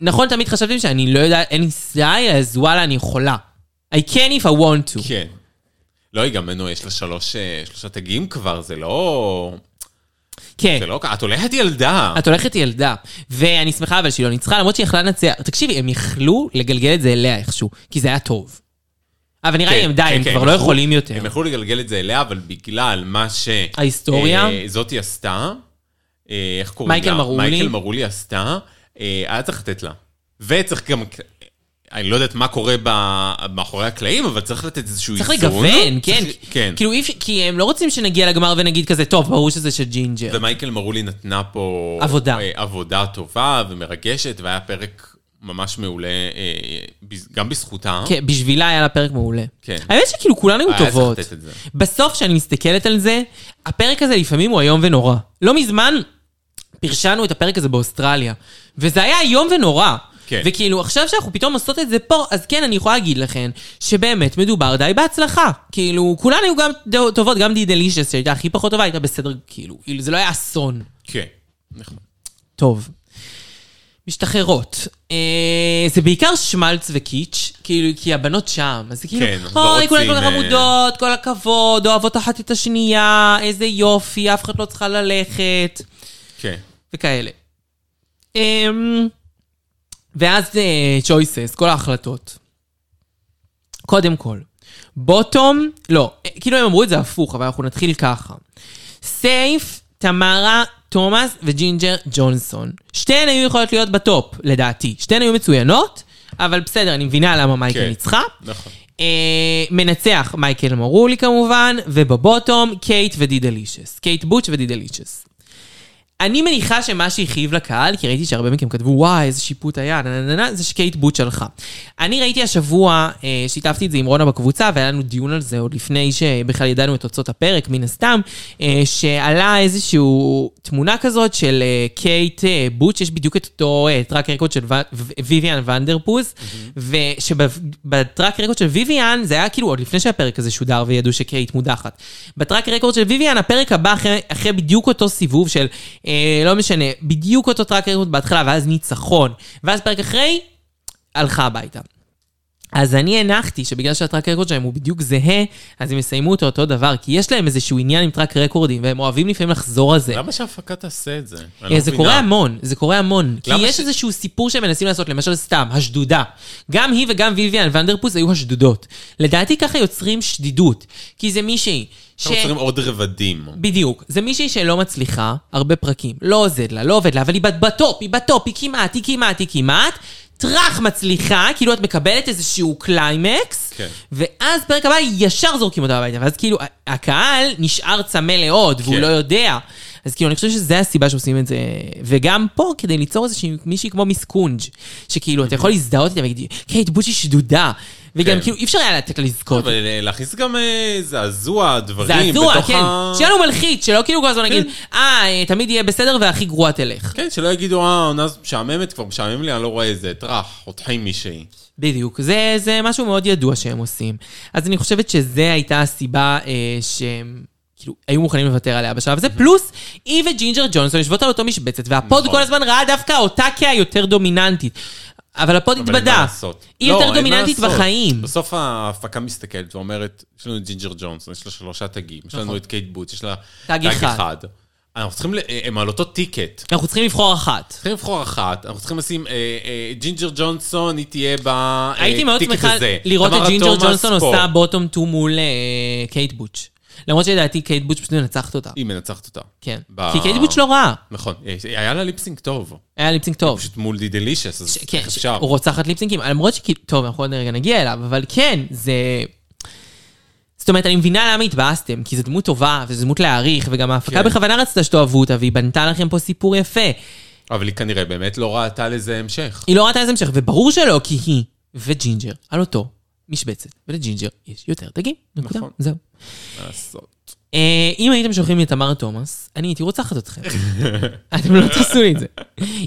[SPEAKER 2] נכון, תמיד חשבתי שאני לא יודעת, אין לי סטייל, אז וואלה, אני יכולה. I can if I want to.
[SPEAKER 3] כן. לא, היא גם מנו, יש לה שלוש, אה, שלושה תגים כבר, זה לא...
[SPEAKER 2] כן.
[SPEAKER 3] זה לא... כ- את הולכת ילדה.
[SPEAKER 2] את הולכת ילדה, ואני שמחה אבל שהיא לא ניצחה, למרות שהיא יכלה לנצח. תקשיבי, הם יכלו לגלגל את זה אליה איכשהו, כי זה היה טוב. אבל נראה לי הם
[SPEAKER 3] כן,
[SPEAKER 2] די,
[SPEAKER 3] כן,
[SPEAKER 2] הם
[SPEAKER 3] כן,
[SPEAKER 2] כבר לא
[SPEAKER 3] יכלו-
[SPEAKER 2] יכולים יותר.
[SPEAKER 3] הם יכלו לגלגל את זה אליה, אבל בגלל מה ש...
[SPEAKER 2] ההיסטוריה?
[SPEAKER 3] אה, זאתי עשתה, אה, איך קוראים לה?
[SPEAKER 2] מייקל מרולי?
[SPEAKER 3] מייקל מרולי עשתה, אה, היה צריך לתת לה. וצריך גם... אני לא יודעת מה קורה ב- מאחורי הקלעים, אבל צריך לתת איזשהו
[SPEAKER 2] צריך
[SPEAKER 3] איזון.
[SPEAKER 2] לגוון, כן.
[SPEAKER 3] צריך- כן.
[SPEAKER 2] כאילו, אי אפשר- כי הם לא רוצים שנגיע לגמר ונגיד כזה, טוב, ברור שזה של ג'ינג'ר.
[SPEAKER 3] ומייקל מרולי נתנה פה...
[SPEAKER 2] עבודה.
[SPEAKER 3] אה, עבודה טובה ומרגשת, והיה פרק ממש מעולה, אה, בז- גם בזכותה.
[SPEAKER 2] כן, בשבילה היה לה פרק מעולה.
[SPEAKER 3] כן.
[SPEAKER 2] האמת שכאילו כולנו היו
[SPEAKER 3] היה צריך
[SPEAKER 2] טובות.
[SPEAKER 3] לתת את זה.
[SPEAKER 2] בסוף, כשאני מסתכלת על זה, הפרק הזה לפעמים הוא איום ונורא. לא מזמן פרשנו את הפרק הזה באוסטרליה, וזה היה איום ונורא.
[SPEAKER 3] כן.
[SPEAKER 2] וכאילו, עכשיו שאנחנו פתאום עושות את זה פה, אז כן, אני יכולה להגיד לכן, שבאמת מדובר די בהצלחה. כאילו, כולן היו גם דעות טובות, גם די דלישס, שהייתה הכי פחות טובה, הייתה בסדר, כאילו, כאילו, זה לא היה אסון.
[SPEAKER 3] כן. נכון.
[SPEAKER 2] טוב. משתחררות. אה, זה בעיקר שמלץ וקיץ', כאילו, כי הבנות שם, אז זה כאילו,
[SPEAKER 3] כן, אז לא
[SPEAKER 2] אוי, כולן כל כך
[SPEAKER 3] רוצים, אה,
[SPEAKER 2] עמודות, כל הכבוד, אוהבות אחת את השנייה, איזה יופי, אף אחת לא צריכה ללכת,
[SPEAKER 3] כן.
[SPEAKER 2] וכאלה. אמ, ואז צ'ויסס, כל ההחלטות. קודם כל, בוטום, לא, אה, כאילו הם אמרו את זה הפוך, אבל אנחנו נתחיל ככה. סייף, תמרה, תומאס וג'ינג'ר ג'ונסון. שתיהן היו יכולות להיות בטופ, לדעתי. שתיהן היו מצוינות, אבל בסדר, אני מבינה למה מייקל
[SPEAKER 3] כן.
[SPEAKER 2] ניצחה.
[SPEAKER 3] נכון.
[SPEAKER 2] אה, מנצח מייקל מרולי כמובן, ובבוטום קייט ודידלישס. קייט בוטש ודידלישס. אני מניחה שמה שהכאיב לקהל, כי ראיתי שהרבה מכם כתבו, וואי, איזה שיפוט היה, נה, נה, נה, נה", זה שקייט בוט שלך. אני ראיתי השבוע, אה, שיתפתי את זה עם רונה בקבוצה, והיה לנו דיון על זה עוד לפני שבכלל ידענו את תוצאות הפרק, מן הסתם, אה, שעלה איזושהי תמונה כזאת של אה, קייט אה, בוט, שיש בדיוק את אותו אה, טראק רקורד של ו- ו- ויvian ונדרפוס, ושבטראק רקורד של ויויאן, זה היה כאילו עוד לפני שהפרק הזה שודר וידעו שקייט מודחת. בטראק רקורד של ויויאן, הפרק הבא אחרי, אחרי בדיוק אותו סיבוב של, אה, לא משנה, בדיוק אותו טראק רקורד בהתחלה, ואז ניצחון. ואז פרק אחרי, הלכה הביתה. אז אני הנחתי שבגלל שהטראק רקורד שלהם הוא בדיוק זהה, אז הם יסיימו אותו אותו דבר, כי יש להם איזשהו עניין עם טראק רקורדים, והם אוהבים לפעמים לחזור על זה.
[SPEAKER 3] למה שההפקה תעשה את זה? אני לא
[SPEAKER 2] אה, זה
[SPEAKER 3] מבינה.
[SPEAKER 2] קורה המון, זה קורה המון. כי
[SPEAKER 3] למה
[SPEAKER 2] יש
[SPEAKER 3] ש-
[SPEAKER 2] איזשהו סיפור שהם מנסים לעשות, למשל סתם, השדודה. גם היא וגם ויויאן ונדרפוס היו השדודות. לדעתי ככה יוצרים שדידות, כי זה מישהי ש...
[SPEAKER 3] אנחנו יוצרים עוד רבדים.
[SPEAKER 2] בדיוק. זה מישהי שלא מצליחה, הרבה פרקים. לא עוזד לה, לא עובד לה, אבל היא בת- בטופ, היא בטופ, היא כמעט, היא כמעט, היא כמעט. טראח מצליחה, כאילו את מקבלת איזשהו קליימקס,
[SPEAKER 3] כן.
[SPEAKER 2] ואז פרק הבא ישר זורקים אותה הביתה, ואז כאילו ה- הקהל נשאר צמא לעוד, והוא
[SPEAKER 3] כן.
[SPEAKER 2] לא יודע. אז כאילו, אני חושב שזה הסיבה שעושים את זה, וגם פה, כדי ליצור איזושהי מישהי כמו מיס קונג', שכאילו, אתה יכול להזדהות איתה ולהגיד, קייט בושי שדודה, וגם
[SPEAKER 3] כן.
[SPEAKER 2] כאילו, אי אפשר היה לתת לה לזכות.
[SPEAKER 3] אבל אה, להכניס גם אה, זעזוע, דברים
[SPEAKER 2] זעזוע,
[SPEAKER 3] בתוך
[SPEAKER 2] כן.
[SPEAKER 3] ה...
[SPEAKER 2] שיהיה לנו מלחיץ, שלא כאילו כל הזמן
[SPEAKER 3] כן.
[SPEAKER 2] נגיד, אה, אה, תמיד יהיה בסדר והכי גרוע תלך.
[SPEAKER 3] כן, שלא יגידו, אה, העונה הזאת משעממת כבר, משעמם לי, אני לא רואה את זה, טראח, חותכים מישהי.
[SPEAKER 2] בדיוק. זה, זה משהו מאוד ידוע שהם עושים. אז אני חושבת שזה הייתה הסיבה אה, שהם... כאילו, היו מוכנים לוותר עליה בשלב הזה, פלוס היא וג'ינג'ר ג'ונסון יושבות על אותו משבצת, והפוד
[SPEAKER 3] נכון.
[SPEAKER 2] כל הזמן ראה דווקא אותה כהיותר דומיננטית. אבל הפוד
[SPEAKER 3] אבל אין מה
[SPEAKER 2] התבדה.
[SPEAKER 3] לעשות.
[SPEAKER 2] היא
[SPEAKER 3] לא,
[SPEAKER 2] יותר
[SPEAKER 3] אין מה
[SPEAKER 2] דומיננטית
[SPEAKER 3] לעשות.
[SPEAKER 2] בחיים.
[SPEAKER 3] בסוף ההפקה מסתכלת ואומרת, יש לנו את ג'ינג'ר ג'ונסון, יש לה שלושה תגים, יש לנו את קייט בוט, יש לה
[SPEAKER 2] נכון. תג אחד.
[SPEAKER 3] אנחנו צריכים, ל- אה, הם על אותו טיקט.
[SPEAKER 2] אנחנו צריכים לבחור אחת.
[SPEAKER 3] צריכים לבחור אחת, אנחנו צריכים לשים, אה, אה, ג'ינג'ר ג'ונסון, היא תהיה בטיקט הזה.
[SPEAKER 2] הייתי מאוד שמחה לראות את
[SPEAKER 3] תמרה
[SPEAKER 2] ג'ינג'ר
[SPEAKER 3] תומאס
[SPEAKER 2] ג'ונסון
[SPEAKER 3] פה.
[SPEAKER 2] עושה בוטום טו מול אה, קייט בוטש. למרות שלדעתי קייט בוטש פשוט מנצחת אותה.
[SPEAKER 3] היא מנצחת אותה.
[SPEAKER 2] כן.
[SPEAKER 3] ב-
[SPEAKER 2] כי קייט בוטש לא רע.
[SPEAKER 3] נכון, אה, היה לה ליפסינג טוב.
[SPEAKER 2] היה ליפסינג טוב.
[SPEAKER 3] פשוט מול די דלישס, אז
[SPEAKER 2] ש- כן,
[SPEAKER 3] איך
[SPEAKER 2] ש-
[SPEAKER 3] אפשר?
[SPEAKER 2] הוא רוצחת ליפסינגים, למרות שכאילו, טוב, אנחנו עוד רגע נגיע אליו, אבל כן, זה... זאת אומרת, אני מבינה למה התבאסתם, כי זו דמות טובה, וזו דמות להעריך, וגם ההפקה
[SPEAKER 3] כן.
[SPEAKER 2] בכוונה רצתה שתאהבו אותה, והיא בנתה לכם פה סיפור יפה.
[SPEAKER 3] אבל היא כנראה באמת לא ראתה לזה המשך.
[SPEAKER 2] היא לא ראתה איזה המשך, וברור שלא, כי היא וג'ינג'ר על אותו משבצת, ולג'ינג'ר יש יותר דגים. נקודה,
[SPEAKER 3] נכון.
[SPEAKER 2] זהו. כן.
[SPEAKER 3] מה לעשות?
[SPEAKER 2] אה, אם הייתם שולחים לי את תמר תומאס, אני הייתי רוצחת אתכם. אתם לא תעשו לי את זה.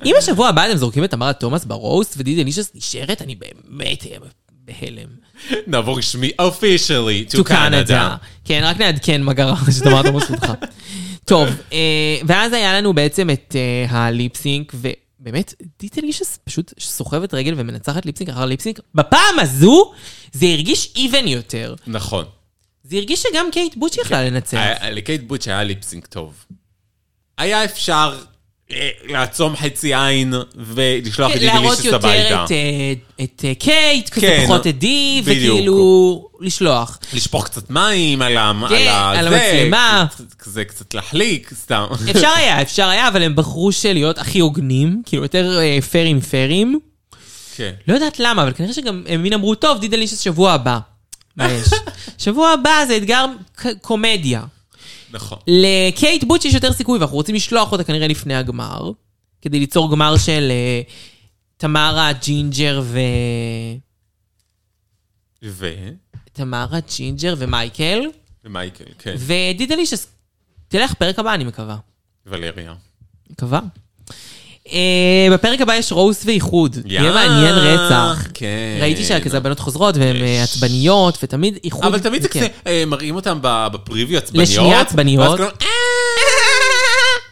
[SPEAKER 2] אם בשבוע הבא אתם זורקים את תמרה תומאס ברוסט ודי דלישס נשארת, אני באמת אהיה בהלם.
[SPEAKER 3] נעבור רשמי officially to
[SPEAKER 2] To Canada.
[SPEAKER 3] Canada.
[SPEAKER 2] כן, רק נעדכן מה גרה אחרי שתמרה תומאס הודחה. טוב, אה, ואז היה לנו בעצם את אה, הליפסינק, ובאמת, די דלישס פשוט סוחבת רגל ומנצחת ליפסינק אחר ליפסינק. בפעם הזו, זה הרגיש איבן יותר.
[SPEAKER 3] נכון.
[SPEAKER 2] זה הרגיש שגם קייט בוטש יכלה לנצח.
[SPEAKER 3] היה- לקייט בוטש היה ליפסינג טוב. היה אפשר אה, לעצום חצי עין ולשלוח את
[SPEAKER 2] כן,
[SPEAKER 3] די
[SPEAKER 2] להראות
[SPEAKER 3] דלישס
[SPEAKER 2] יותר
[SPEAKER 3] הביתה.
[SPEAKER 2] את, אה, את אה, קייט, כזה
[SPEAKER 3] כן,
[SPEAKER 2] פחות את די,
[SPEAKER 3] בדיוק.
[SPEAKER 2] וכאילו לשלוח.
[SPEAKER 3] לשפוך קצת מים על ה-
[SPEAKER 2] כן, על
[SPEAKER 3] זה,
[SPEAKER 2] המצלמה.
[SPEAKER 3] קצת- כזה קצת להחליק, סתם.
[SPEAKER 2] אפשר היה, אפשר היה, אבל הם בחרו שלהיות הכי הוגנים, כאילו יותר אה, פיירים פיירים.
[SPEAKER 3] כן.
[SPEAKER 2] לא יודעת למה, אבל כנראה שגם הם מין אמרו, טוב, די דלישס שבוע הבא. מה יש? שבוע הבא זה אתגר ק- קומדיה.
[SPEAKER 3] נכון.
[SPEAKER 2] לקייט בוטש יש יותר סיכוי, ואנחנו רוצים לשלוח אותה כנראה לפני הגמר, כדי ליצור גמר של אה, תמרה, ג'ינג'ר ו...
[SPEAKER 3] ו...
[SPEAKER 2] תמרה, ג'ינג'ר ומייקל.
[SPEAKER 3] ומייקל, כן.
[SPEAKER 2] ודידלישס, תלך פרק הבא, אני מקווה.
[SPEAKER 3] ולריה.
[SPEAKER 2] מקווה. אה, בפרק הבא יש רוז ואיחוד. יהיה מעניין רצח.
[SPEAKER 3] כן.
[SPEAKER 2] ראיתי שכזה הבנות חוזרות והן אה,
[SPEAKER 3] יש.
[SPEAKER 2] עצבניות, ותמיד איחוד...
[SPEAKER 3] אבל תמיד זה
[SPEAKER 2] כן.
[SPEAKER 3] כזה, אה, מראים אותם ב- בפריוויו עצבניות.
[SPEAKER 2] לשנייה עצבניות.
[SPEAKER 3] ואז כולם, "אה!"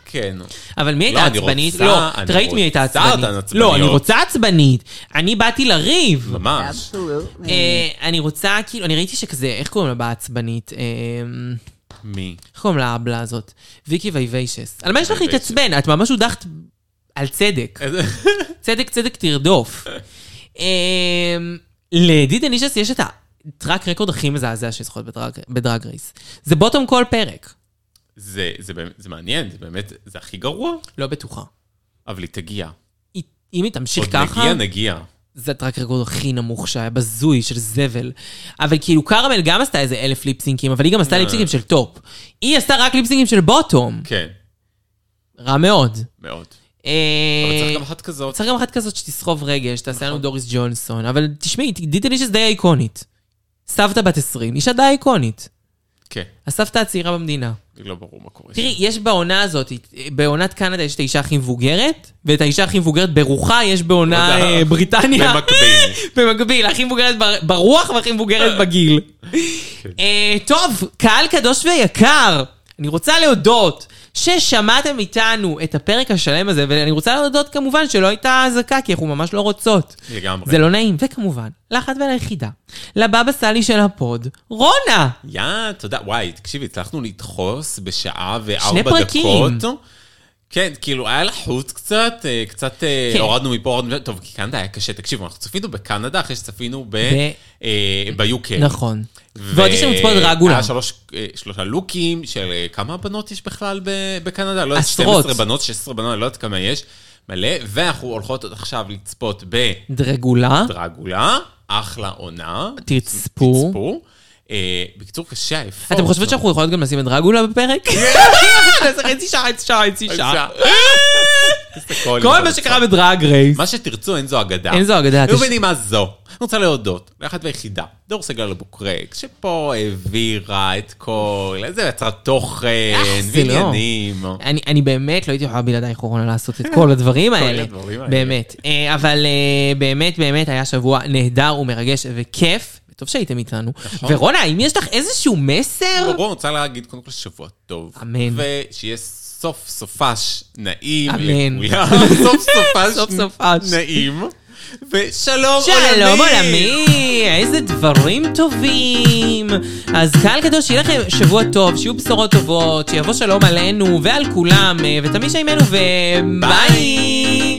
[SPEAKER 3] כן.
[SPEAKER 2] אבל מי הייתה
[SPEAKER 3] לא, אני
[SPEAKER 2] עצבנית?
[SPEAKER 3] רוצה-
[SPEAKER 2] לא,
[SPEAKER 3] אני
[SPEAKER 2] את ראית מי הייתה
[SPEAKER 3] רוצה
[SPEAKER 2] עצבנית.
[SPEAKER 3] אותן עצבניות.
[SPEAKER 2] לא, אני רוצה עצבנית. אני באתי לריב.
[SPEAKER 3] ממש. לא.
[SPEAKER 5] Absolutely.
[SPEAKER 2] אה, אני רוצה, כאילו, אני ראיתי שכזה, איך קוראים לה בעצבנית? אה,
[SPEAKER 3] מי?
[SPEAKER 2] איך קוראים לה האבלה הזאת? ויקי וייביישס. על מה יש לך
[SPEAKER 3] וייביישס.
[SPEAKER 2] להתעצבן? את ממש הודחת על צדק. צדק צדק תרדוף. אמ, לדי דנישס יש את הטראק רקורד הכי מזעזע שזכות בדרג רייס. זה בוטום כל פרק.
[SPEAKER 3] זה, זה, באמת- זה מעניין, זה באמת, זה הכי גרוע,
[SPEAKER 2] לא בטוחה.
[SPEAKER 3] אבל היא תגיע.
[SPEAKER 2] היא- אם היא תמשיך
[SPEAKER 3] עוד
[SPEAKER 2] ככה,
[SPEAKER 3] נגיע, נגיע.
[SPEAKER 2] זה הטראק רקורד הכי נמוך שהיה, בזוי, של זבל. אבל כאילו קרמל גם עשתה איזה אלף ליפסינקים, אבל היא גם עשתה ליפסינקים של טופ. היא עשתה רק ליפסינקים של בוטום.
[SPEAKER 3] כן,
[SPEAKER 2] רע מאוד. אמ,
[SPEAKER 3] מאוד. אבל
[SPEAKER 2] אבל
[SPEAKER 3] צריך גם אחת כזאת.
[SPEAKER 2] אה, צריך גם אחת כזאת שתסחוב רגל, שתעשה לנו דוריס ג'ונסון. אבל תשמעי, דיטלישס די איקונית. סבתא בת 20, אישה די איקונית.
[SPEAKER 3] כן,
[SPEAKER 2] הסבתא הצעירה במדינה.
[SPEAKER 3] לא ברור מה קורה.
[SPEAKER 2] תראי, יש בעונה הזאת, בעונת קנדה יש את האישה הכי מבוגרת, ואת האישה הכי מבוגרת ברוחה יש בעונה
[SPEAKER 3] תודה.
[SPEAKER 2] אה, בריטניה.
[SPEAKER 3] במקביל.
[SPEAKER 2] במקביל, הכי מבוגרת בר- ברוח והכי מבוגרת בגיל. כן. אה, טוב, קהל קדוש ויקר, אני רוצה להודות ששמעתם איתנו את הפרק השלם הזה, ואני רוצה להודות כמובן שלא הייתה אזעקה, כי אנחנו ממש לא רוצות.
[SPEAKER 3] לגמרי.
[SPEAKER 2] זה לא נעים. וכמובן, לאחת וליחידה, לבבא סאלי של הפוד, רונה!
[SPEAKER 3] יא, תודה. וואי, תקשיבי, הצלחנו לדחוס בשעה וארבע
[SPEAKER 2] שני פרקים.
[SPEAKER 3] דקות. כן, כאילו, היה לחוץ קצת, אה, קצת אה,
[SPEAKER 2] כן.
[SPEAKER 3] הורדנו מפה, הורדנו... טוב, כי קנדה היה קשה. תקשיבו, אנחנו צפינו בקנדה אחרי שצפינו ב... אה, ב-UK.
[SPEAKER 2] נכון. ועוד יש לנו צפויות רגולה.
[SPEAKER 3] היה שלוש, אה, שלושה לוקים של אה, כמה בנות יש בכלל ב- בקנדה? לא יודעת,
[SPEAKER 2] עשרות.
[SPEAKER 3] 12 בנות, 16 בנות, אני לא יודעת כמה יש. מלא, ואנחנו הולכות עוד עכשיו לצפות
[SPEAKER 2] דרגולה,
[SPEAKER 3] בדרגולה, אחלה עונה.
[SPEAKER 2] תצפו.
[SPEAKER 3] תצפו. אה, בקיצור, קשה האפור.
[SPEAKER 2] אתם חושבות שאנחנו יכולות גם לשים את דרגולה בפרק? זה חצי שעה, חצי שעה, חצי שעה. כל מה שקרה בדרג רייס.
[SPEAKER 3] מה שתרצו, אין זו אגדה.
[SPEAKER 2] אין זו אגדה,
[SPEAKER 3] היו
[SPEAKER 2] תש-
[SPEAKER 3] בנימה זו. אני רוצה להודות לאחת ויחידה, דור סגל אבוקרק, שפה העבירה את כל... איזה יצרת תוכן,
[SPEAKER 2] אה, זה לא.
[SPEAKER 3] ועניינים.
[SPEAKER 2] אני, אני באמת לא הייתי יכולה בלעדייך קורונה לעשות את כל הדברים האלה.
[SPEAKER 3] הדברים האלה.
[SPEAKER 2] באמת. אה, אבל אה, באמת, באמת היה שבוע נהדר ומרגש וכיף. וטוב שהייתם איתנו.
[SPEAKER 3] נכון.
[SPEAKER 2] ורונה, האם יש לך איזשהו מסר?
[SPEAKER 3] ברור, אני רוצה להגיד קודם כל שבוע טוב.
[SPEAKER 2] אמן.
[SPEAKER 3] ושיהיה סוף סופש נעים.
[SPEAKER 2] אמן.
[SPEAKER 3] לכולם. סוף סופש
[SPEAKER 2] סוף סופש.
[SPEAKER 3] נעים. ושלום עולמי.
[SPEAKER 2] שלום עולמי, איזה דברים טובים. אז קהל קדוש, שיהיה לכם שבוע טוב, שיהיו בשורות טובות, שיבוא שלום עלינו ועל כולם, אה, ותמיד שימנו, וביי.